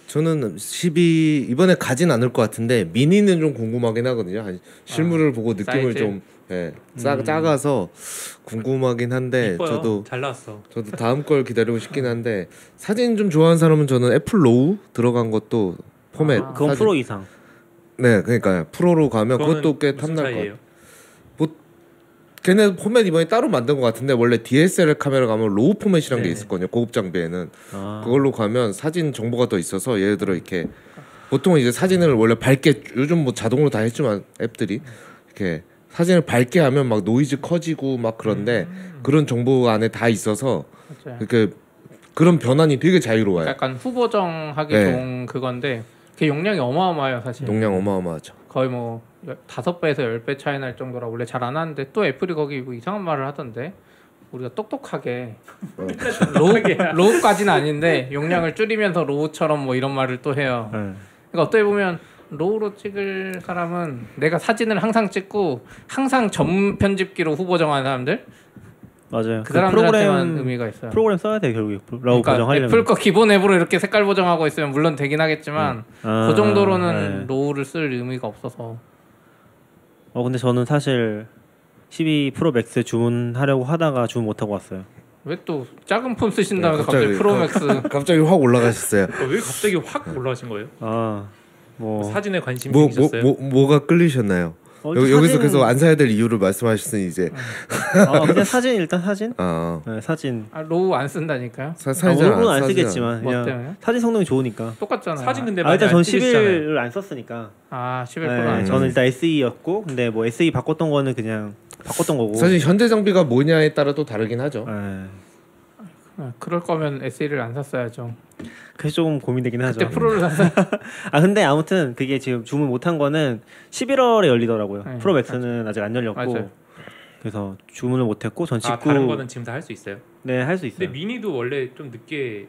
Speaker 5: 저는 12 이번에 가진 않을 것 같은데 미니는 좀 궁금하긴 하거든요. 아니, 실물을 보고 느낌을
Speaker 6: 사이즈? 음.
Speaker 5: 좀 예, 짜, 작아서 궁금하긴 한데
Speaker 3: 이뻐요.
Speaker 5: 네, 저도
Speaker 3: 잘 나왔어.
Speaker 5: 저도 다음 걸 기다리고 싶긴 한데 사진 좀 좋아하는 사람은 저는 애플 로우 들어간 것도 포맷
Speaker 4: 예.
Speaker 6: 아,
Speaker 4: 그건
Speaker 5: 사진-
Speaker 4: 프로 이상.
Speaker 5: 네 그러니까요 프로로 가면
Speaker 3: 아, 그거는
Speaker 5: 그것도 꽤
Speaker 3: 무슨
Speaker 5: 탐날 것 같아요
Speaker 3: 차이예요?
Speaker 5: 걔네 포맷 이번에 따로 만든 것 같은데 원래 DSLR 카메라 가면 로우 포맷이란
Speaker 3: 네.
Speaker 5: 게 있었거든요 고급 장비에는
Speaker 4: 아.
Speaker 5: 그걸로 가면 사진 정보가 더 있어서 예를 들어 이렇게 보통 이제 사진을 원래 밝게 요즘 뭐 자동으로 다 했지만 앱들이 이렇게 사진을 밝게 하면 막 노이즈 커지고 막 그런데
Speaker 3: 음.
Speaker 5: 그런 정보 안에 다 있어서
Speaker 6: 맞아요.
Speaker 5: 이렇게 그러니까 그런 변환이 되게 자유로워요.
Speaker 6: 약간 후보정하기
Speaker 5: 네.
Speaker 6: 좋은 그건데 그게 용량이 어마어마해요 사실.
Speaker 5: 용량 어마어마하죠.
Speaker 6: 거의 뭐 열- 다섯 배에서 열 배 차이 날 정도라 원래 잘 안 하는데 또 애플이 거기 뭐 이상한 말을 하던데 우리가 똑똑하게
Speaker 5: 네.
Speaker 6: 로우 로우까지는 아닌데 용량을 줄이면서 로우처럼 뭐 이런 말을 또 해요.
Speaker 4: 네.
Speaker 6: 그러니까 어떻게 보면 로우로 찍을 사람은 내가 사진을 항상 찍고 항상 점 편집기로 후보 정하는 사람들
Speaker 4: 맞아요.
Speaker 6: 그
Speaker 4: 그
Speaker 6: 사람들한테만
Speaker 4: 프로그램
Speaker 6: 의미가 있어요.
Speaker 4: 프로그램 써야 돼 결국에 라고
Speaker 6: 그러니까
Speaker 4: 보정하려면.
Speaker 6: 애플 거 기본 앱으로 이렇게 색깔 보정하고 있으면 물론 되긴 하겠지만
Speaker 4: 아,
Speaker 6: 그 정도로는
Speaker 4: 네.
Speaker 6: 로우를 쓸 의미가 없어서
Speaker 4: 어 근데 저는 사실 12 프로 맥스 주문하려고 하다가 주문 못 하고 왔어요.
Speaker 6: 왜 또 작은 폰 쓰신다면서
Speaker 5: 네,
Speaker 6: 갑자기,
Speaker 5: 갑자기
Speaker 6: 프로맥스
Speaker 5: 갑자기 확 올라가셨어요. 네.
Speaker 3: 어, 왜 갑자기 확 올라오신 거예요?
Speaker 4: 아, 아뭐 어,
Speaker 3: 사진에 관심이
Speaker 5: 뭐, 뭐,
Speaker 3: 있으셨어요?
Speaker 5: 뭐, 뭐가 끌리셨나요? 여, 여기서 계속 안 사야 될 이유를 말씀하셨으니 이제
Speaker 4: 아 그냥 사진 일단 사진.
Speaker 5: 아
Speaker 4: 네, 사진.
Speaker 6: 아, 로우 안 쓴다니까요?
Speaker 5: 사,
Speaker 4: 아,
Speaker 5: 사진
Speaker 4: 오늘은 안
Speaker 5: 사진
Speaker 4: 쓰겠지만
Speaker 6: 뭐
Speaker 4: 그냥
Speaker 6: 때문에?
Speaker 4: 사진 성능이 좋으니까.
Speaker 6: 똑같잖아요.
Speaker 3: 사진 근데
Speaker 4: 아
Speaker 3: 많이
Speaker 4: 일단
Speaker 3: 안
Speaker 4: 전
Speaker 3: 찍으시잖아요.
Speaker 4: 11을 안 썼으니까.
Speaker 6: 아 11%
Speaker 4: 네,
Speaker 6: 안
Speaker 4: 저는 일단 SE였고 근데 뭐 SE 바꿨던 거는 그냥 바꿨던 거고.
Speaker 5: 사실 현재 장비가 뭐냐에 따라 또 다르긴 하죠.
Speaker 4: 네,
Speaker 6: 아, 그럴 거면 SE를 안 샀어야죠.
Speaker 4: 그게 조금 고민되긴 하죠.
Speaker 6: 그때 프로를 샀어요.
Speaker 4: 아 근데 아무튼 그게 지금 주문 못 한 거는 11월에 열리더라고요.
Speaker 6: 네,
Speaker 4: 프로 맥스는 아직 안 열렸고
Speaker 6: 맞아요.
Speaker 4: 그래서 주문을 못 했고 전
Speaker 3: 아
Speaker 4: 직구
Speaker 3: 다른 거는 지금 다 할 수 있어요.
Speaker 4: 네할 수
Speaker 3: 근데
Speaker 4: 있어요.
Speaker 3: 미니도 원래 좀 늦게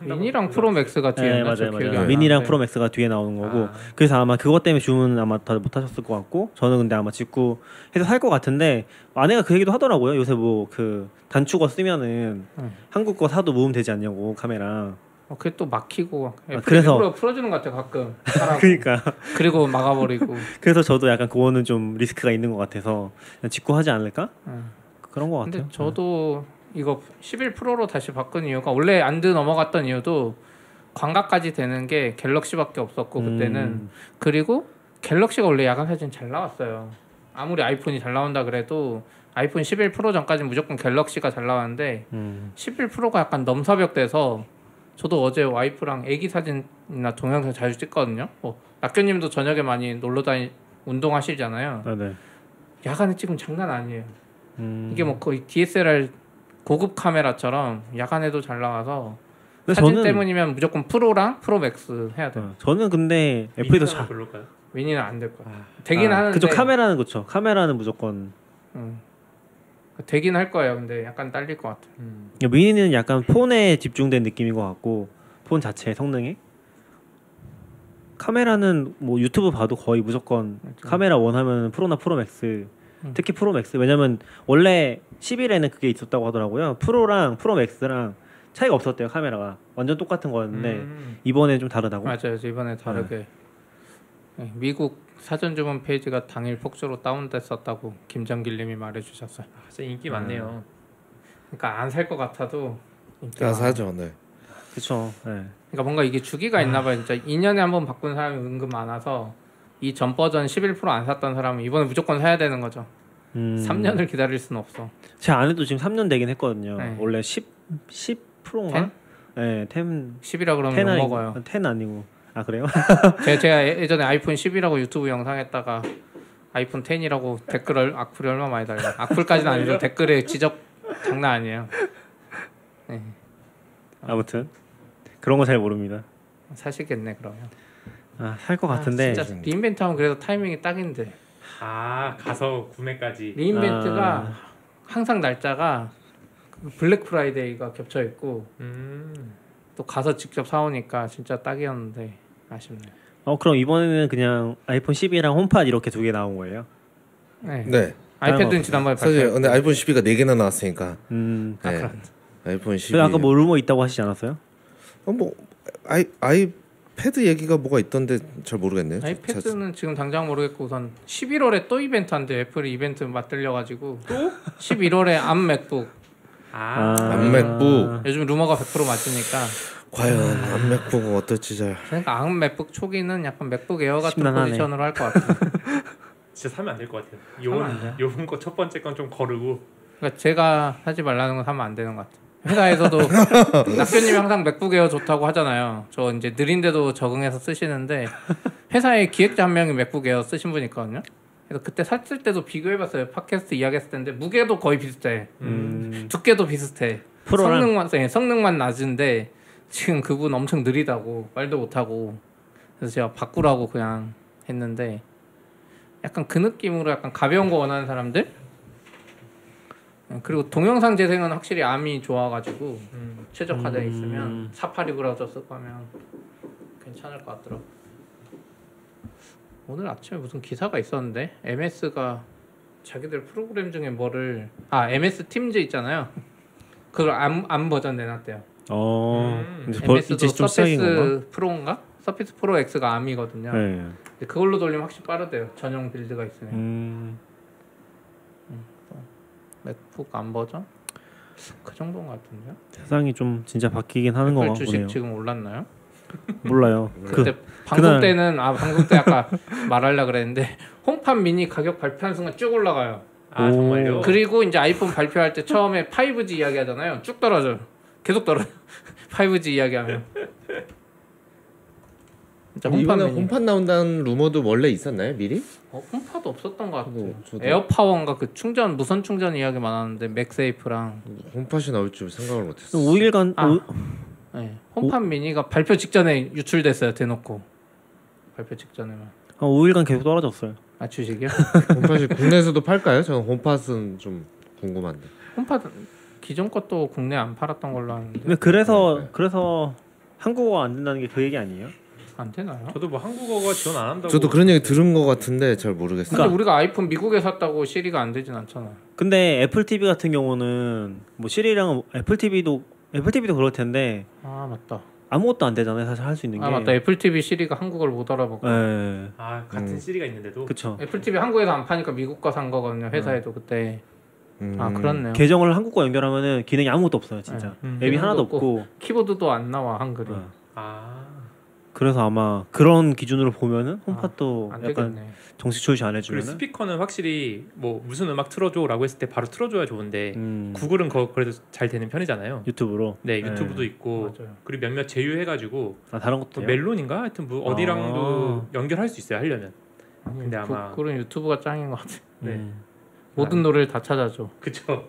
Speaker 3: 한다고
Speaker 6: 미니랑
Speaker 3: 그러더라고요.
Speaker 6: 프로맥스가 뒤에
Speaker 4: 네
Speaker 6: 있나? 저
Speaker 4: 맞아요
Speaker 6: 기억이
Speaker 4: 맞아요.
Speaker 6: 안
Speaker 4: 미니랑
Speaker 6: 나는데.
Speaker 4: 프로 맥스가 뒤에 나오는 거고
Speaker 3: 아.
Speaker 4: 그래서 아마 그것 때문에 주문 아마 다 못 하셨을 것 같고 저는 근데 아마 직구 해서 살 것 같은데 아내가 그 얘기도 하더라고요. 요새 뭐 그 단축어 쓰면은
Speaker 6: 음.
Speaker 4: 한국 거 사도 모음 되지 않냐고 카메라.
Speaker 6: 어, 그게 또 막히고 애플이
Speaker 4: 아, 그래서-
Speaker 6: 일부러 풀어주는 것 같아 음. 가끔. 사람.
Speaker 4: 그러니까
Speaker 6: 그리고 막아버리고.
Speaker 4: 그래서 저도 약간 그거는 좀 리스크가 있는 것 같아서 그냥 직구 하지 않을까?
Speaker 6: 음.
Speaker 4: 그런 것
Speaker 6: 근데
Speaker 4: 같아요.
Speaker 6: 저도 이거 11 프로로 다시 바꾼 이유가 원래 안드 넘어갔던 이유도 광각까지 되는 게 갤럭시밖에 없었고 그때는
Speaker 4: 음.
Speaker 6: 그리고 갤럭시가 원래 야간 사진 잘 나왔어요. 아무리 아이폰이 잘 나온다 그래도 아이폰 11 프로 전까지 는 무조건 갤럭시가 잘 나왔는데
Speaker 4: 음.
Speaker 6: 11 프로가 약간 넘사벽돼서 저도 어제 와이프랑 애기 사진이나 동영상 자주 찍거든요. 뭐 낙교님도 저녁에 많이 놀러 다니 운동하시잖아요.
Speaker 4: 아, 네.
Speaker 6: 야간에 찍으면 장난 아니에요.
Speaker 4: 음.
Speaker 6: 이게 뭐 거의 DSLR 고급 카메라처럼 야간에도 잘 나와서
Speaker 4: 근데
Speaker 6: 사진
Speaker 4: 저는-
Speaker 6: 때문이면 무조건 프로랑 프로맥스 해야 돼요.
Speaker 4: 어, 저는 근데 애플이 더
Speaker 3: 미니랑은
Speaker 4: 잘.
Speaker 3: 별로일까요?
Speaker 6: 미니는 안 될 거야. 되긴 하는데
Speaker 4: 아, 그쵸 카메라는 그쵸. 카메라는 무조건.
Speaker 6: 되긴 할 거예요. 근데 약간 딸릴 것 같아요.
Speaker 4: 그러니까 미니는 약간 폰에 집중된 느낌인 것 같고 폰 자체 성능에. 카메라는 뭐 유튜브 봐도 거의 무조건 카메라 원 하면 프로나 프로맥스.
Speaker 6: 음.
Speaker 4: 특히 프로맥스. 왜냐면 원래 10일에는 그게 있었다고 하더라고요. 프로랑 프로맥스랑 차이가 없었대요 카메라가. 완전 똑같은 거였는데
Speaker 3: 음.
Speaker 4: 이번에 좀 다르다고.
Speaker 6: 맞아요. 그래서 이번에 다르게 네, 미국 사전 주문 페이지가 당일 폭주로 다운됐었다고 김정길님이 말해주셨어요.
Speaker 3: 아, 진짜
Speaker 5: 음.
Speaker 3: 인기 많네요.
Speaker 6: 그러니까 안 살 것 같아도 인기가
Speaker 5: 아,
Speaker 6: 많아요.
Speaker 5: 사죠. 네.
Speaker 4: 그쵸. 네.
Speaker 6: 그러니까 뭔가 이게 주기가 있나 봐요. 진짜 2년에 한 번 바꾼 사람이 은근 많아서 이 전 버전 11%안 샀던 사람은 이번에 무조건 사야 되는 거죠.
Speaker 4: 음.
Speaker 6: 3년을 기다릴 수는 없어.
Speaker 4: 제 아내도 지금 3년 되긴 했거든요.
Speaker 6: 네.
Speaker 4: 원래 10 10%인가? 네, 10
Speaker 6: 10이라 그러면
Speaker 4: 10
Speaker 6: 욕
Speaker 4: 아니-
Speaker 6: 먹어요.
Speaker 4: 10 아니고. 아, 그래요?
Speaker 6: 제, 제가 예- 예전에 아이폰 10이라고 유튜브 영상 했다가 아이폰 10이라고 댓글을 악플이 얼마 나 많이 달려. 악플까지는 아니죠. 댓글에 지적 장난 아니에요.
Speaker 4: 아무튼 그런 거 잘 모릅니다.
Speaker 6: 사시겠네 그러면.
Speaker 4: 아, 살 것 같은데.
Speaker 6: 진짜 리인벤트하면 그래도 타이밍이 딱인데.
Speaker 3: 아 가서 구매까지.
Speaker 4: 아.
Speaker 6: 리인벤트가 항상 날짜가 그 블랙 프라이데이가 겹쳐 있고
Speaker 3: 음.
Speaker 6: 또 가서 직접 사오니까 진짜 딱이었는데 아쉽네요.
Speaker 4: 어, 그럼 이번에는 그냥 아이폰 10이랑 홈팟 이렇게 두 개 나온 거예요.
Speaker 6: 네.
Speaker 5: 네.
Speaker 6: 아이패드는 지난번에
Speaker 5: 사실
Speaker 6: 발표.
Speaker 5: 근데 아이폰 12가 4개나 나왔으니까.
Speaker 4: 음.
Speaker 5: 네. 아이폰 12.
Speaker 4: 근데 아까 뭐 루머 있다고 하시지 않았어요?
Speaker 5: 어, 뭐 아이 아이 패드 얘기가 뭐가 있던데 잘 모르겠네요. 자-
Speaker 6: 아이패드는 지금 당장 모르겠고 우선 11월에 또 이벤트 한대 애플 이벤트 맞들려가지고 또 11월에 암 맥북
Speaker 3: 아,
Speaker 5: 암 맥북
Speaker 6: 요즘 루머가 100% 맞으니까
Speaker 5: 과연 암 맥북은 어떨지 잘
Speaker 6: 그러니까 암 맥북 초기는 약간 맥북 에어 같은
Speaker 4: 심란하네.
Speaker 6: 포지션으로 할 것 같아요.
Speaker 3: 진짜 사면 안 될 것 같아요. 요번 요번 거 첫 번째 건 좀 거르고
Speaker 6: 그러니까 제가 하지 말라는 건 하면 안 되는 것 같아요. 회사에서도 낙교님이 항상 맥북 에어 좋다고 하잖아요. 저 이제 느린데도 적응해서 쓰시는데 회사에 기획자 한 명이 맥북 에어 쓰신 분이 있거든요. 그래서 그때 샀을 때도 비교해봤어요. 팟캐스트 이야기했을 텐데 무게도 거의 비슷해. 두께도 비슷해.
Speaker 4: 음. 프로랑-
Speaker 6: 성능만 예, 성능만 낮은데 지금 그분 엄청 느리다고 말도 못하고 그래서 제가 바꾸라고 그냥 했는데 약간 그 느낌으로 약간 가벼운 거 원하는 사람들 어, 그리고 동영상 재생은 확실히 암이 좋아가지고 최적화되어
Speaker 4: 음.
Speaker 6: 있으면 사파리 브라우저 쓰고 하면 괜찮을 것 같더라고. 오늘 아침에 무슨 기사가 있었는데 MS가 자기들 프로그램 중에 뭐를 아 MS 팀즈 있잖아요. 그걸 암, 암 버전 내놨대요.
Speaker 4: 어
Speaker 3: 음.
Speaker 4: 이제, 벌,
Speaker 6: MS도
Speaker 4: 이제 좀 시작인 건가?
Speaker 6: 서피스 프로인가? 서피스 프로 X가 암이거든요.
Speaker 4: 네.
Speaker 6: 근데 그걸로 돌리면 확실히 빠르대요. 전용 빌드가 있으면.
Speaker 4: 음,
Speaker 6: 맥북 암 버전? 그 정도인 것 같은데요.
Speaker 4: 세상이 좀 진짜 바뀌긴 하는
Speaker 6: 애플
Speaker 4: 건가
Speaker 6: 주식
Speaker 4: 보네요.
Speaker 6: 지금 올랐나요?
Speaker 4: 몰라요. 그
Speaker 6: 그때 방송
Speaker 4: 그날-
Speaker 6: 때는 아 방송 때 아까 말하려 그랬는데 홈팟 미니 가격 발표한 순간 쭉 올라가요.
Speaker 3: 아
Speaker 4: 오.
Speaker 5: 예.
Speaker 3: 정말요?
Speaker 6: 그리고 이제 아이폰 발표할 때 처음에 5G 이야기하잖아요. 쭉 떨어져요. 계속 떨어져. 5G 이야기하면. 진짜 홈팟
Speaker 5: 이번에
Speaker 6: 미니.
Speaker 5: 홈팟 나온다는 루머도 원래 있었나요 미리?
Speaker 6: 어, 홈팟도 없었던 것 같아요.
Speaker 5: 저도- 저도-
Speaker 6: 에어파워인가 그 충전 무선 충전 이야기 많았는데 맥세이프랑
Speaker 5: 홈팟이 나올 줄 생각을 못했어.
Speaker 4: 5일간
Speaker 6: 아. 네, 홈팟 미니가 발표 직전에 유출됐어요. 대놓고 발표 직전에만.
Speaker 4: 한 5일간 어, 계속 떨어졌어요.
Speaker 6: 아 주식이요?
Speaker 5: 홈팟이 국내에서도 팔까요? 저는 홈팟은 좀 궁금한데.
Speaker 6: 홈팟 기존 것도 국내 안 팔았던 걸로 아는데
Speaker 4: 근데
Speaker 6: 네.
Speaker 4: 그래서 그래서 한국어가 안 된다는 게 그 얘기 아니에요?
Speaker 6: 안 되나요?
Speaker 3: 저도 뭐 한국어가 지원 안 한다고. 그러니까.
Speaker 5: 저도 그런 얘기 들은 것 같은데 잘 모르겠어요.
Speaker 6: 근데 우리가 아이폰 미국에 샀다고 시리가 안 되진 않잖아.
Speaker 4: 근데 애플 TV 같은 경우는 뭐 시리랑 애플 TV도 애플 TV도 그럴 텐데
Speaker 6: 아 맞다.
Speaker 4: 아무것도 안 되잖아요. 사실 할 수 있는 게.
Speaker 6: 아 맞다. 애플 TV 시리가 한국을 못 알아보고.
Speaker 4: 예.
Speaker 3: 아 같은
Speaker 5: 음.
Speaker 3: 시리가
Speaker 6: 뭐.
Speaker 3: 있는데도
Speaker 4: 그쵸.
Speaker 6: 애플 TV 한국에서 안 파니까 미국 거산 거거든요. 회사에도 그때.
Speaker 5: 음.
Speaker 6: 아 그렇네요. 네.
Speaker 4: 계정을 한국과 연결하면은 기능이 아무것도 없어요, 진짜.
Speaker 3: 음.
Speaker 4: 앱이
Speaker 6: 기능도
Speaker 4: 하나도
Speaker 6: 없고.
Speaker 4: 없고.
Speaker 6: 키보드도 안 나와 한글이.
Speaker 4: 어.
Speaker 3: 아
Speaker 4: 그래서 아마 그런 기준으로 보면은 홈팟도
Speaker 6: 아, 안
Speaker 4: 약간
Speaker 6: 되겠네.
Speaker 4: 정식 출시 안
Speaker 3: 그리고
Speaker 4: 해주면은
Speaker 3: 스피커는 확실히 뭐 무슨 음악 틀어줘라고 했을 때 바로 틀어줘야 좋은데
Speaker 4: 음,
Speaker 3: 구글은 거, 그래도 잘 되는 편이잖아요.
Speaker 4: 유튜브로.
Speaker 3: 네 유튜브도 있고
Speaker 6: 맞아요.
Speaker 3: 그리고 몇몇 제휴해가지고
Speaker 4: 아 다른 것도
Speaker 3: 또
Speaker 4: 돼요?
Speaker 3: 멜론인가 하여튼 뭐 어디랑도 연결할 수 있어요 하려면. 근데 아마
Speaker 6: 그런 유튜브가 짱인 것 같아.
Speaker 3: 네
Speaker 4: 음.
Speaker 6: 모든 노래를 다 찾아줘.
Speaker 3: 뭐 그쵸.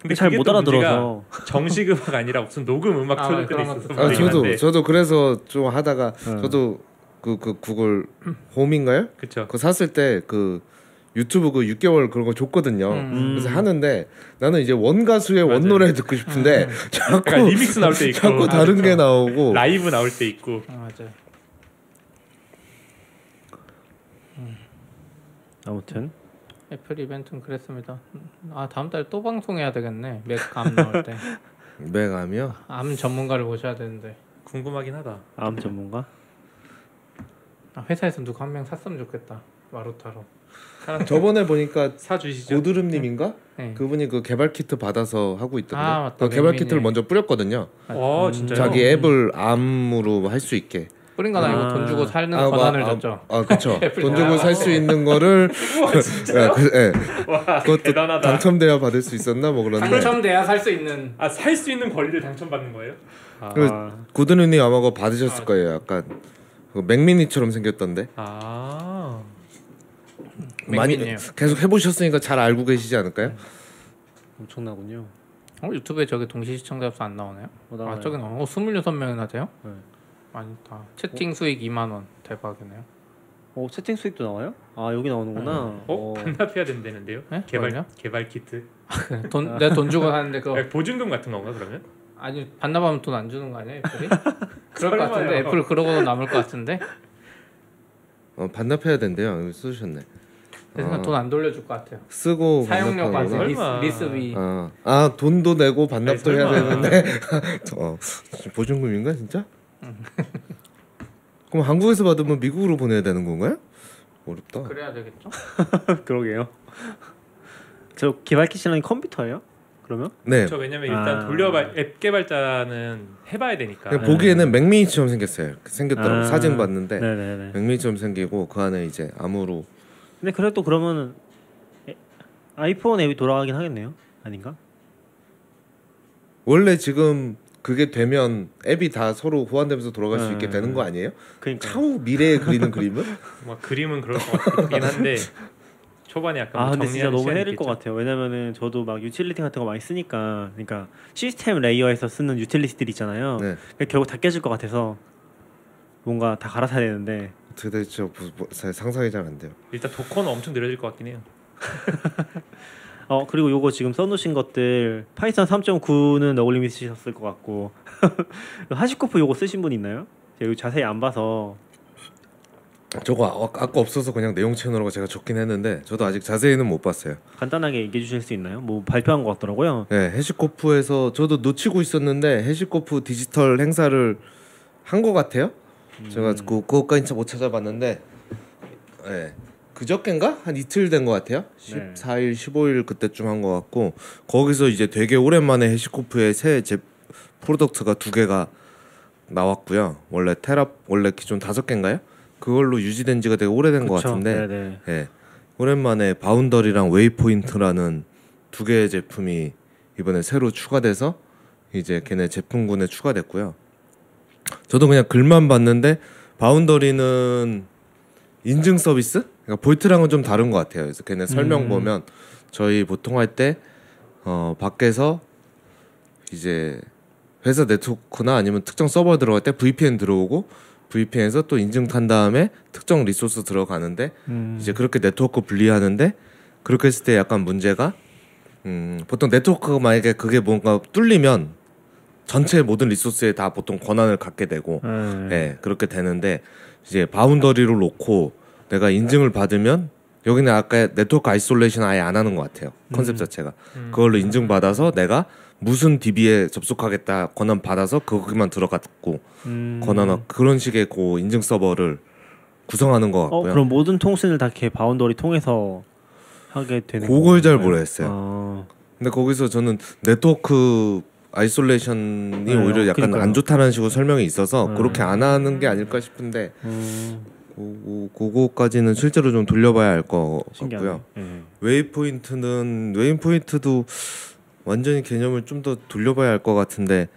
Speaker 4: 근데 잘
Speaker 3: 그게
Speaker 4: 못
Speaker 3: 또 문제가
Speaker 4: 알아들어서
Speaker 3: 정식 음악 아니라 무슨 녹음 음악
Speaker 6: 아,
Speaker 3: 틀을 때
Speaker 6: 그런
Speaker 3: 있어서
Speaker 6: 것도
Speaker 5: 아,
Speaker 3: 문제긴
Speaker 5: 저도
Speaker 3: 한데.
Speaker 5: 저도 그래서 좀 하다가
Speaker 4: 음.
Speaker 5: 저도 그 그 구글 홈인가요?
Speaker 3: 그쵸.
Speaker 5: 그거 샀을 때 그 유튜브 그 6개월 그런 거 줬거든요.
Speaker 6: 음.
Speaker 5: 그래서 하는데 나는 이제 원 가수의 원 노래 듣고 싶은데
Speaker 3: 약간
Speaker 5: 자꾸
Speaker 3: 리믹스 나올 때 있고
Speaker 5: 자꾸
Speaker 3: 아,
Speaker 5: 다른 게 나오고
Speaker 3: 라이브 나올 때 있고
Speaker 6: 아, 맞아요.
Speaker 4: 아무튼
Speaker 6: 애플 이벤트는 그랬습니다. 아 다음 달에 또 방송해야 되겠네. 맥감 나올 때.
Speaker 5: 매감이요.
Speaker 6: 암 전문가를 모셔야 되는데
Speaker 3: 궁금하긴 하다.
Speaker 4: 암
Speaker 6: 네.
Speaker 4: 전문가.
Speaker 6: 아, 회사에서 누가 한 명 샀으면 좋겠다 마루타로
Speaker 5: 저번에 보니까
Speaker 3: 사주시죠.
Speaker 5: 고드름님인가
Speaker 6: 네.
Speaker 5: 그분이 그 개발 키트 받아서 하고 있던데
Speaker 6: 아, 맞다.
Speaker 5: 그 개발
Speaker 6: 맹민이.
Speaker 5: 키트를 먼저 뿌렸거든요.
Speaker 3: 와 어, 진짜요?
Speaker 5: 자기
Speaker 6: 음.
Speaker 5: 앱을 암으로 할 수 있게.
Speaker 6: 뿌린 건 아니고
Speaker 4: 아.
Speaker 6: 돈 주고 사는
Speaker 5: 아,
Speaker 6: 권한을
Speaker 5: 아,
Speaker 6: 줬죠
Speaker 5: 아 그쵸.
Speaker 6: 애플
Speaker 5: 돈 주고
Speaker 6: 아,
Speaker 5: 살 수 있는 거를 예, 그, 예. 그것도
Speaker 3: 아, 대단하다.
Speaker 5: 당첨돼야 받을 수 있었나 뭐 그런데
Speaker 6: 당첨돼야 살 수 있는
Speaker 3: 아 살 수 있는 권리를 당첨받는 거예요?
Speaker 6: 그
Speaker 4: 아,
Speaker 5: 네. 구드누님 아마 그거 받으셨을 거예요. 약간 그 맥미니처럼 생겼던데.
Speaker 3: 아
Speaker 6: 맥미니예요.
Speaker 5: 계속 해보셨으니까 잘 알고 계시지 않을까요?
Speaker 4: 엄청나군요.
Speaker 6: 어, 유튜브에 저게 동시 시청자 수 안 나오네요
Speaker 4: 뭐
Speaker 6: 아
Speaker 4: 나와요?
Speaker 6: 저긴 어 26명이나 돼요?
Speaker 4: 네.
Speaker 6: 많다 채팅 수익 2만 원 대박이네요
Speaker 4: 어 채팅 수익도 나와요? 아 여기 나오는구나.
Speaker 3: 어? 반납해야 된다는데요?
Speaker 6: 네?
Speaker 3: 개발
Speaker 6: 뭘요?
Speaker 3: 개발 키트
Speaker 6: 그 돈, 내가 돈 주고 사는데 그거
Speaker 3: 아, 보증금 같은 건가 그러면?
Speaker 6: 아니 반납하면 돈 안 주는 거 아니야 애플이? 그럴 것
Speaker 3: 설마요.
Speaker 6: 같은데 애플 그러고도 남을 것 같은데
Speaker 5: 어, 반납해야 된대요. 여기 쓰셨네.
Speaker 6: 내 생각 돈안 돌려줄 것 같아요
Speaker 5: 쓰고
Speaker 6: 사용료
Speaker 5: 반납하는
Speaker 6: 관세
Speaker 5: 거구나.
Speaker 6: 리스, 네,
Speaker 3: 설마.
Speaker 6: 리스비
Speaker 5: 아, 아 돈도 내고 반납도
Speaker 3: 아니,
Speaker 5: 해야
Speaker 3: 설마.
Speaker 5: 되는데 어, 보증금인가 진짜? 그럼 한국에서 받으면 미국으로 보내야 되는 건가요? 어렵다.
Speaker 6: 그래야 되겠죠?
Speaker 4: 어, 그러게요. 저 개발 키시는 컴퓨터예요? 그러면?
Speaker 5: 네.
Speaker 3: 저 그렇죠. 왜냐면 일단
Speaker 4: 아.
Speaker 3: 돌려봐 앱 개발자는 해봐야 되니까.
Speaker 5: 근데 보기에는 맥미니처럼 생겼어요. 생겼더라고
Speaker 4: 아.
Speaker 5: 요 사진 봤는데
Speaker 2: 네네네.
Speaker 5: 맥미니처럼 생기고 그 안에 이제 암으로
Speaker 4: 근데 그래도 그러면은 에- 아이폰 앱이 돌아가긴 하겠네요. 아닌가?
Speaker 5: 원래 지금 그게 되면 앱이 다 서로 호환되면서 돌아갈 수 있게
Speaker 4: 음.
Speaker 5: 되는 거 아니에요?
Speaker 4: 그러니까.
Speaker 5: 차후 미래에 그리는 그림은?
Speaker 3: 막 그림은 그럴 것 같긴 한데 초반에 약간
Speaker 4: 아
Speaker 3: 뭐
Speaker 4: 근데 진짜
Speaker 3: 정리하는
Speaker 4: 너무
Speaker 3: 시간이
Speaker 4: 헤를 것
Speaker 3: 있겠죠.
Speaker 4: 같아요. 왜냐면은 저도 막 유틸리티 같은 거 많이 쓰니까, 그러니까 시스템 레이어에서 쓰는 유틸리티들 있잖아요.
Speaker 5: 네.
Speaker 4: 그러니까 결국 다 깨질 것 같아서 뭔가 다 갈아타야 되는데
Speaker 5: 어떻게 될지 뭐- 뭐- 잘 상상이 잘 안 돼요.
Speaker 3: 일단 도커는 엄청 느려질 것 같긴 해요.
Speaker 4: 어 그리고 요거 지금 써놓으신 것들 파이썬 3.9는 너굴님이 쓰셨을 것 같고 하시코프 요거 쓰신 분 있나요? 제가 이거 자세히 안 봐서
Speaker 5: 저거 아, 아까 없어서 그냥 내용 채널로 제가 적긴 했는데 저도 아직 자세히는 못 봤어요.
Speaker 4: 간단하게 얘기해 주실 수 있나요? 뭐 발표한 것 같더라고요.
Speaker 5: 네, 해시코프에서 저도 놓치고 있었는데 해시코프 디지털 행사를 한 것 같아요.
Speaker 4: 음.
Speaker 5: 제가 그 그것까지 참 못 찾아봤는데, 네, 그저께인가 한 이틀 된 것 같아요.
Speaker 4: 네.
Speaker 5: 14일, 15일 그때쯤 한 것 같고 거기서 이제 되게 오랜만에 해시코프의 새제 프로덕트가 두 개가 나왔고요. 원래 테라 원래 기존 다섯 개인가요? 그걸로 유지된 지가 되게 오래된 것
Speaker 4: 그쵸?
Speaker 5: 같은데
Speaker 4: 네네.
Speaker 5: 예. 오랜만에 바운더리랑 웨이포인트라는 두 개의 제품이 이번에 새로 추가돼서 이제 걔네 제품군에 추가됐고요. 저도 그냥 글만 봤는데 바운더리는 인증 서비스? 그러니까 볼트랑은 좀 다른 것 같아요. 그래서 걔네 설명 보면 저희 보통 할 때 어, 밖에서 이제 회사 네트워크나 아니면 특정 서버 들어갈 때 VPN 들어오고 VPN에서 또 인증 탄 다음에 특정 리소스 들어가는데 이제 그렇게 네트워크 분리하는데 그렇게 했을 때 약간 문제가 음, 보통 네트워크가 만약에 그게 뭔가 뚫리면 전체 모든 리소스에 다 보통 권한을 갖게 되고
Speaker 4: 음.
Speaker 5: 예 그렇게 되는데 이제 바운더리로 놓고 내가 인증을 받으면 여기는 아까 네트워크 아이솔레이션 아예 안 하는 것 같아요
Speaker 4: 음.
Speaker 5: 컨셉 자체가 그걸로 인증 받아서 내가 무슨 DB에 접속하겠다 권한 받아서 거기만 들어갔고
Speaker 4: 음.
Speaker 5: 권한 그런 식의 그 인증 서버를 구성하는 것
Speaker 4: 어
Speaker 5: 같고요.
Speaker 4: 그럼 모든 통신을 다 이렇게 바운더리 통해서 하게 되는
Speaker 5: 그걸 잘
Speaker 4: 건가요?
Speaker 5: 모르겠어요.
Speaker 4: 아,
Speaker 5: 근데 거기서 저는 네트워크 아이솔레이션이
Speaker 4: 네,
Speaker 5: 오히려 약간
Speaker 4: 그러니까요.
Speaker 5: 안 좋다는 식으로 설명이 있어서
Speaker 4: 음.
Speaker 5: 그렇게 안 하는 게 아닐까 싶은데
Speaker 4: 음,
Speaker 5: 그, 그, 그거까지는 실제로 좀 돌려봐야 알 것
Speaker 4: 신기하네요.
Speaker 5: 같고요.
Speaker 4: 네.
Speaker 5: 웨이포인트는 웨이포인트도 완전히 개념을 좀 더 돌려봐야 알 것 같은데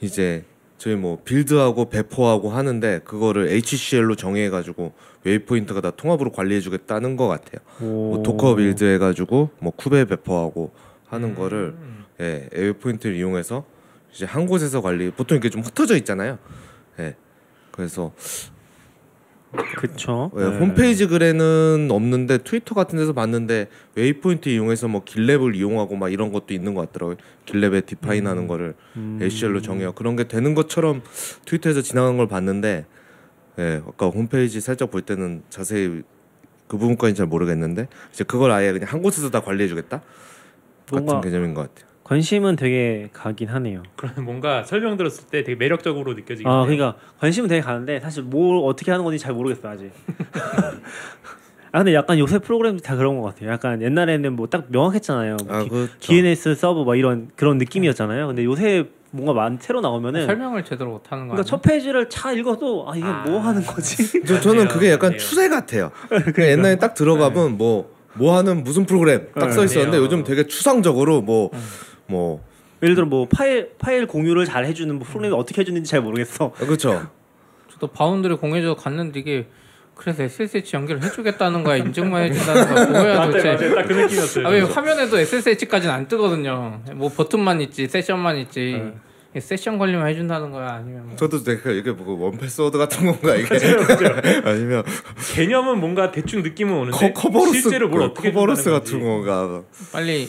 Speaker 5: 이제 저희 뭐 빌드하고 배포하고 하는데 그거를 HCL로 정의해가지고 웨이포인트가 다 통합으로 관리해주겠다는 것 같아요.
Speaker 4: 오.
Speaker 5: 뭐 도커 빌드 해가지고 뭐 쿠베 배포하고 하는 거를 예 에어 포인트를 이용해서 이제 한 곳에서 관리 보통 이렇게 좀 흩어져 있잖아요. 예 그래서
Speaker 4: 그쵸. 네.
Speaker 5: 예, 홈페이지 글에는 없는데 트위터 같은 데서 봤는데 웨이포인트 이용해서 뭐 길랩을 이용하고 막 이런 것도 있는 것 같더라고요. 길랩에 디파인하는 거를 HCL로 정해요. 그런 게 되는 것처럼 트위터에서 지나간 걸 봤는데 예 아까 홈페이지 살짝 볼 때는 자세히 그 부분까지는 잘 모르겠는데 이제 그걸 아예 그냥 한 곳에서 다 관리해주겠다
Speaker 4: 뭔가-
Speaker 5: 같은 개념인 것 같아요.
Speaker 4: 관심은 되게 가긴 하네요.
Speaker 3: 그럼 뭔가 설명 들었을 때 되게 매력적으로 느껴지긴
Speaker 4: 아
Speaker 3: 해요.
Speaker 4: 그러니까 관심은 되게 가는데 사실 뭘 어떻게 하는 건지 잘 모르겠어 아직. 아 근데 약간 요새 프로그램 다 그런 것 같아요. 약간 옛날에는 뭐 딱 명확했잖아요. 뭐
Speaker 5: 아
Speaker 4: 기-
Speaker 5: 그렇죠.
Speaker 4: DNS 서버 막 이런 그런 느낌이었잖아요. 근데 요새 뭔가 만 새로 나오면은
Speaker 6: 설명을 제대로 못하는 거
Speaker 4: 그러니까
Speaker 6: 아니야?
Speaker 4: 첫 페이지를 차 읽어도 아 이게 뭐 하는 거지?
Speaker 5: 저,
Speaker 3: 맞네요,
Speaker 5: 저는 그게 약간
Speaker 3: 아, 맞네요. 그러니까. 네.
Speaker 5: 추세 같아요. 그냥 옛날에 딱 들어가면 뭐 뭐하는 무슨 프로그램 딱 써 있었는데
Speaker 3: 맞네요. 어. 음.
Speaker 5: 요즘 되게 추상적으로 뭐 뭐
Speaker 4: 예를 들어 뭐 파일 파일 공유를 잘 해주는 뭐 프로그램이 어떻게 해주는지 잘 모르겠어.
Speaker 5: 그렇죠.
Speaker 6: 저도 바운드를 공해줘 갔는데 이게 그래서 SSH 연결을 해주겠다는 거야 인증만 해준다는 거야
Speaker 5: 그러니까.
Speaker 6: 뭐야 도대체
Speaker 3: 맞아요. 딱그 느낌이었어요.
Speaker 6: 아, 왜 화면에도 SSH까지는 안 뜨거든요 뭐 버튼만 있지 세션만 있지
Speaker 3: 네.
Speaker 6: 이게 세션 걸리면 해준다는 거야 아니면 뭐.
Speaker 5: 저도 내가 이게 뭐 원패스워드 같은 건가 이게 아니면
Speaker 3: 개념은 뭔가 대충 느낌은 오는데
Speaker 5: 커, 커버로스
Speaker 3: 실제로 뭘 어떻게
Speaker 5: 커버로스
Speaker 3: 준다는
Speaker 5: 같은
Speaker 3: 건지.
Speaker 5: 건가
Speaker 6: 빨리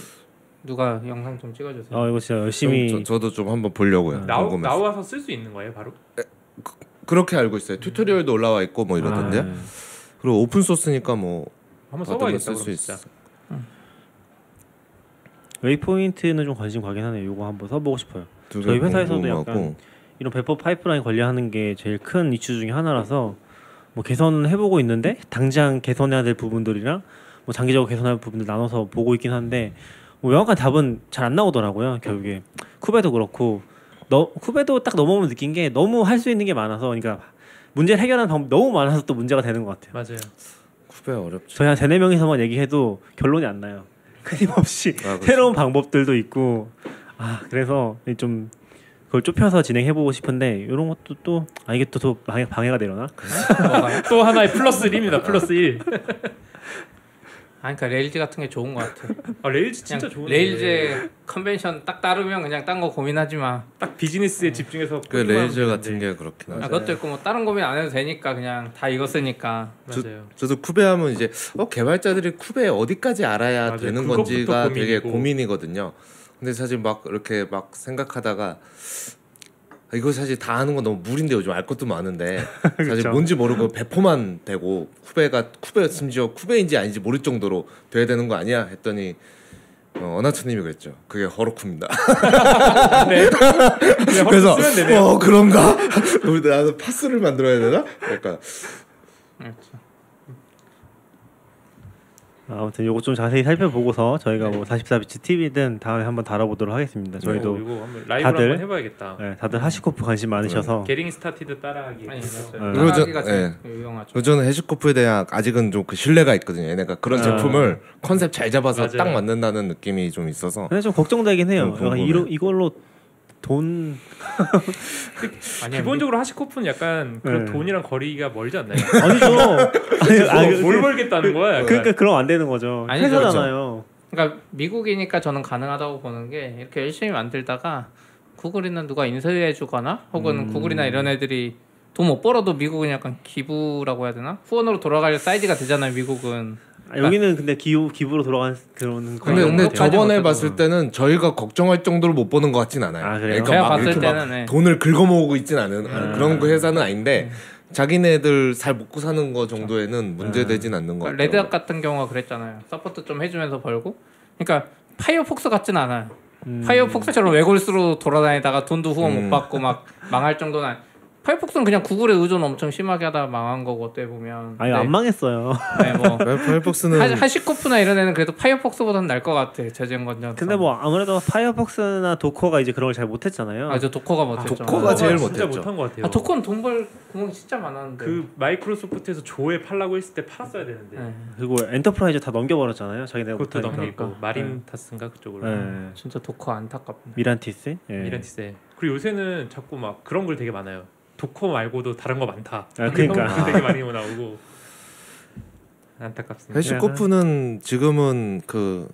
Speaker 6: 누가 영상 좀 찍어주세요
Speaker 4: 아 이거 진짜 열심히
Speaker 5: 좀, 저, 도좀 한번 보려고요.
Speaker 3: 아, 나오,
Speaker 5: 궁금해서.
Speaker 3: 나와서 쓸 수 있는 거예요, 바로?
Speaker 5: 그렇게 알고 있어요. 튜토리얼도 올라와 있고 뭐 이러던데요.
Speaker 4: 네.
Speaker 5: 그리고 오픈 소스니까 뭐
Speaker 3: 아, 네. 한번
Speaker 5: 어떤 걸
Speaker 3: 써봐야겠다.
Speaker 5: 쓸 수
Speaker 3: 그럼 진짜.
Speaker 5: 있어.
Speaker 4: 웨이포인트는 좀 관심 가긴 하네요. 요거 한번 써보고 싶어요.
Speaker 5: 두
Speaker 4: 저희
Speaker 5: 개
Speaker 4: 회사에서도
Speaker 5: 궁금하고.
Speaker 4: 약간 이런 배포 파이프라인 관리하는 게 제일 큰 이슈 중에 하나라서 뭐 개선은 해보고 있는데 당장 개선해야 될 부분들이랑 뭐 장기적으로 개선할 부분들 나눠서 보고 있긴 한데 뭐 명확한 답은 잘 안 나오더라고요 결국에 쿠베도 그렇고 너 쿠베도 딱 넘어오면 느낀 게 너무 할 수 있는 게 많아서 그러니까 문제를 해결하는 방법이 너무 많아서 또 문제가 되는 것 같아요.
Speaker 3: 맞아요.
Speaker 5: 쿠베 어렵죠.
Speaker 4: 저희 한 세네 명이서만 얘기해도 결론이 안 나요. 끊임없이
Speaker 5: 아, 그렇죠.
Speaker 4: 새로운 방법들도 있고 아 그래서 좀 그걸 좁혀서 진행해보고 싶은데 이런 것도 또 아 이게 또, 또 방해, 방해가 되려나?
Speaker 3: 또 하나의 플러스 1입니다. 플러스 1.
Speaker 6: 아니 그러니까 레일즈 같은 게 좋은 것 같아. 그냥
Speaker 3: 아, 레일즈 진짜 좋은데.
Speaker 6: 레일즈 컨벤션 딱 따르면 그냥 딴 거 고민하지 마.
Speaker 3: 딱 비즈니스에 집중해서
Speaker 5: 그 레이저 같은
Speaker 3: 네.
Speaker 5: 게 그렇긴
Speaker 6: 아,
Speaker 5: 하죠.
Speaker 6: 그것도 있고 뭐 다른 고민 안 해도 되니까 그냥 다 이거 쓰니까.
Speaker 3: 맞아요.
Speaker 5: 저도 쿠베 하면 이제 어 개발자들이 쿠베 어디까지 알아야
Speaker 3: 맞아요.
Speaker 5: 되는
Speaker 3: 그것부터
Speaker 5: 건지가 되게
Speaker 3: 고민이고.
Speaker 5: 고민이거든요. 근데 사실 막 이렇게 막 생각하다가 아, 이거 사실 다 아는 건 너무 무리인데 요즘 알 것도 많은데 사실
Speaker 4: 그쵸.
Speaker 5: 뭔지 모르고 배포만 되고 쿠베가 쿠베 심지어 쿠베인지 아닌지 모를 정도로 돼야 되는 거 아니야 했더니 어, 어나처님이 그랬죠. 그게 허로쿠입니다.
Speaker 3: 네. 그냥
Speaker 5: 그래서
Speaker 3: 허리로 쓰면 되네요.
Speaker 5: 어 그런가? 우리 나도 파스를 만들어야 되나? 약간
Speaker 4: 아무튼 요거 좀 자세히 살펴보고서 저희가 뭐 44비치 TV든 다음에 한번 다뤄보도록 하겠습니다.
Speaker 3: 어,
Speaker 4: 저희도
Speaker 3: 이거 한번 라이브로
Speaker 4: 다들- 어.
Speaker 3: 한번 해봐야겠다.
Speaker 4: 네, 다들 하시코프 관심 많으셔서
Speaker 3: 게링 스타티드 따라하기.
Speaker 6: 아니
Speaker 4: 네.
Speaker 6: 따라하기가
Speaker 5: 요즘-
Speaker 6: 제일 유용하죠.
Speaker 5: 저는 해시코프에 대한 아직은 좀 그 신뢰가 있거든요. 얘네가 그런
Speaker 4: 아.
Speaker 5: 제품을 컨셉 잘 잡아서
Speaker 3: 맞아요.
Speaker 5: 딱 맞는다는 느낌이 좀 있어서
Speaker 4: 근데 좀 걱정되긴
Speaker 5: 음,
Speaker 4: 해요. 약간
Speaker 5: 궁금해요.
Speaker 4: 이로, 이걸로 돈
Speaker 6: 아니야,
Speaker 3: 기본적으로 하시코프는 약간 그런
Speaker 4: 네.
Speaker 3: 돈이랑 거리가 멀지 않나요?
Speaker 4: 아니죠. 아니, 아니, 그
Speaker 3: 뭘, 뭘 벌겠다는 거야? 약간.
Speaker 4: 그러니까 그럼 안 되는 거죠.
Speaker 6: 아니죠. 그렇죠.
Speaker 4: 회사잖아요.
Speaker 6: 그러니까 미국이니까 저는 가능하다고 보는 게 이렇게 열심히 만들다가 구글이나 누가 인쇄해주거나 혹은 구글이나 이런 애들이 돈 못 벌어도 미국은 약간 기부라고 해야 되나 후원으로 돌아갈 사이즈가 되잖아요 미국은
Speaker 4: 아, 여기는 근데 기부 기부로 돌아간 그런
Speaker 5: 근데,
Speaker 4: 그런
Speaker 5: 근데
Speaker 4: 것 같아요.
Speaker 5: 저번에
Speaker 6: 못해도.
Speaker 5: 봤을 때는 저희가 걱정할 정도로 못 보는 것 같진 않아요.
Speaker 4: 아, 그래요?
Speaker 5: 그러니까
Speaker 6: 제가
Speaker 5: 막
Speaker 6: 봤을
Speaker 5: 이렇게 막
Speaker 6: 때는 네.
Speaker 5: 돈을 긁어모으고 있진 않은 그런 그 회사는 아닌데 자기네들 잘 먹고 사는 거 정도에는 문제되진 않는 것
Speaker 6: 그러니까
Speaker 5: 같아요.
Speaker 6: 레드학 같은 경우가 그랬잖아요 서포트 좀 해주면서 벌고 그러니까 파이어폭스 같진 않아요 파이어폭스처럼 외골수로 돌아다니다가 돈도 후원
Speaker 5: 음.
Speaker 6: 못 받고 막 망할 정도는 아니 파이어폭스는 그냥 구글에 의존 엄청 심하게 하다 망한 거고 어떻게 보면
Speaker 4: 아니
Speaker 6: 네.
Speaker 4: 안 망했어요.
Speaker 6: 네, 뭐
Speaker 5: 파이어폭스는
Speaker 6: 하- 하시코프나 이런 애는 그래도 파이어폭스보다는 날 것 같아 재정 건전.
Speaker 4: 근데 뭐 아무래도 파이어폭스나 도커가 이제 그런 걸 잘 못했잖아요.
Speaker 6: 아저 도커가
Speaker 4: 그러니까
Speaker 6: 못했죠.
Speaker 5: 도커가
Speaker 6: 아,
Speaker 5: 제일
Speaker 3: 진짜
Speaker 5: 못했죠.
Speaker 3: 못한 것 같아요.
Speaker 6: 아 도커는 돈벌 구멍이 진짜 많았는데.
Speaker 3: 그 마이크로소프트에서 조에 팔라고 했을 때 팔았어야 되는데
Speaker 6: 네,
Speaker 4: 그리고 엔터프라이즈 다 넘겨버렸잖아요. 자기네가
Speaker 3: 그것도
Speaker 4: 못하니까.
Speaker 3: 넘기고
Speaker 6: 그러니까.
Speaker 3: 마린타스인가 그쪽으로
Speaker 4: 네.
Speaker 6: 진짜 도커 안타깝다.
Speaker 4: 미란티스. 예.
Speaker 3: 미란티세 그리고 요새는 자꾸 막 그런 글 되게 많아요. 도커 말고도 다른 거 많다.
Speaker 4: 아, 그러니까.
Speaker 3: 이런 글 되게 많이 나오고 안타깝습니다.
Speaker 5: 해시코프는 지금은 그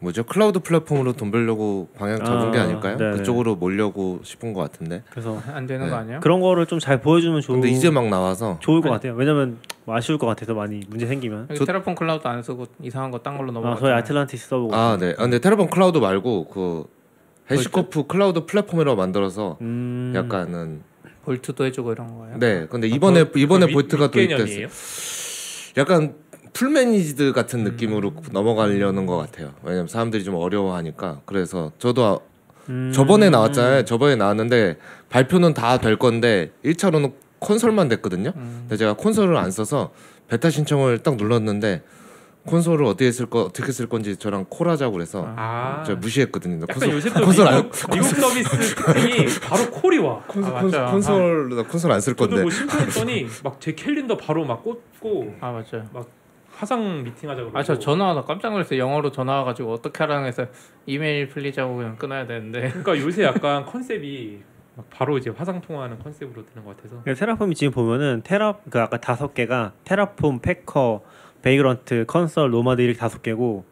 Speaker 5: 뭐죠 클라우드 플랫폼으로 돈 벌려고 방향 잡은
Speaker 4: 아,
Speaker 5: 게 아닐까요?
Speaker 4: 네네.
Speaker 5: 그쪽으로 몰려고 싶은 것 같은데.
Speaker 4: 그래서
Speaker 6: 안 되는
Speaker 5: 네.
Speaker 6: 거 아니에요?
Speaker 4: 그런 거를 좀 잘 보여주면 좋을
Speaker 5: 근데 이제 막 나와서
Speaker 4: 좋을 것 같아요. 왜냐면 뭐 아쉬울 것 같아서 많이 문제 생기면.
Speaker 6: 여기
Speaker 5: 저-
Speaker 6: 테라폼 클라우드 안 쓰고 이상한 거 딴 걸로
Speaker 4: 그 아, 저희
Speaker 6: 넘어가.
Speaker 4: 아틀란티스 써보고.
Speaker 5: 아 네. 아, 근데 테라폼 클라우드 말고 그 해시코프 클라우드 플랫폼이라고 만들어서
Speaker 4: 음.
Speaker 5: 약간은
Speaker 6: 볼트도 해주고 이런
Speaker 3: 아,
Speaker 6: 거예요.
Speaker 5: 네. 근데 이번에 이번에 볼트가 도입됐어요.
Speaker 3: 개념이에요?
Speaker 5: 약간 풀 매니지드
Speaker 3: 음.
Speaker 5: 같은 느낌으로 넘어가려는 것 같아요. 왜냐면 사람들이 좀 어려워하니까. 그래서 저도 아-
Speaker 4: 음.
Speaker 5: 저번에 나왔잖아요. 저번에 나왔는데 발표는 다 될 건데 1차로는 콘솔만 됐거든요.
Speaker 3: 음.
Speaker 5: 근데 제가 콘솔을 안 써서 베타 신청을 딱 눌렀는데 콘솔을 어디에 쓸 거 어떻게 쓸 건지 저랑 콜하자고 그래서
Speaker 3: 아
Speaker 5: 제가 무시했거든요.
Speaker 3: 약간
Speaker 5: 콘솔
Speaker 3: 요새 또
Speaker 5: 콘솔 안
Speaker 3: 미국, 아, 미국 서비스 특징이 바로 콜이 와.
Speaker 5: 콘솔
Speaker 6: 아,
Speaker 5: 콘솔
Speaker 6: 맞죠.
Speaker 5: 콘솔, 나 콘솔 안 쓸
Speaker 3: 저도
Speaker 5: 건데.
Speaker 3: 뭐 신청했더니 막 제 캘린더 바로 막 꽂고
Speaker 6: 아 맞죠.
Speaker 3: 화상 미팅하자고.
Speaker 6: 아저 전화 와서 깜짝 놀랐어요. 영어로 전화 와가지고 어떻게 하라고 해서 이메일 플리즈하고 그냥 끊어야 되는데.
Speaker 3: 그러니까 요새 약간 컨셉이 막 바로 이제 화상 통화하는 컨셉으로 되는 것 같아서.
Speaker 4: 그러니까 테라폼이 지금 보면은 테라 그 아까 다섯 개가 테라폼, 패커, 베이그런트, 컨설, 노마드 이렇게 다섯 개고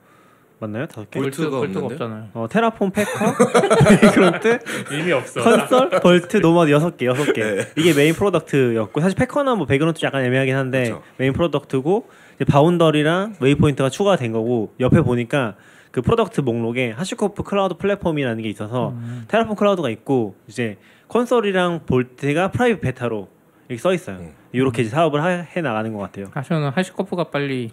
Speaker 4: 맞나요? 다섯 개.
Speaker 5: 볼트가
Speaker 6: 볼트가
Speaker 5: 없는데?
Speaker 6: 없잖아요.
Speaker 4: 어 테라폼, 패커, 베이그런트,
Speaker 3: 의미 없어.
Speaker 4: 컨설, 벌트, 노마드 여섯 개, 여섯 개. 이게 메인 프로덕트였고 사실 패커나 뭐 배그런도 약간 애매하긴 한데
Speaker 5: 그쵸.
Speaker 4: 메인 프로덕트고 이제 바운더리랑 웨이포인트가 추가된 거고 옆에 보니까 그 프로덕트 목록에 하시코프 클라우드 플랫폼이라는 게 있어서
Speaker 3: 음.
Speaker 4: 테라폼 클라우드가 있고 이제 콘솔이랑 볼트가 프라이빗 베타로 이렇게 써 있어요.
Speaker 5: 음.
Speaker 4: 이렇게 이제 사업을 하- 해 나가는 것 같아요.
Speaker 6: 아 저는 하시코프가 빨리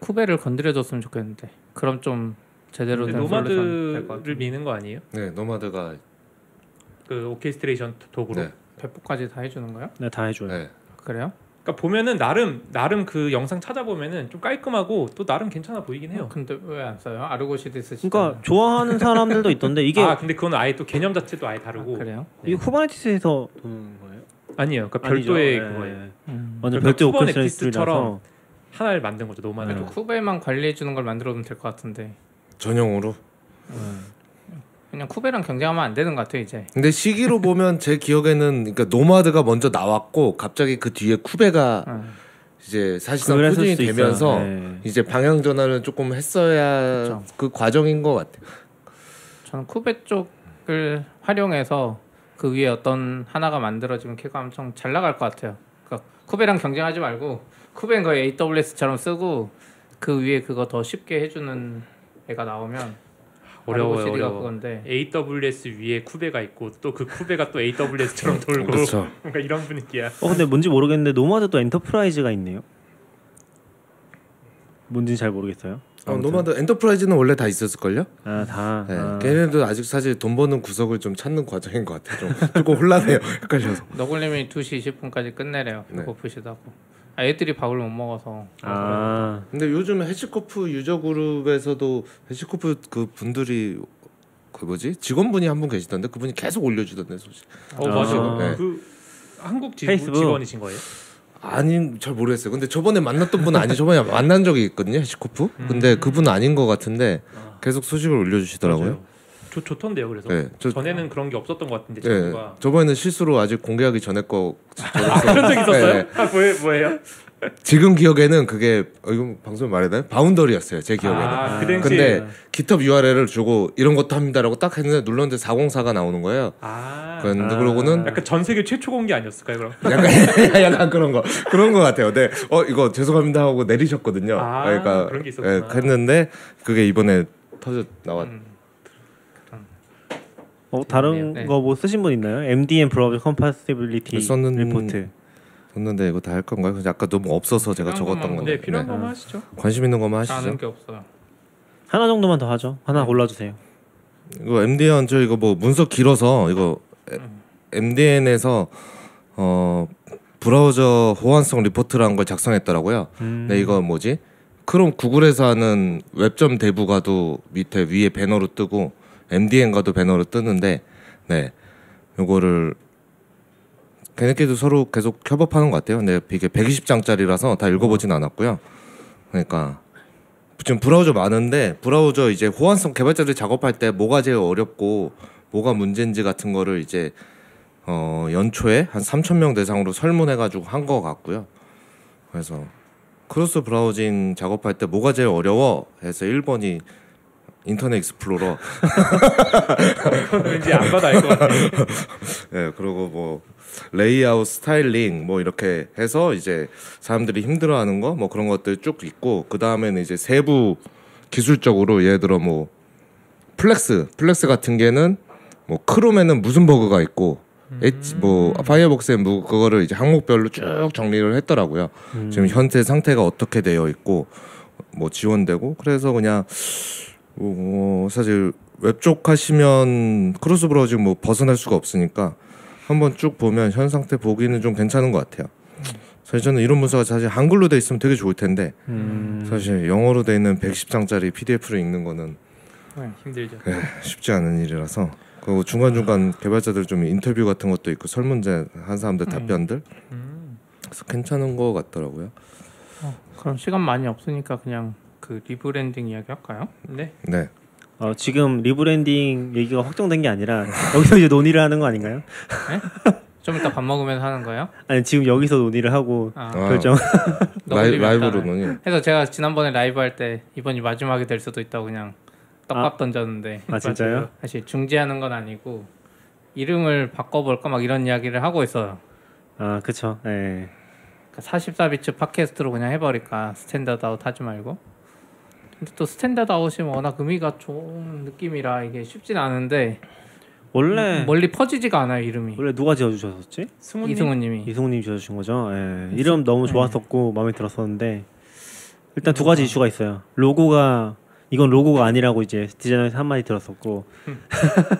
Speaker 6: 쿠베를 건드려줬으면 좋겠는데. 그럼 좀 제대로
Speaker 3: 근데
Speaker 6: 된 솔루션 될것 같아요.
Speaker 3: 노마드를 미는 거 아니에요?
Speaker 5: 네, 노마드가
Speaker 3: 그 오케스트레이션 도구로.
Speaker 5: 네.
Speaker 6: 배포까지 다 해주는 거야?
Speaker 4: 네, 다 해줘요.
Speaker 5: 네.
Speaker 6: 그래요?
Speaker 3: 그러니까 보면은 나름 나름 그 영상 찾아보면은 좀 깔끔하고 또 나름 괜찮아 보이긴 해요.
Speaker 6: 어, 근데 왜 안 써요? 아르고시드 쓰시.
Speaker 4: 그러니까 좋아하는 사람들도 있던데 이게
Speaker 3: 아 근데 그건 아예 또 개념 자체도 아예 다르고
Speaker 6: 그래요?
Speaker 4: 이게 쿠버네티스에서 도는 거예요?
Speaker 3: 아니에요. 그러니까
Speaker 4: 아니죠.
Speaker 3: 별도의
Speaker 4: 네.
Speaker 3: 그거예요.
Speaker 6: 음.
Speaker 4: 완전
Speaker 3: 그러니까
Speaker 4: 별도의
Speaker 3: 쿠버네티스처럼
Speaker 4: 오케스트레이션이라서
Speaker 3: 하나를 만든 거죠. 노마는.
Speaker 6: 아, 그래도 쿠베만 관리해 주는 걸 만들어 놓으면 될 것 같은데
Speaker 5: 전용으로.
Speaker 6: 그냥 쿠베랑 경쟁하면 안 되는 것 같아 이제.
Speaker 5: 근데 시기로 보면 제 기억에는 그러니까 노마드가 먼저 나왔고 갑자기 그 뒤에 쿠베가
Speaker 6: 음.
Speaker 5: 이제 사실상
Speaker 4: 그랬을
Speaker 5: 표준이
Speaker 4: 수도 있어요.
Speaker 5: 되면서
Speaker 4: 네.
Speaker 5: 이제 방향 전환을 조금 했어야
Speaker 6: 그쵸.
Speaker 5: 그 과정인 것 같아요.
Speaker 6: 저는 쿠베 쪽을 활용해서 그 위에 어떤 하나가 만들어지면 걔가 엄청 잘 나갈 것 같아요. 그러니까 쿠베랑 경쟁하지 말고 쿠베는 거의 AWS처럼 쓰고 그 위에 그거 더 쉽게 해주는 애가 나오면
Speaker 3: 어려워요.
Speaker 6: 아르고시드가
Speaker 3: 어려워.
Speaker 6: 그건데
Speaker 3: AWS 위에 쿠베가 있고 또 그 쿠베가 또 AWS처럼 돌고
Speaker 5: 그렇죠.
Speaker 3: 뭔가 이런 분위기야.
Speaker 4: 어 근데 뭔지 모르겠는데 노마드 또 엔터프라이즈가 있네요. 뭔지는 잘 모르겠어요.
Speaker 5: 어, 노마드 엔터프라이즈는 원래 다 있었을걸요?
Speaker 4: 아 다.
Speaker 5: 네.
Speaker 4: 아.
Speaker 5: 걔네도 아직 사실 돈 버는 구석을 좀 찾는 과정인 것 같아요. 좀 조금 혼란해요. 헷갈려서.
Speaker 6: 너굴님이 2시 20분까지 끝내래요.
Speaker 5: 네.
Speaker 6: 배고프시다고. 아, 애들이 밥을 못 먹어서
Speaker 4: 아.
Speaker 5: 근데 요즘 해시코프 유저 그룹에서도 해시코프 그 분들이 그 뭐지 직원분이 한 분 계시던데 그분이 계속 올려주던데 소식.
Speaker 4: 아.
Speaker 3: 어 맞아요.
Speaker 5: 네.
Speaker 3: 그 한국 지,
Speaker 4: 페이스북.
Speaker 3: 직원이신 거예요?
Speaker 5: 아닌 잘 모르겠어요. 근데 저번에 만났던 분은 아니 저번에 만난 적이 있거든요 해시코프.
Speaker 3: 음.
Speaker 5: 근데 그분 은 아닌 것 같은데 계속 소식을 올려주시더라고요.
Speaker 3: 좋 좋던데요. 그래서
Speaker 5: 네, 저-
Speaker 3: 전에는 그런 게 없었던 것 같은데
Speaker 5: 예,
Speaker 3: 친구가
Speaker 5: 저번에는 실수로 아직 공개하기 전에 거
Speaker 3: 아, 그런 적 있었어요?
Speaker 5: 네.
Speaker 3: 아, 뭐예, 뭐예요?
Speaker 5: 지금 기억에는 그게 어, 이건 방송에 말해야 되나? 바운더리였어요 제 기억에는.
Speaker 3: 아, 그 당시
Speaker 5: 근데 깃허브 URL을 주고 이런 것도 합니다라고 딱 했는데 눌렀는데 404가 나오는 거예요.
Speaker 3: 아
Speaker 5: 그런데 그러고는
Speaker 3: 약간 전 세계 최초 공개 아니었을까요? 그럼
Speaker 5: 약간 약간 그런 거 그런 거 같아요. 네, 어 이거 죄송합니다 하고 내리셨거든요. 그러니까 예,
Speaker 3: 아, 그런 게 있었구나. 음.
Speaker 5: 했는데 그게 이번에 터져 나왔.
Speaker 4: 어 다른
Speaker 6: 네.
Speaker 4: 거 뭐 쓰신 분 있나요? MDM 브라우저 컴파티빌리티
Speaker 5: 썼는-
Speaker 4: 리포트.
Speaker 5: 줬는데 이거 다 할 건가요? 그래서 아까 너무 없어서 제가
Speaker 6: 필요한
Speaker 5: 적었던
Speaker 6: 것만
Speaker 5: 건데
Speaker 3: 네 필요한 거만 하시죠.
Speaker 5: 관심 있는 것만
Speaker 6: 아는
Speaker 5: 하시죠.
Speaker 6: 게 없어요.
Speaker 4: 하나 정도만 더 하죠.
Speaker 5: 네.
Speaker 4: 하나 골라주세요.
Speaker 5: 이거 MDN 저 이거 뭐 문서 길어서 이거 MDN에서 어 브라우저 호환성 리포트라는 걸 작성했더라고요. 근데 이거 뭐지? 크롬 구글에서 하는 웹점 대부가도 밑에 위에 배너로 뜨고 MDN가도 배너로 뜨는데 네 요거를 걔네끼리도 서로 계속 협업하는 것 같아요. 근데 이게 120장짜리라서 다 읽어보진 않았고요. 그러니까 지금 브라우저 많은데 브라우저 이제 호환성 개발자들이 작업할 때 뭐가 제일 어렵고 뭐가 문제인지 같은 거를 이제 어 연초에 한 3천 명 대상으로 설문해 가지고 한 거 같고요. 그래서 크로스 브라우징 작업할 때 뭐가 제일 어려워? 해서 1번이 인터넷 익스플로러. 네.
Speaker 3: 왠지 안 받아 알것 같아요.
Speaker 5: 예, 그리고 뭐 레이아웃 스타일링 뭐 이렇게 해서 이제 사람들이 힘들어하는 거 뭐 그런 것들 쭉 있고 그 다음에는 이제 세부 기술적으로 예를 들어 뭐 플렉스 플렉스 같은 게는 뭐 크롬에는 무슨 버그가 있고 엣지 뭐 파이어복스에 뭐 그거를 이제 항목별로 쭉 정리를 했더라고요. 지금 현재 상태가 어떻게 되어 있고 뭐 지원되고 그래서 그냥 어, 사실 웹 쪽 하시면 크로스 브라우징 뭐 벗어날 수가 없으니까 한번 쭉 보면 현 상태 보기는 좀 괜찮은 것 같아요. 사실 저는 이런 문서가 사실 한글로 돼 있으면 되게 좋을 텐데
Speaker 4: 음.
Speaker 5: 사실 영어로 돼 있는 110장짜리 PDF로 읽는 거는
Speaker 6: 네.
Speaker 3: 힘들죠.
Speaker 5: 쉽지 않은 일이라서 그리고 중간 중간 개발자들 좀 인터뷰 같은 것도 있고 설문제 한
Speaker 4: 음.
Speaker 5: 사람들 답변들 그래서 괜찮은 것 같더라고요.
Speaker 6: 그럼 시간 많이 없으니까 그냥 그 리브랜딩 이야기 할까요?
Speaker 3: 네.
Speaker 5: 네,
Speaker 4: 어, 지금 리브랜딩 얘기가 확정된 게 아니라 여기서 이제 논의를 하는 거 아닌가요?
Speaker 6: 좀 이따 밥 먹으면서 하는 거예요?
Speaker 4: 아니 지금 여기서 논의를 하고
Speaker 6: 아,
Speaker 5: 아,
Speaker 4: 결정.
Speaker 5: 라이,
Speaker 6: 너구리면 따라해.
Speaker 5: 라이브로는
Speaker 6: 그래서 제가 지난번에 라이브 할 때 이번이 마지막이 될 수도 있다고 그냥 떡밥 던졌는데
Speaker 4: 아 진짜요?
Speaker 6: 사실 중지하는 건 아니고 이름을 바꿔볼까 막 이런 이야기를 하고 있어요. 그러니까
Speaker 4: 아 그쵸. 예.
Speaker 6: 44비츠 팟캐스트로 그냥 해버릴까 스탠다드아웃 하지 말고 근데 또 스탠다드아웃이 뭐 워낙 의미가 좋은 느낌이라 이게 쉽진 않은데 뭐,
Speaker 4: 원래
Speaker 5: 음.
Speaker 6: 멀리 퍼지지가 않아요 이름이
Speaker 4: 원래 누가 지어주셨었지?
Speaker 3: 승우님
Speaker 6: 이승우님이
Speaker 4: 이승우님 지어주신 거죠. 예. 이름 너무 좋았었고 마음에 들었었는데 일단 두 가지 이슈가 있어요. 로고가 이건 로고가 아니라고 이제 디자이너에서 한마디 들었었고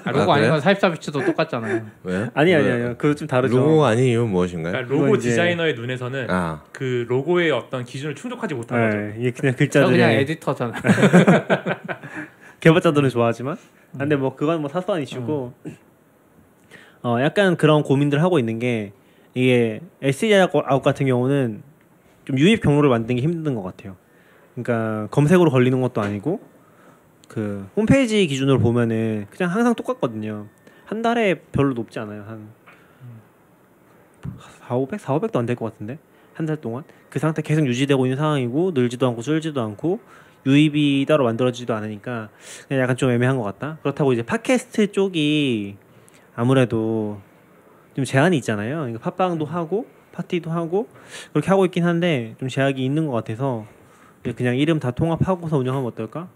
Speaker 6: 아, 로고
Speaker 5: 아,
Speaker 6: 아, 닌건
Speaker 5: 그래요?
Speaker 6: 44비츠도 똑같잖아요.
Speaker 5: 왜?
Speaker 4: 아니 아니
Speaker 5: 왜?
Speaker 4: 아니요 그거 좀 다르죠. 네.
Speaker 5: 로고가 아닌 이유는 무엇인가요?
Speaker 3: 그러니까 로고
Speaker 4: 이건 이제-
Speaker 3: 디자이너의 눈에서는
Speaker 5: 아
Speaker 3: 그 로고의 어떤 기준을 충족하지 못한 거죠.
Speaker 4: 네, 이게 그냥
Speaker 6: 저
Speaker 4: 글자들이
Speaker 6: 그냥 에디터잖아.
Speaker 4: 개발자들은 좋아하지만 아, 근데 뭐 그건 뭐 사소한 이슈고 어 약간 그런 고민들 하고 있는 게 이게 SEO 아웃 같은 경우는 좀 유입 경로를 만드는 게 힘든 것 같아요. 그러니까 검색으로 걸리는 것도 아니고 그 홈페이지 기준으로 보면은 그냥 항상 똑같거든요. 한 달에 별로 높지 않아요. 한 4, 500, 4, 500도 안 될 것 같은데 한 달 동안 그 상태 계속 유지되고 있는 상황이고 늘지도 않고 줄지도 않고 유입이 따로 만들어지지도 않으니까 그냥 약간 좀 애매한 것 같다. 그렇다고 이제 팟캐스트 쪽이 아무래도 좀 제한이 있잖아요. 그러니까 팟빵도 하고 파티도 하고 그렇게 하고 있긴 한데 좀 제약이 있는 것 같아서 그냥 이름 다 통합하고서 운영하면 어떨까?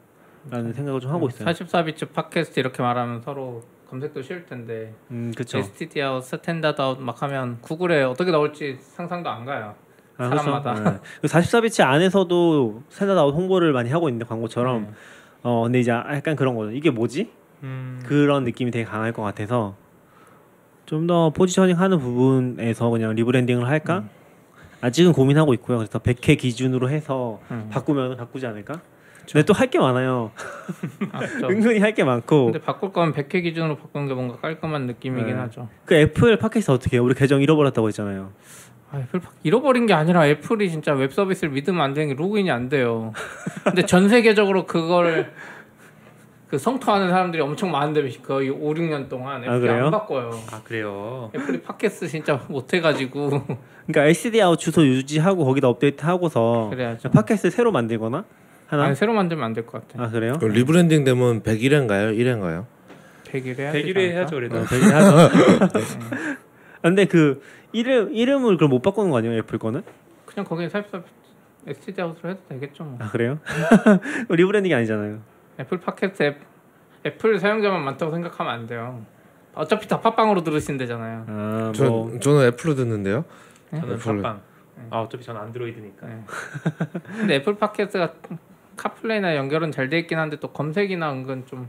Speaker 4: 라는 생각을 좀
Speaker 6: 음.
Speaker 4: 하고 있어요.
Speaker 6: 44비츠 팟캐스트 이렇게 말하면 서로 검색도 쉬울 텐데
Speaker 4: 음, 그렇죠.
Speaker 6: STD 아웃, 스탠다드 아웃 막 하면 구글에 어떻게 나올지 상상도 안 가요.
Speaker 4: 아,
Speaker 6: 사람마다.
Speaker 4: 그렇죠. 네. 44비치 안에서도 샌드아웃 홍보를 많이 하고 있는데 광고처럼
Speaker 6: 음.
Speaker 4: 어 근데 이제 약간 그런 거죠 이게 뭐지?
Speaker 6: 음.
Speaker 4: 그런 느낌이 되게 강할 것 같아서 좀 더 포지셔닝 하는 부분에서 그냥 리브랜딩을 할까?
Speaker 6: 음.
Speaker 4: 아직은 고민하고 있고요 그래서 100회 기준으로 해서
Speaker 6: 음.
Speaker 4: 바꾸면 바꾸지 않을까? 근데 또 할 게 많아요
Speaker 6: 아, 그렇죠.
Speaker 4: 은근히 할 게 많고
Speaker 6: 근데 바꿀 거면 100회 기준으로 바꾸는 게 뭔가 깔끔한 느낌이긴
Speaker 4: 네.
Speaker 6: 하죠.
Speaker 4: 그 애플 팟캐스트 어떻게 해요? 우리 계정 잃어버렸다고 했잖아요
Speaker 6: 아, 애플 팟- 잃어버린 게 아니라 애플이 진짜 웹 서비스를 믿으면 안 되는 게 로그인이 안 돼요. 근데 전 세계적으로 그걸 그 성토하는 사람들이 엄청 많은데 거의 5, 6년 동안
Speaker 4: 아,
Speaker 6: 애플이
Speaker 4: 그래요?
Speaker 6: 안 바꿔요.
Speaker 3: 아 그래요.
Speaker 6: 애플이 팟캐스트 진짜 못 해가지고
Speaker 4: 그러니까 SD 아웃 주소 유지하고 거기다 업데이트 하고서
Speaker 6: 그래야죠.
Speaker 4: 어. 팟캐스트 새로 만들거나 하나
Speaker 6: 아니, 네. 새로 만들면 안 될 것 같아.
Speaker 4: 아 그래요?
Speaker 5: 그 리브랜딩 되면 101회인가요? 1회인가요?
Speaker 6: 100일 해야
Speaker 3: 100일에 해야죠 그래도.
Speaker 4: 아, 근데 그 이름 이름을 그럼 못 바꾸는 거 아니에요 애플 거는?
Speaker 6: 그냥 거기에 살짝 STD 아웃으로 해도 되겠죠. 뭐.
Speaker 4: 아 그래요? 리브랜딩이 아니잖아요.
Speaker 6: 애플 팟캐스트 앱, 애플 사용자만 많다고 생각하면 안 돼요. 어차피 다 팟빵으로 들으신대잖아요.
Speaker 4: 아
Speaker 5: 전
Speaker 4: 뭐. 네?
Speaker 5: 저는 애플로 듣는데요.
Speaker 3: 저는
Speaker 5: 애플로.
Speaker 3: 팟빵. 아 어차피 저는 안드로이드니까.
Speaker 6: 근데 애플 팟캐스트가 카플레이나 연결은 잘 돼 있긴 한데 또 검색이나 은근 좀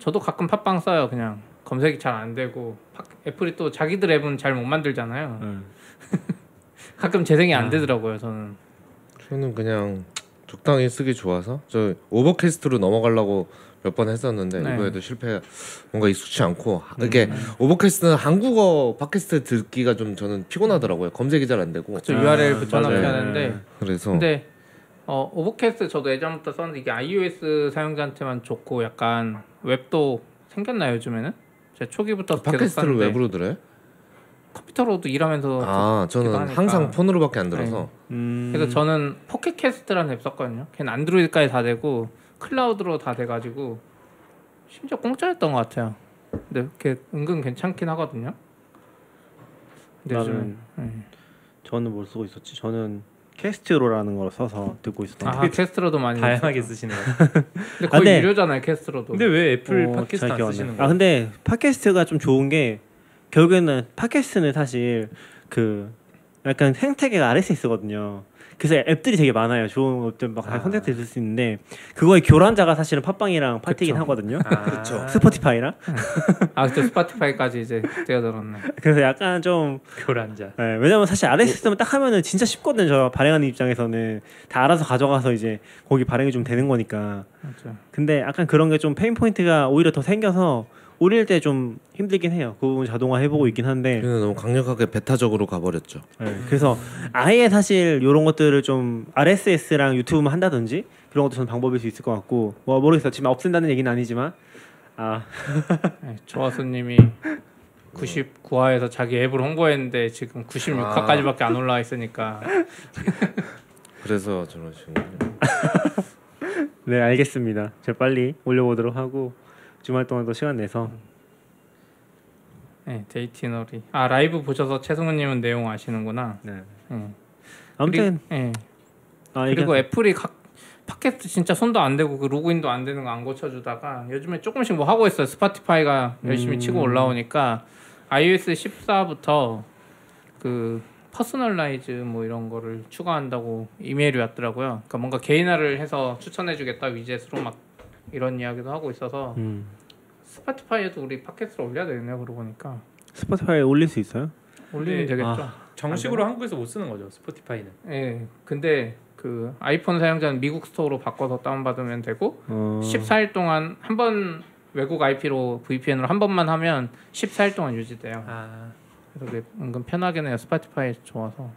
Speaker 6: 저도 가끔 팟빵 써요 그냥 검색이 잘 안 되고 팟- 애플이 또 자기들 앱은 잘 못 만들잖아요
Speaker 3: 네.
Speaker 4: 음.
Speaker 6: 가끔 재생이
Speaker 3: 아.
Speaker 6: 안 되더라고요 저는
Speaker 5: 저는 그냥 적당히 쓰기 좋아서 저 오버캐스트로 넘어가려고 몇 번 했었는데
Speaker 6: 네. 음.
Speaker 5: 이번에도 실패 뭔가 익숙치 않고 이게 오버캐스트는 한국어 팟캐스트 듣기가 좀 저는 피곤하더라고요 검색이 잘 안 되고 네.
Speaker 6: 저
Speaker 4: 아,
Speaker 6: URL 붙여넣기
Speaker 4: 맞아요.
Speaker 6: 하는데
Speaker 5: 그래서
Speaker 6: 근데 어, 오버캐스트 저도 예전부터 썼는데 이게 iOS 사용자한테만 좋고 약간 웹도 생겼나요 요즘에는? 제가 초기부터 계속
Speaker 5: 그 팟캐스트를
Speaker 6: 썼는데
Speaker 5: 웹으로 들어요?
Speaker 6: 컴퓨터로도 일하면서
Speaker 5: 아 저는
Speaker 6: 듣기도 하니까.
Speaker 5: 항상 폰으로밖에 안 들어서
Speaker 4: 음.
Speaker 6: 그래서 저는 포켓캐스트라는 앱 썼거든요. 걔는 안드로이드까지 다 되고 클라우드로 다 돼가지고 심지어 공짜였던 것 같아요. 근데 걔 은근 괜찮긴 하거든요. 근데 요즘
Speaker 4: 나는 저는 뭘 쓰고 있었지? 저는 캐스트로라는 걸 써서 듣고 있었던.
Speaker 6: 아 캐스트로도 많이
Speaker 3: 다양하게 쓰시네요.
Speaker 6: 있어요. 근데
Speaker 4: 아,
Speaker 6: 거의
Speaker 4: 네.
Speaker 6: 유료잖아요 캐스트로도.
Speaker 3: 근데 왜 애플
Speaker 4: 어,
Speaker 3: 팟캐스트
Speaker 4: 잘
Speaker 3: 안
Speaker 4: 기억나요.
Speaker 3: 쓰시는
Speaker 4: 아
Speaker 3: 거예요?
Speaker 4: 근데 팟캐스트가 좀 좋은 게 결국에는 팟캐스트는 사실 그 약간 생태계가 RSS거든요. 그래서 앱들이 되게 많아요. 좋은 앱들 막 다 컨택트 있을 수 있는데 그거의 교란자가 사실은 팟빵이랑 파티긴 하거든요.
Speaker 3: 그렇죠.
Speaker 4: 스포티파이랑.
Speaker 6: 아 그때 스파티파이까지 이제 뛰어들었네.
Speaker 4: 그래서 약간 좀
Speaker 3: 교란자.
Speaker 4: 네, 왜냐면 사실
Speaker 6: 뭐
Speaker 4: RSS만 딱 하면은 진짜 쉽거든요. 저 발행하는 입장에서는 다 알아서 가져가서 이제 거기 발행이 좀 되는 거니까.
Speaker 6: 맞죠.
Speaker 4: 근데 약간 그런 게 좀 페인 포인트가 오히려 더 생겨서 올릴 때 좀 힘들긴 해요. 그 부분 자동화
Speaker 6: 음.
Speaker 4: 해보고 있긴
Speaker 6: 네.
Speaker 4: 한데.
Speaker 5: 우리는 네. 너무 강력하게 베타적으로 가버렸죠
Speaker 4: 네, 그래서 아예 사실 이런 것들을 좀 RSS랑 유튜브만 한다든지 그런 것도 저는 방법일 수 있을 것 같고 뭐 모르겠어요. 지금 없앤다는 얘기는 아니지만 아
Speaker 6: 네, 조화수님이 99화에서 자기 앱을 홍보했는데 지금 96화까지밖에 안 올라와 있으니까
Speaker 5: 그래서 저는 지금
Speaker 4: 네 알겠습니다. 제가 빨리 올려보도록 하고 주말 동안 또 시간 내서
Speaker 6: 네, 데이티너리. 아 라이브 보셔서 최승우님은 내용 아시는구나.
Speaker 4: 네.
Speaker 6: 음.
Speaker 4: 아무튼
Speaker 6: 그리, 예.
Speaker 4: 아, 얘기하-
Speaker 6: 그리고 애플이 각 팟캐스트 진짜 손도 안 대고 그 로그인도 안 되는 거 안 고쳐주다가 요즘에 조금씩 뭐 하고 있어요.
Speaker 4: 음.
Speaker 6: 스파티파이가 열심히 치고 올라오니까 iOS 14부터 그 퍼스널라이즈 뭐 이런 거를 추가한다고 이메일이 왔더라고요. 그러니까 뭔가 개인화를 해서 추천해주겠다 위젯으로 막 이런 이야기도 하고 있어서 스파티파이에도 우리 팟캐스트를 올려야 되겠네요. 그러고 보니까
Speaker 4: 스포티파이에 올릴 수 있어요?
Speaker 6: 올리면
Speaker 3: 네.
Speaker 6: 되겠죠.
Speaker 4: 아.
Speaker 3: 정식으로 한국에서 못 쓰는 거죠 스포티파이는.
Speaker 6: 예. 근데 그 아이폰 사용자는 미국 스토어로 바꿔서 다운받으면 되고
Speaker 4: 어,
Speaker 6: 14일 동안 한 번 외국 IP로 VPN으로 한 번만 하면 14일 동안 유지돼요.
Speaker 3: 아
Speaker 6: 그래서 그게 은근 편하긴 해요. 스파티파이 좋아서.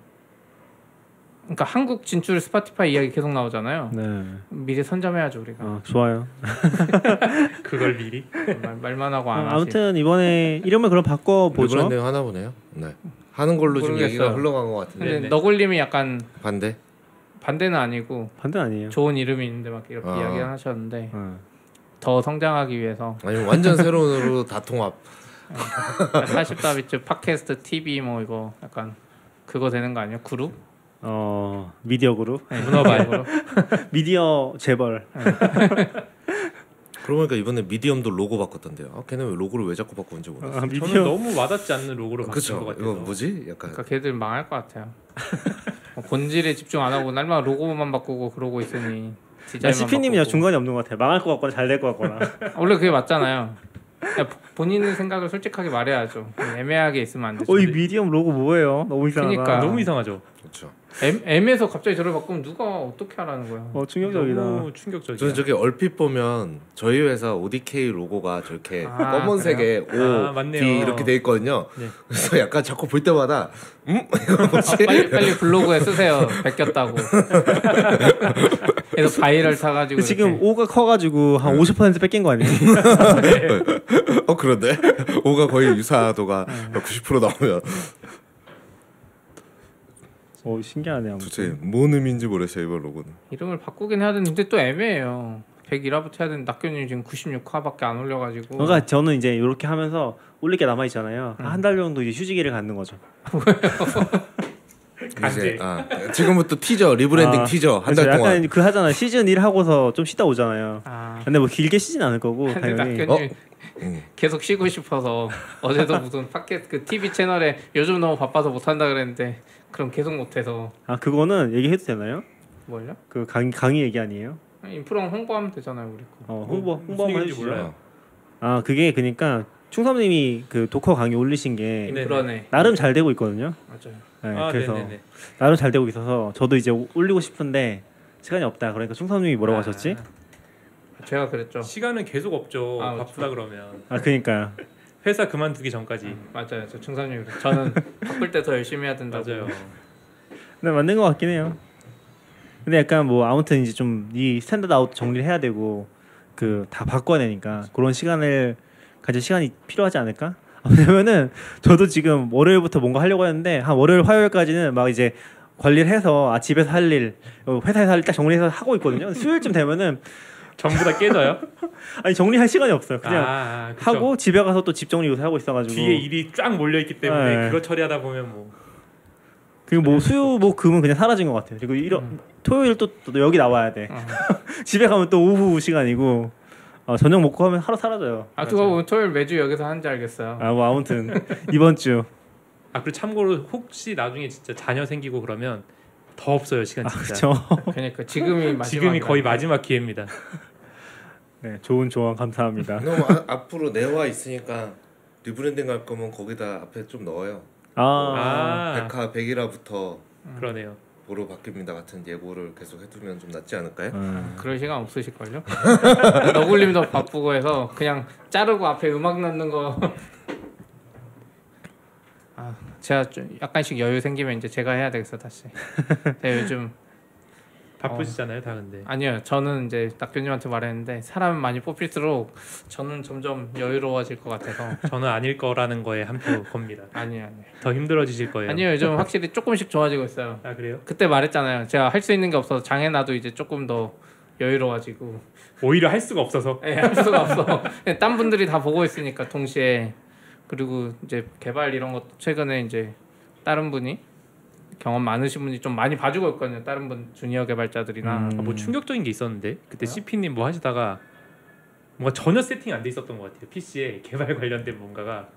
Speaker 6: 그러니까 한국 진출 스파티파이 이야기 계속 나오잖아요.
Speaker 4: 네.
Speaker 6: 미리 선점해야죠 어, 우리가.
Speaker 4: 아, 좋아요.
Speaker 3: 그걸 미리.
Speaker 6: 말, 만 하고 안
Speaker 4: 아,
Speaker 6: 하지.
Speaker 4: 아무튼 이번에 이름을 그럼 바꿔
Speaker 5: 일부러
Speaker 4: 보죠.
Speaker 5: 내용 하나 보네요. 네. 하는 걸로 지금
Speaker 6: 어, 모르겠어요.
Speaker 5: 얘기가 흘러간 것 같은데
Speaker 6: 근데
Speaker 3: 네네.
Speaker 6: 너굴님이 약간
Speaker 5: 반대.
Speaker 6: 반대는 아니고
Speaker 4: 반대 아니에요.
Speaker 6: 좋은 이름이 있는데 막 이렇게
Speaker 5: 아.
Speaker 6: 이야기를 하셨는데
Speaker 4: 어.
Speaker 6: 더 성장하기 위해서
Speaker 5: 아니면 완전 새로운으로 다 통합.
Speaker 6: 40다비츠 팟캐스트 TV 뭐 이거 약간 그거 되는 거 아니에요? 그룹? 네,
Speaker 4: 어, 미디어 그룹,
Speaker 6: 문어발으로
Speaker 4: 미디어 재벌.
Speaker 5: 그러고 보니까 이번에 미디엄도 로고 바꿨던데요. 아, 걔네 왜 로고를 왜 자꾸 바꾸는지 모르겠어요.
Speaker 4: 아,
Speaker 3: 저는
Speaker 4: 미디어
Speaker 3: 너무 와닿지 않는 로고로 바뀐 것
Speaker 5: 그렇죠. 이거
Speaker 3: 같아서.
Speaker 5: 뭐지? 약간
Speaker 6: 그러니까 걔들 망할 것 같아요. 어, 본질에 집중 안 하고 날마다 로고만 바꾸고 그러고 있으니
Speaker 4: 야,
Speaker 6: 디자인만
Speaker 4: CP님이야
Speaker 6: 바꾸고.
Speaker 4: 중간이 없는 것 같아. 망할 것 같거나 잘 될 것 같거나.
Speaker 6: 원래 그게 맞잖아요. 야, 보- 본인의 생각을 솔직하게 말해야죠. 애매하게 있으면 안 되죠.
Speaker 4: 어, 이 미디엄 로고 뭐예요? 너무 이상하다.
Speaker 6: 그러니까.
Speaker 3: 너무 이상하죠.
Speaker 5: 그렇죠.
Speaker 6: M, M에서 갑자기 저를 바꾸면 누가 어떻게 하라는 거야?
Speaker 4: 어, 충격적이다.
Speaker 3: 너무 충격적이야.
Speaker 5: 저는 저게 얼핏 보면 저희 회사 ODK 로고가 저렇게
Speaker 6: 아,
Speaker 5: 검은색에 O,
Speaker 3: 아, 맞네요.
Speaker 5: D 이렇게 돼 있거든요.
Speaker 3: 네.
Speaker 5: 그래서 약간 자꾸 볼 때마다 음? 이거
Speaker 6: 아,
Speaker 5: 뭐지?
Speaker 6: 빨리 빨리 블로그에 쓰세요. 베꼈다고. 그래서 바이럴 타가지고
Speaker 4: 근데 지금
Speaker 6: 이렇게. 네.
Speaker 4: O가 커가지고 한 50% 뺏긴 거 아니에요?
Speaker 5: 어 그런데 O가 거의 유사도가 90% 나오면
Speaker 4: 어, 신기하네. 아무튼.
Speaker 5: 도대체 뭔 의미인지 모르겠어요 이번 로고는.
Speaker 6: 이름을 바꾸긴 해야 되는데 또 애매해요. 101화부터 해야 되는데 낙견이 지금 96화밖에 안 올려가지고
Speaker 4: 뭔가 저는 이제 이렇게 하면서 올릴 게 남아 있잖아요.
Speaker 6: 음.
Speaker 4: 한 달 정도 이제 휴지기를 갖는 거죠.
Speaker 5: 이제 아, 지금부터 티저 리브랜딩
Speaker 4: 아,
Speaker 5: 티저
Speaker 3: 어,
Speaker 5: 한
Speaker 4: 그래서
Speaker 5: 달 동안.
Speaker 4: 약간 그 하잖아요. 시즌 1 하고서 좀 쉬다 오잖아요.
Speaker 6: 아 그러니까 그
Speaker 4: 근데 뭐 길게 쉬진 않을 거고
Speaker 6: 근데
Speaker 4: 뭐 당연히.
Speaker 6: 낙견이 계속 쉬고 싶어서 어제도 무슨 팟캐스트 그 TV 채널에 요즘 너무 바빠서 못한다 그랬는데 그럼 계속 못해서
Speaker 4: 아 그거는 얘기해도 되나요?
Speaker 6: 뭘요?
Speaker 4: 그 강의, 강의 얘기 아니에요?
Speaker 6: 인프랑 홍보하면 되잖아요 우리 거.
Speaker 4: 어, 홍보
Speaker 3: 무슨
Speaker 4: 홍보 한번
Speaker 3: 얘기인지
Speaker 4: 해주시죠.
Speaker 3: 몰라요.
Speaker 4: 아 그게 그러니까 충섭님이 그 독허 강의 올리신 게
Speaker 3: 네.
Speaker 6: 인프라네
Speaker 4: 나름 잘 되고 있거든요.
Speaker 6: 맞아요.
Speaker 4: 네,
Speaker 3: 아,
Speaker 4: 그래서
Speaker 3: 네네네.
Speaker 4: 나름 잘 되고 있어서 저도 이제 올리고 싶은데 시간이 없다. 그러니까 충섭님이 뭐라고
Speaker 3: 아.
Speaker 4: 하셨지?
Speaker 6: 제가 그랬죠.
Speaker 3: 시간은 계속 없죠.
Speaker 6: 아,
Speaker 3: 바쁘다 그러면
Speaker 4: 아 그러니까
Speaker 3: 회사 그만두기 전까지.
Speaker 6: 맞아요. 저 중삼님 그랬죠. 저는 바쁠 때 더 열심히 해야 음, 된다고.
Speaker 3: 맞아요.
Speaker 4: 네 맞는 것 같긴 해요. 근데 약간 뭐 아무튼 이제 좀 이 스탠다드 아웃 정리를 해야 되고 그 다 바꿔내니까 그런 시간을 가질 시간이 필요하지 않을까? 왜냐면은 저도 지금 월요일부터 뭔가 하려고 했는데 한 월요일 화요일까지는 막 이제 관리를 해서 아 집에서 할 일, 어, 회사에서 할 일 딱 정리해서 하고 있거든요. 수요일쯤 되면은
Speaker 3: 전부 다 깨져요?
Speaker 4: 아니 정리할 시간이 없어요. 그냥
Speaker 3: 아, 아, 그쵸.
Speaker 4: 하고 집에 가서 또 집 정리 요새 하고 있어가지고
Speaker 3: 뒤에 일이 쫙 몰려 있기 때문에
Speaker 4: 네.
Speaker 3: 그거 처리하다 보면 뭐
Speaker 4: 그리고
Speaker 6: 네.
Speaker 4: 뭐 수요 뭐 금은 그냥 사라진 것 같아요. 그리고 이런
Speaker 6: 음.
Speaker 4: 토요일 또, 또 여기 나와야 돼.
Speaker 6: 어.
Speaker 4: 집에 가면 또 오후 시간이고 어, 저녁 먹고 하면 하루 사라져요.
Speaker 6: 아 그거 보면 토요일 매주 여기서 하는지 알겠어요.
Speaker 4: 아 뭐 아무튼 이번 주
Speaker 3: 아 그리고 참고로 혹시 나중에 진짜 자녀 생기고 그러면 더 없어요 시간 진짜
Speaker 4: 그렇죠.
Speaker 6: 그러니까 지금이 마지막.
Speaker 3: 아, 지금이 거의 마지막 기회입니다
Speaker 4: 네 좋은 조언 감사합니다.
Speaker 5: 너무 아, 앞으로 내화 있으니까 리브랜딩 할 거면 거기다 앞에 좀 넣어요.
Speaker 4: 아,
Speaker 3: 아, 음,
Speaker 5: 백화 백이라부터
Speaker 3: 그러네요
Speaker 5: 보로 바뀝니다 같은 예고를 계속 해두면 좀 낫지 않을까요?
Speaker 4: 음.
Speaker 6: 그럴 시간 없으실걸요? 너굴님도 바쁘고 해서 그냥 자르고 앞에 음악 넣는 거. 아, 제가 좀 약간씩 여유 생기면 이제 제가 해야 되겠어 다시. 제가 요즘
Speaker 3: 바쁘시잖아요 다 근데
Speaker 6: 아니요, 저는 이제 낙교님한테 말했는데 사람 많이 뽑힐수록 저는 점점 여유로워질 것 같아서
Speaker 3: 저는 아닐 거라는 거에 한 표 겁니다
Speaker 6: 아니요, 아니요.
Speaker 3: 더 힘들어지실 거예요
Speaker 6: 아니요, 요즘 확실히 조금씩 좋아지고 있어요.
Speaker 3: 아 그래요?
Speaker 6: 그때 말했잖아요. 제가 할 수 있는 게 없어서 장애나도 이제 조금 더 여유로워지고
Speaker 3: 오히려 할 수가 없어서
Speaker 6: 예, 할 수가 없어. 예, 딴 분들이 다 보고 있으니까 동시에 그리고 이제 개발 이런 것도 최근에 이제 다른 분이 경험 많으신 분이 좀 많이 봐주고 있거든요. 다른 분 주니어 개발자들이나
Speaker 3: 아, 뭐 충격적인 게 있었는데 그때 CP님 뭐 하시다가 뭔가 전혀 세팅이 안 돼 있었던 것 같아요 PC에 개발 관련된 뭔가가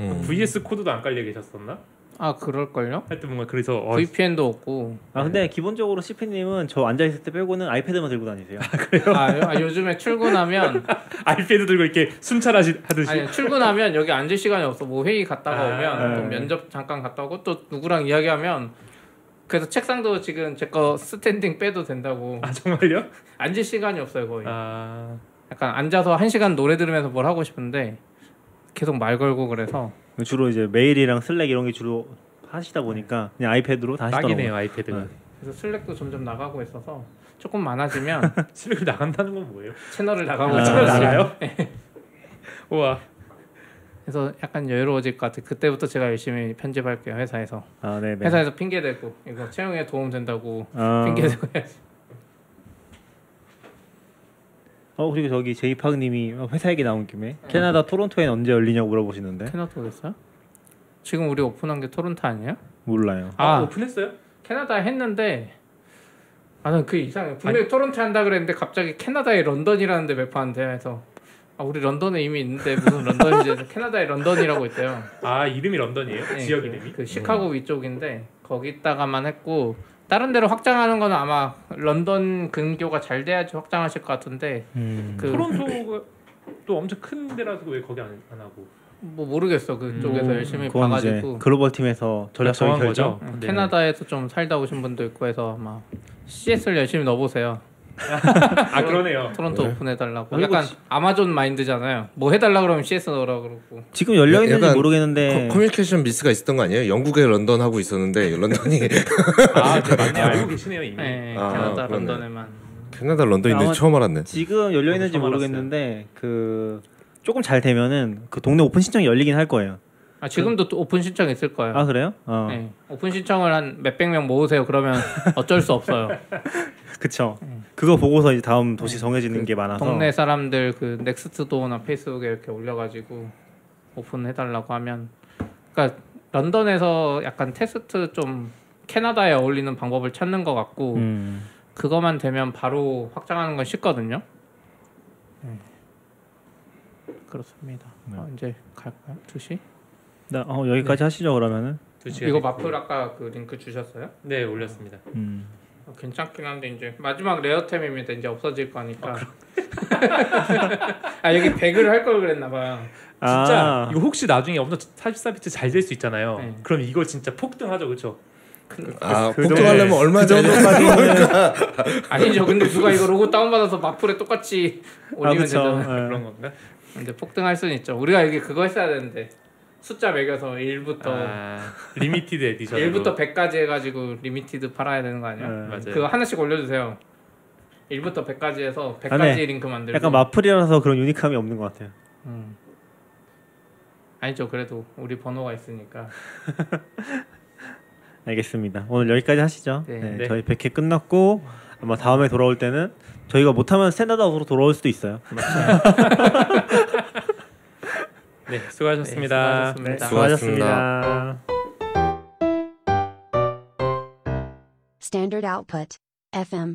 Speaker 5: 음.
Speaker 3: VS 코드도 안 깔려 계셨었나?
Speaker 6: 아 그럴걸요?
Speaker 3: 하여튼 뭔가 그래서 어,
Speaker 6: VPN도 없고
Speaker 4: 아 근데 기본적으로 CP님은 저 앉아 있을 때 빼고는 아이패드만 들고 다니세요.
Speaker 6: 아, 요- 아, 요즘에 출근하면
Speaker 3: 아이패드 들고 이렇게 순찰하듯이
Speaker 6: 아니 출근하면 여기 앉을 시간이 없어 뭐 회의 갔다가
Speaker 3: 아,
Speaker 6: 오면 또
Speaker 4: 네.
Speaker 6: 면접 잠깐 갔다 오고 또 누구랑 이야기하면 그래서 책상도 지금 제 거 스탠딩 빼도 된다고
Speaker 3: 아 정말요?
Speaker 6: 앉을 시간이 없어요 거의
Speaker 3: 아
Speaker 6: 약간 앉아서 한 시간 노래 들으면서 뭘 하고 싶은데 계속 말 걸고 그래서
Speaker 4: 주로 이제 메일이랑 슬랙 이런 게 주로 하시다 보니까
Speaker 6: 네.
Speaker 4: 그냥 아이패드로 다 하시더라고요.
Speaker 3: 딱이네요 아이패드가
Speaker 6: 그래서 슬랙도 점점 나가고 있어서 조금 많아지면
Speaker 3: 실력 나간다는 건 뭐예요?
Speaker 6: 채널을 나가고
Speaker 4: 아,
Speaker 6: 있어요.
Speaker 3: 나가요? 우와
Speaker 6: 그래서 약간 여유로워질 것 같아요 그때부터 제가 열심히 편집할게요 회사에서
Speaker 4: 아 네네.
Speaker 6: 회사에서 핑계 대고 이거 채용에 도움 된다고
Speaker 4: 아,
Speaker 6: 핑계 대고
Speaker 4: 어 그리고 저기 제이팍님이 회사 얘기 나온 김에
Speaker 6: 아.
Speaker 4: 캐나다 토론토엔 언제 열리냐고 물어보시는데
Speaker 6: 캐나다 오겠어요? 지금 우리 오픈한 게 토론토 아니에요?
Speaker 4: 몰라요.
Speaker 3: 아,
Speaker 6: 아
Speaker 3: 오픈했어요?
Speaker 6: 캐나다 했는데 아난그 이상해 분명히 토론토 한다 그랬는데 갑자기 캐나다의 런던이라는 데 배포한 대회에서 아 우리 런던에 이미 있는데 무슨 런던인지 해서 캐나다의 런던이라고 있대요
Speaker 3: 아 이름이 런던이에요?
Speaker 6: 네,
Speaker 3: 지역
Speaker 6: 그-
Speaker 3: 이름이?
Speaker 6: 그 시카고 위쪽인데 거기다가만 했고 다른 데로 확장하는 건 아마 런던 근교가 잘 돼야지 확장하실 것 같은데 그 뭐
Speaker 3: 음. 토론토가 또 엄청 큰 데라서 왜 거기 안, 안 하고
Speaker 6: 뭐 모르겠어 그쪽에서
Speaker 5: 음.
Speaker 6: 열심히
Speaker 4: 음, 그건 이제
Speaker 6: 봐가지고
Speaker 4: 글로벌 팀에서 전략적인
Speaker 3: 정한
Speaker 4: 결정.
Speaker 3: 거죠?
Speaker 6: 어,
Speaker 3: 네.
Speaker 6: 캐나다에서 좀 살다 오신 분도 있고 해서 아마 CS를 열심히 넣어보세요.
Speaker 3: 아 그러네요
Speaker 6: 토론토 오픈해달라고.
Speaker 4: 아니,
Speaker 6: 약간 아마존 마인드잖아요. 뭐 해달라 그러면 CS 넣으라 그러고.
Speaker 4: 지금 열려 있는지
Speaker 5: 약간
Speaker 4: 모르겠는데
Speaker 5: 커, 커뮤니케이션 미스가 있었던 거 아니에요? 영국에 런던 하고 있었는데 런던이
Speaker 3: 아 네, 맞네요 알고 계시네요 이미
Speaker 6: 네,
Speaker 5: 아,
Speaker 6: 캐나다
Speaker 5: 그러네.
Speaker 6: 런던에만.
Speaker 5: 캐나다 런던 있는지
Speaker 4: 아마-
Speaker 5: 처음 알았네.
Speaker 4: 지금 열려 있는지
Speaker 3: 저도 처음
Speaker 4: 모르겠는데 그 조금 잘 되면은 그 동네 오픈 신청이 열리긴 할 거예요.
Speaker 6: 아 지금도 또 오픈 신청 있을 거예요.
Speaker 4: 아 그래요? 어
Speaker 6: 네, 오픈 신청을 한 몇백 명 모으세요. 그러면 어쩔 수 없어요.
Speaker 4: 그쵸. 그거 보고서 이제 다음 도시 정해지는 게
Speaker 6: 네.
Speaker 4: 많아서
Speaker 6: 그 동네 사람들 그 넥스트도어나 페이스북에 이렇게 올려가지고 오픈해달라고 하면. 그러니까 런던에서 약간 테스트 좀 캐나다에 어울리는 방법을 찾는 것 같고
Speaker 2: 음.
Speaker 6: 그거만 되면 바로 확장하는 건 쉽거든요. 네. 그렇습니다.
Speaker 4: 네.
Speaker 6: 어, 이제 갈까요? 2시?
Speaker 4: 나- 어, 여기까지
Speaker 6: 네.
Speaker 4: 하시죠 그러면은.
Speaker 3: 두 시간
Speaker 6: 이거
Speaker 3: 됐고.
Speaker 6: 마플 아까 그 링크 주셨어요?
Speaker 3: 네 올렸습니다
Speaker 6: 어, 괜찮긴 한데 이제 마지막 레어템입니다. 이제 없어질 거니까. 아 여기 100을 할 걸 그랬나 봐요.
Speaker 3: 진짜
Speaker 4: 아,
Speaker 3: 이거 혹시 나중에 엄청 44비트 잘 될 수 있잖아요
Speaker 6: 네.
Speaker 3: 그럼 이거 진짜 폭등하죠 그렇죠?
Speaker 5: 아
Speaker 4: 그
Speaker 5: 폭등하려면 얼마 전에
Speaker 6: 아니죠. 근데 누가 이거 로고 다운 받아서 마플에 똑같이
Speaker 4: 아
Speaker 6: 올리면
Speaker 4: 그쵸.
Speaker 6: 되잖아요.
Speaker 4: 예.
Speaker 3: 그런 건가?
Speaker 6: 근데 폭등할 수는 있죠. 우리가 여기 그거 했어야 되는데 숫자 매겨서 1부터
Speaker 3: 아, 리미티드 에디션으로 네,
Speaker 6: 1부터 100까지 해가지고 리미티드 팔아야 되는 거 아니야?
Speaker 4: 예.
Speaker 3: 음, 맞아요
Speaker 6: 그거 하나씩 올려주세요. 1부터 100까지 해서 100까지
Speaker 4: 네.
Speaker 6: 링크 만들고
Speaker 4: 약간 마플이라서 그런 유니크함이 없는 것 같아요.
Speaker 6: 아니죠 그래도 우리 번호가 있으니까
Speaker 4: 알겠습니다. 오늘 여기까지 하시죠.
Speaker 6: 네.
Speaker 4: 네,
Speaker 3: 네.
Speaker 4: 저희 100회 끝났고 아마 다음에 돌아올 때는 저희가 못하면 스탠다드업으로 돌아올 수도 있어요.
Speaker 3: 네
Speaker 6: 네,
Speaker 3: 수고하셨습니다
Speaker 6: 수고하셨습니다.
Speaker 4: 수고하셨습니다.
Speaker 1: Standard Output. FM.